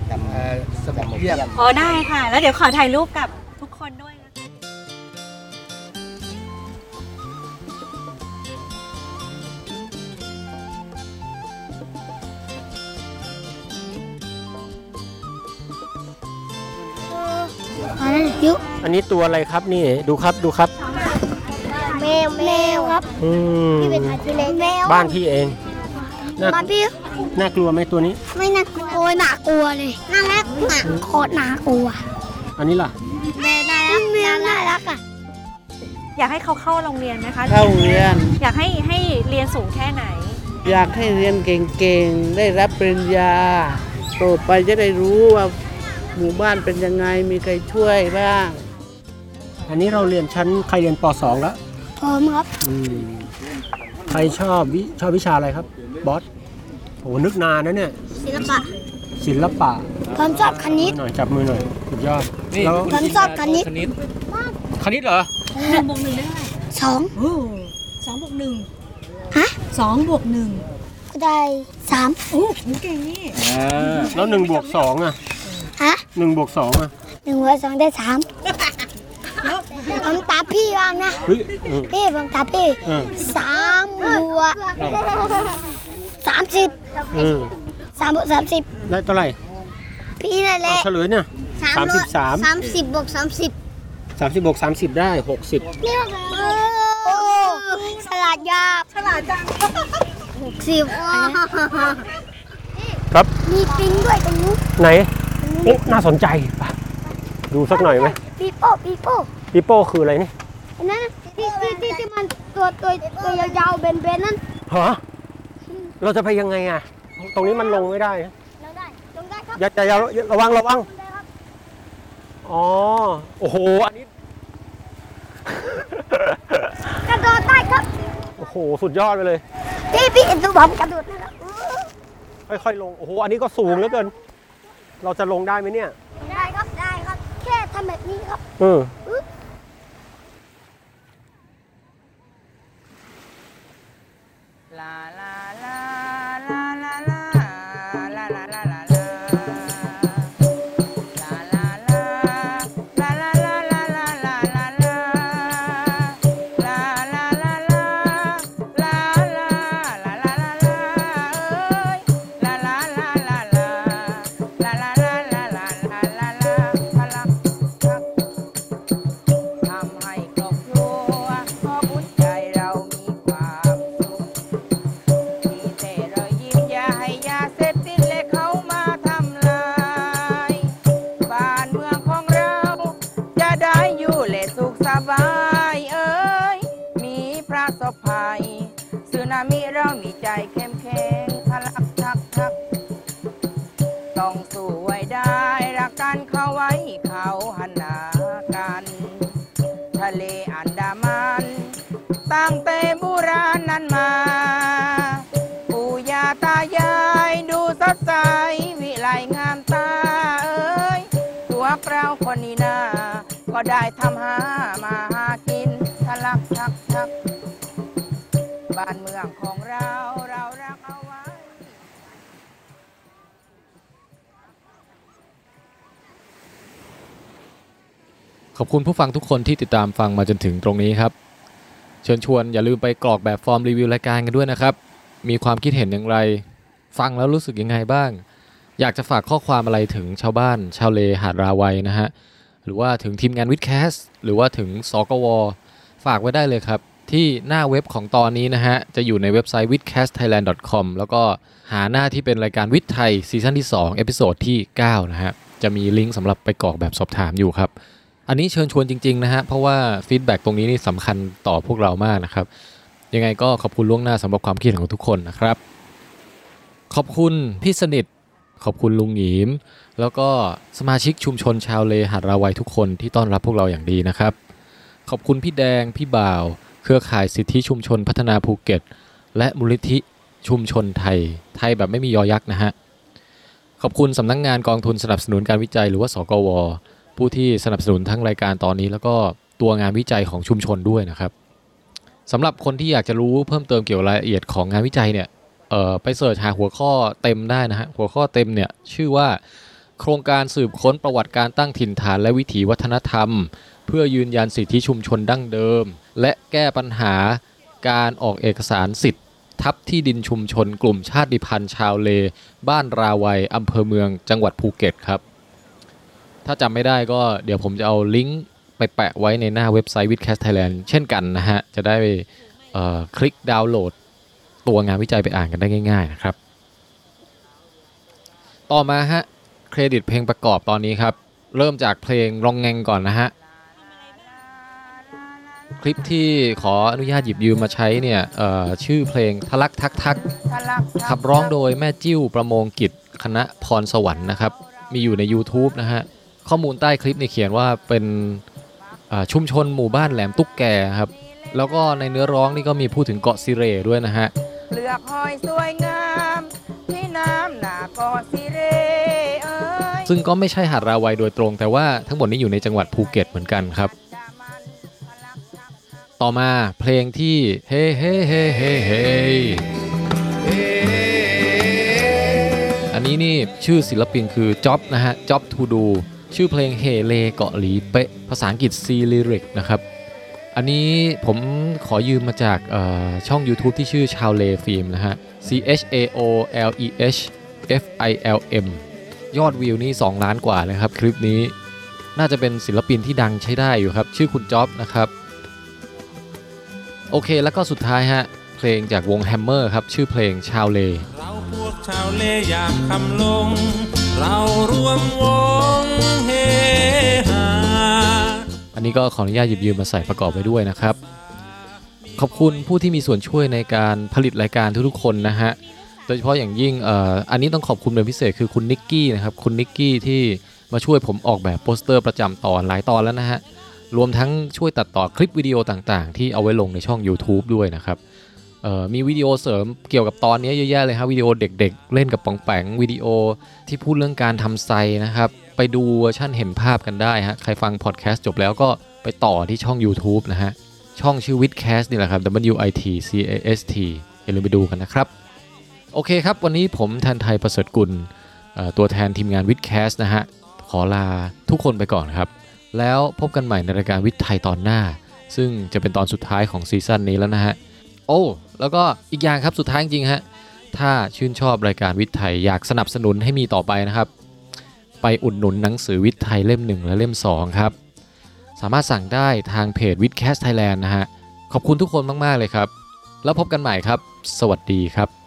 Speaker 23: เอ่อสมุดเยี่ยม
Speaker 2: อ๋อได้ค่ะ แล้วเดี๋ยวขอถ่ายรูปกับทุกคนด้วยนะคะ
Speaker 11: ยุ
Speaker 7: อันนี้ตัวอะไรครับนี่ดูครับดูครับ
Speaker 11: แมวแมวครับ
Speaker 7: อืม
Speaker 11: พี่เป็นอาทิตย์เลยแมว
Speaker 7: บ้านพี่เองน่า
Speaker 11: บ้านพี่
Speaker 7: น่ากลัวไหมตัวนี้
Speaker 11: ไม่น่ากลัวโอ้ยหนากลัวเลยน่ารักหนาโคตรหนากลัว
Speaker 7: อันนี้ล่ะ
Speaker 11: แมวน่ารักแมวน่ารักอ่ะ
Speaker 2: อยากให้เขาเข้าโรงเรียนไหมคะ
Speaker 14: เข้าโรงเรียน
Speaker 2: อยากให้ให้เรียนสูงแค่ไหน
Speaker 14: อยากให้เรียนเก่งๆ ได้รับปริญญาโตไปจะได้รู้ว่าหมู่บ้านเป็นยังไง มีใครช่วยบ้าง
Speaker 7: อันนี้เราเรียนชั้นใครเรียนป .2 แล้ว
Speaker 11: ผมครับ
Speaker 7: อืมใครชอบวิชอบวิชาอะไรครับ บอสโอ้นึกนานนะเนี่ย
Speaker 11: ศิลปะ
Speaker 7: ศิลปะ
Speaker 11: ผมชอบคณิต
Speaker 7: หน่อยจับมือหน่อยสุดยอดแล้ว
Speaker 11: ผมชอบคณิต
Speaker 7: คณิตเหรอ
Speaker 3: หนึ่งบวกหนึ่งได้เท่าไหร่
Speaker 11: สอง
Speaker 3: โอ้สองบวกหนึ่ง
Speaker 11: ฮะ
Speaker 3: สองบวกหนึ่ง
Speaker 11: ได้สาม
Speaker 3: โอ้โหเก่งนี่
Speaker 7: แล้วหนึ่งบวกสองอ่ะ
Speaker 11: ฮะ
Speaker 7: หนึ่งบวกสองอ่ะ
Speaker 11: หนึ่งบวกสองได้สามผมตามพี่บ้างนะ
Speaker 7: เฮ้ยเออ
Speaker 11: พี่ผมตามพี่
Speaker 7: เออ
Speaker 11: สามบวกสามสิบ
Speaker 7: เออ
Speaker 11: สามบวกสามสิบ
Speaker 7: ได้เท่าไหร่
Speaker 11: พี่นั่นแห
Speaker 7: อ้า
Speaker 11: ละ
Speaker 7: วเฉลยเนี่ย สามสิบสาม
Speaker 11: สามสิบบวกสามสิบ
Speaker 7: สามสิบบวกสามสิบได้หกสิบ
Speaker 11: นี่ว่าโอ้ฉลาดยาบฉลาดจังหกสิบ
Speaker 7: ครับ
Speaker 11: มีปิ้งด้วยตรงนู้น
Speaker 7: ไหนเอ๊ะน่าสนใจป่ะดูสักหน่อยไหม
Speaker 11: ปีโป้ปีโป้
Speaker 7: ปิโป้คืออะไรนี่
Speaker 11: อันนั้นน่ะที่ที่ที่ที่มันตัวตัวตัวยาวๆเบนๆนั่น
Speaker 7: ฮะเราจะไปยังไงอ่ะ ตรงนี้มันลงไม่ได้นะ
Speaker 11: ลงได้ครับ
Speaker 7: อย่าอย่าอย่าระวังระวังอ๋อโอ้โหอันนี้
Speaker 11: กระโดดได้ครับ
Speaker 7: โอ้โหสุดยอดไปเลย
Speaker 11: พี่พี่เห็นตัวผมกระโดดนะครับ
Speaker 7: ค่อยๆลงโอ้โหอันนี้ก็สูงเหลือเกิน เราจะลงได้ไหมเนี่ย
Speaker 11: ได้ครับ ได้ครับ แค่ทำแบบนี้ครับ
Speaker 7: เออ
Speaker 4: ล ต้องสู้ไว้ได้รักกันเข้าไว้เขาหันหนากัน ทะเลอันดามันตั้งแต่โบราณนั้นมา ปู่ย่าตายายดูสดใสวิไลงามตาเอ้ย ตัวเปล่าคนนี้นา ก็ได้ทำหามาหากินทะลักทักทักบ้านเมืองของเราเรารักเอาไว้
Speaker 1: ขอบคุณผู้ฟังทุกคนที่ติดตามฟังมาจนถึงตรงนี้ครับ เชิญชวนอย่าลืมไปกรอกแบบฟอร์มรีวิวรายการกันด้วยนะครับ มีความคิดเห็นอย่างไร ฟังแล้วรู้สึกยังไงบ้าง อยากจะฝากข้อความอะไรถึงชาวบ้าน ชาวเลหาดราวัยนะฮะ หรือว่าถึงทีมงานวิดแคสหรือว่าถึงสกว ฝากไว้ได้เลยครับ ที่หน้าเว็บของตอนนี้นะฮะ จะอยู่ในเว็บไซต์ withcastthailand.com แล้วก็หาหน้าที่เป็นรายการวิทย์ไทยซีซั่นที่2เอพิโซดที่ 9 นะฮะ จะมีลิงก์สำหรับไปกรอกแบบสอบถามอยู่ครับ อันนี้เชิญชวนจริง ๆ นะฮะ เพราะว่าฟีดแบ็กตรงนี้นี่สำคัญต่อพวกเรามากนะครับ ยังไงก็ขอบคุณล่วงหน้าสำหรับความคิดเห็นของทุกคนนะครับ ขอบคุณพี่สนิท ขอบคุณลุงหยีม แล้วก็สมาชิกชุมชนชาวเลหาดราวัยทุกคนที่ต้อนรับพวกเราอย่างดีนะครับ ขอบคุณพี่แดง พี่บ่าว เครือข่ายสิทธิชุมชนพัฒนาภูเก็ต และมูลนิธิชุมชนไทย ไทยแบบไม่มียอยักษ์นะฮะ ขอบคุณสำนักงานกองทุนสนับสนุนการวิจัยหรือว่าสกว ผู้ที่สนับสนุนทั้งรายการตอนนี้ แล้วก็ตัวงานวิจัยของชุมชนด้วยนะครับสำหรับคนที่อยากจะรู้เพิ่มเติมเกี่ยวกับรายละเอียดของงานวิจัยเนี่ยเอ่อไปเสิร์ชหาหัวข้อเต็มได้นะฮะหัวข้อเต็มเนี่ยชื่อว่า โครงการสืบค้นประวัติการตั้งถิ่นฐานและวิถีวัฒนธรรม เพื่อยืนยันสิทธิชุมชนดั้งเดิม และแก้ปัญหาการออกเอกสารสิทธิ์ ทับที่ดินชุมชนกลุ่มชาติพันธุ์ชาวเล บ้านราวัยอำเภอเมืองจังหวัดภูเก็ตครับ ถ้าจำไม่ได้ก็เดี๋ยวผมจะเอาลิงก์ไปแปะไว้ในหน้าเว็บไซต์ Withcast Thailand เช่นกันนะฮะ จะได้เอ่อคลิกดาวน์โหลด ตัวงานวิจัยไปอ่านกันได้ง่ายๆนะครับ ต่อมาฮะ เครดิตเพลงประกอบตอนนี้ครับ เริ่มจากเพลงรองแงงก่อนนะฮะ คลิปที่ขออนุญาตหยิบยืมมาใช้เนี่ยเอ่อชื่อเพลงทะลักทักทัก
Speaker 4: ทะลักทัก
Speaker 1: ขับร้องโดยแม่จิ้วประมงกิจคณะพรสวรรค์นะครับ มีอยู่ใน YouTube นะฮะ ข้อมูลใต้คลิปเนี่ยเขียนว่าเป็นอ่าชุมชนหมู่บ้านแหลมตุ๊กแกครับ แล้วก็ในเนื้อร้องนี่ก็มีพูดถึงเกาะซิเรด้วยนะฮะ
Speaker 4: เปลือกหอยสวยงาม ที่น้ำหนากอสิเรเอ้ย
Speaker 1: ซึ่งก็ไม่ใช่หาดราวัยโดยตรง แต่ว่าทั้งหมดนี้อยู่ในจังหวัดภูเก็ตเหมือนกันครับ ต่อมาเพลงที่เฮ้เฮ้เฮ้เฮ้เฮ้อันนี้นี่ชื่อศิลปินคือจ็อบนะฮะจ็อบทูดูชื่อเพลงเฮเลเกาะหลีเป๊ะ ภาษาอังกฤษ C lyric นะครับ อันนี้ผมขอยืมมาจากเอ่อช่อง YouTube ที่ชื่อชาวเลฟิล์มนะฮะ C H A O L E H F I L M ยอดวิวนี่ 2 ล้านกว่านะครับ คลิปนี้น่าจะเป็นศิลปินที่ดังใช้ได้อยู่ครับ ชื่อคุณจ๊อบนะครับ โอเคแล้วก็สุดท้ายฮะ เพลงจากวงแฮมเมอร์ครับ ชื่อเพลงชาวเล
Speaker 22: พวกชาวเลยามคำลง เรารวมวงเฮฮา
Speaker 1: อันนี้ก็ขออนุญาตหยิบยืมมาใส่ประกอบไว้ด้วยนะครับ ขอบคุณผู้ที่มีส่วนช่วยในการผลิตรายการทุกๆคนนะฮะ โดยเฉพาะอย่างยิ่งเอ่ออันนี้ต้องขอบคุณเป็นพิเศษคือคุณนิกกี้นะครับ คุณนิกกี้ที่มาช่วยผมออกแบบโปสเตอร์ประจำตอนหลายตอนแล้วนะฮะ รวมทั้งช่วยตัดต่อคลิปวิดีโอต่างๆ ที่เอาไว้ลงในช่อง YouTube ด้วยนะครับ เอ่อมีวิดีโอเสริมเกี่ยวกับตอนนี้เยอะแยะเลยฮะวิดีโอเด็กๆ เล่นกับปองแปงวิดีโอที่พูดเรื่องการทำไซนะครับ ไปดูเวอร์ชั่นเห็นภาพกันได้ฮะ ใครฟังพอดแคสต์จบแล้วก็ไปต่อที่ช่อง YouTube นะฮะ ช่องชื่อ Witcast นี่แหละครับ W I T C A S T อย่าลืมไปดูกันนะครับ โอเคครับ วันนี้ผมแทนไทยประเสริฐกุลเอ่อตัวแทนทีมงาน Witcast นะฮะ ขอลาทุกคนไปก่อนครับ แล้วพบกันใหม่ในรายการวิทย์ไทยตอนหน้า ซึ่งจะเป็นตอนสุดท้ายของซีซั่นนี้แล้วนะฮะ โอ้แล้วก็อีกอย่างครับสุดท้ายจริงๆฮะ ถ้าชื่นชอบรายการวิทย์ไทยอยากสนับสนุนให้มีต่อไปนะครับ ไปอุดหนุนหนังสือวิทย์ไทยเล่ม 1 และเล่ม 2 ครับ สามารถสั่งได้ทางเพจวิดแคสไทยแลนด์นะฮะ ขอบคุณทุกคนมาก ๆ เลยครับ แล้วพบกันใหม่ครับ สวัสดีครับ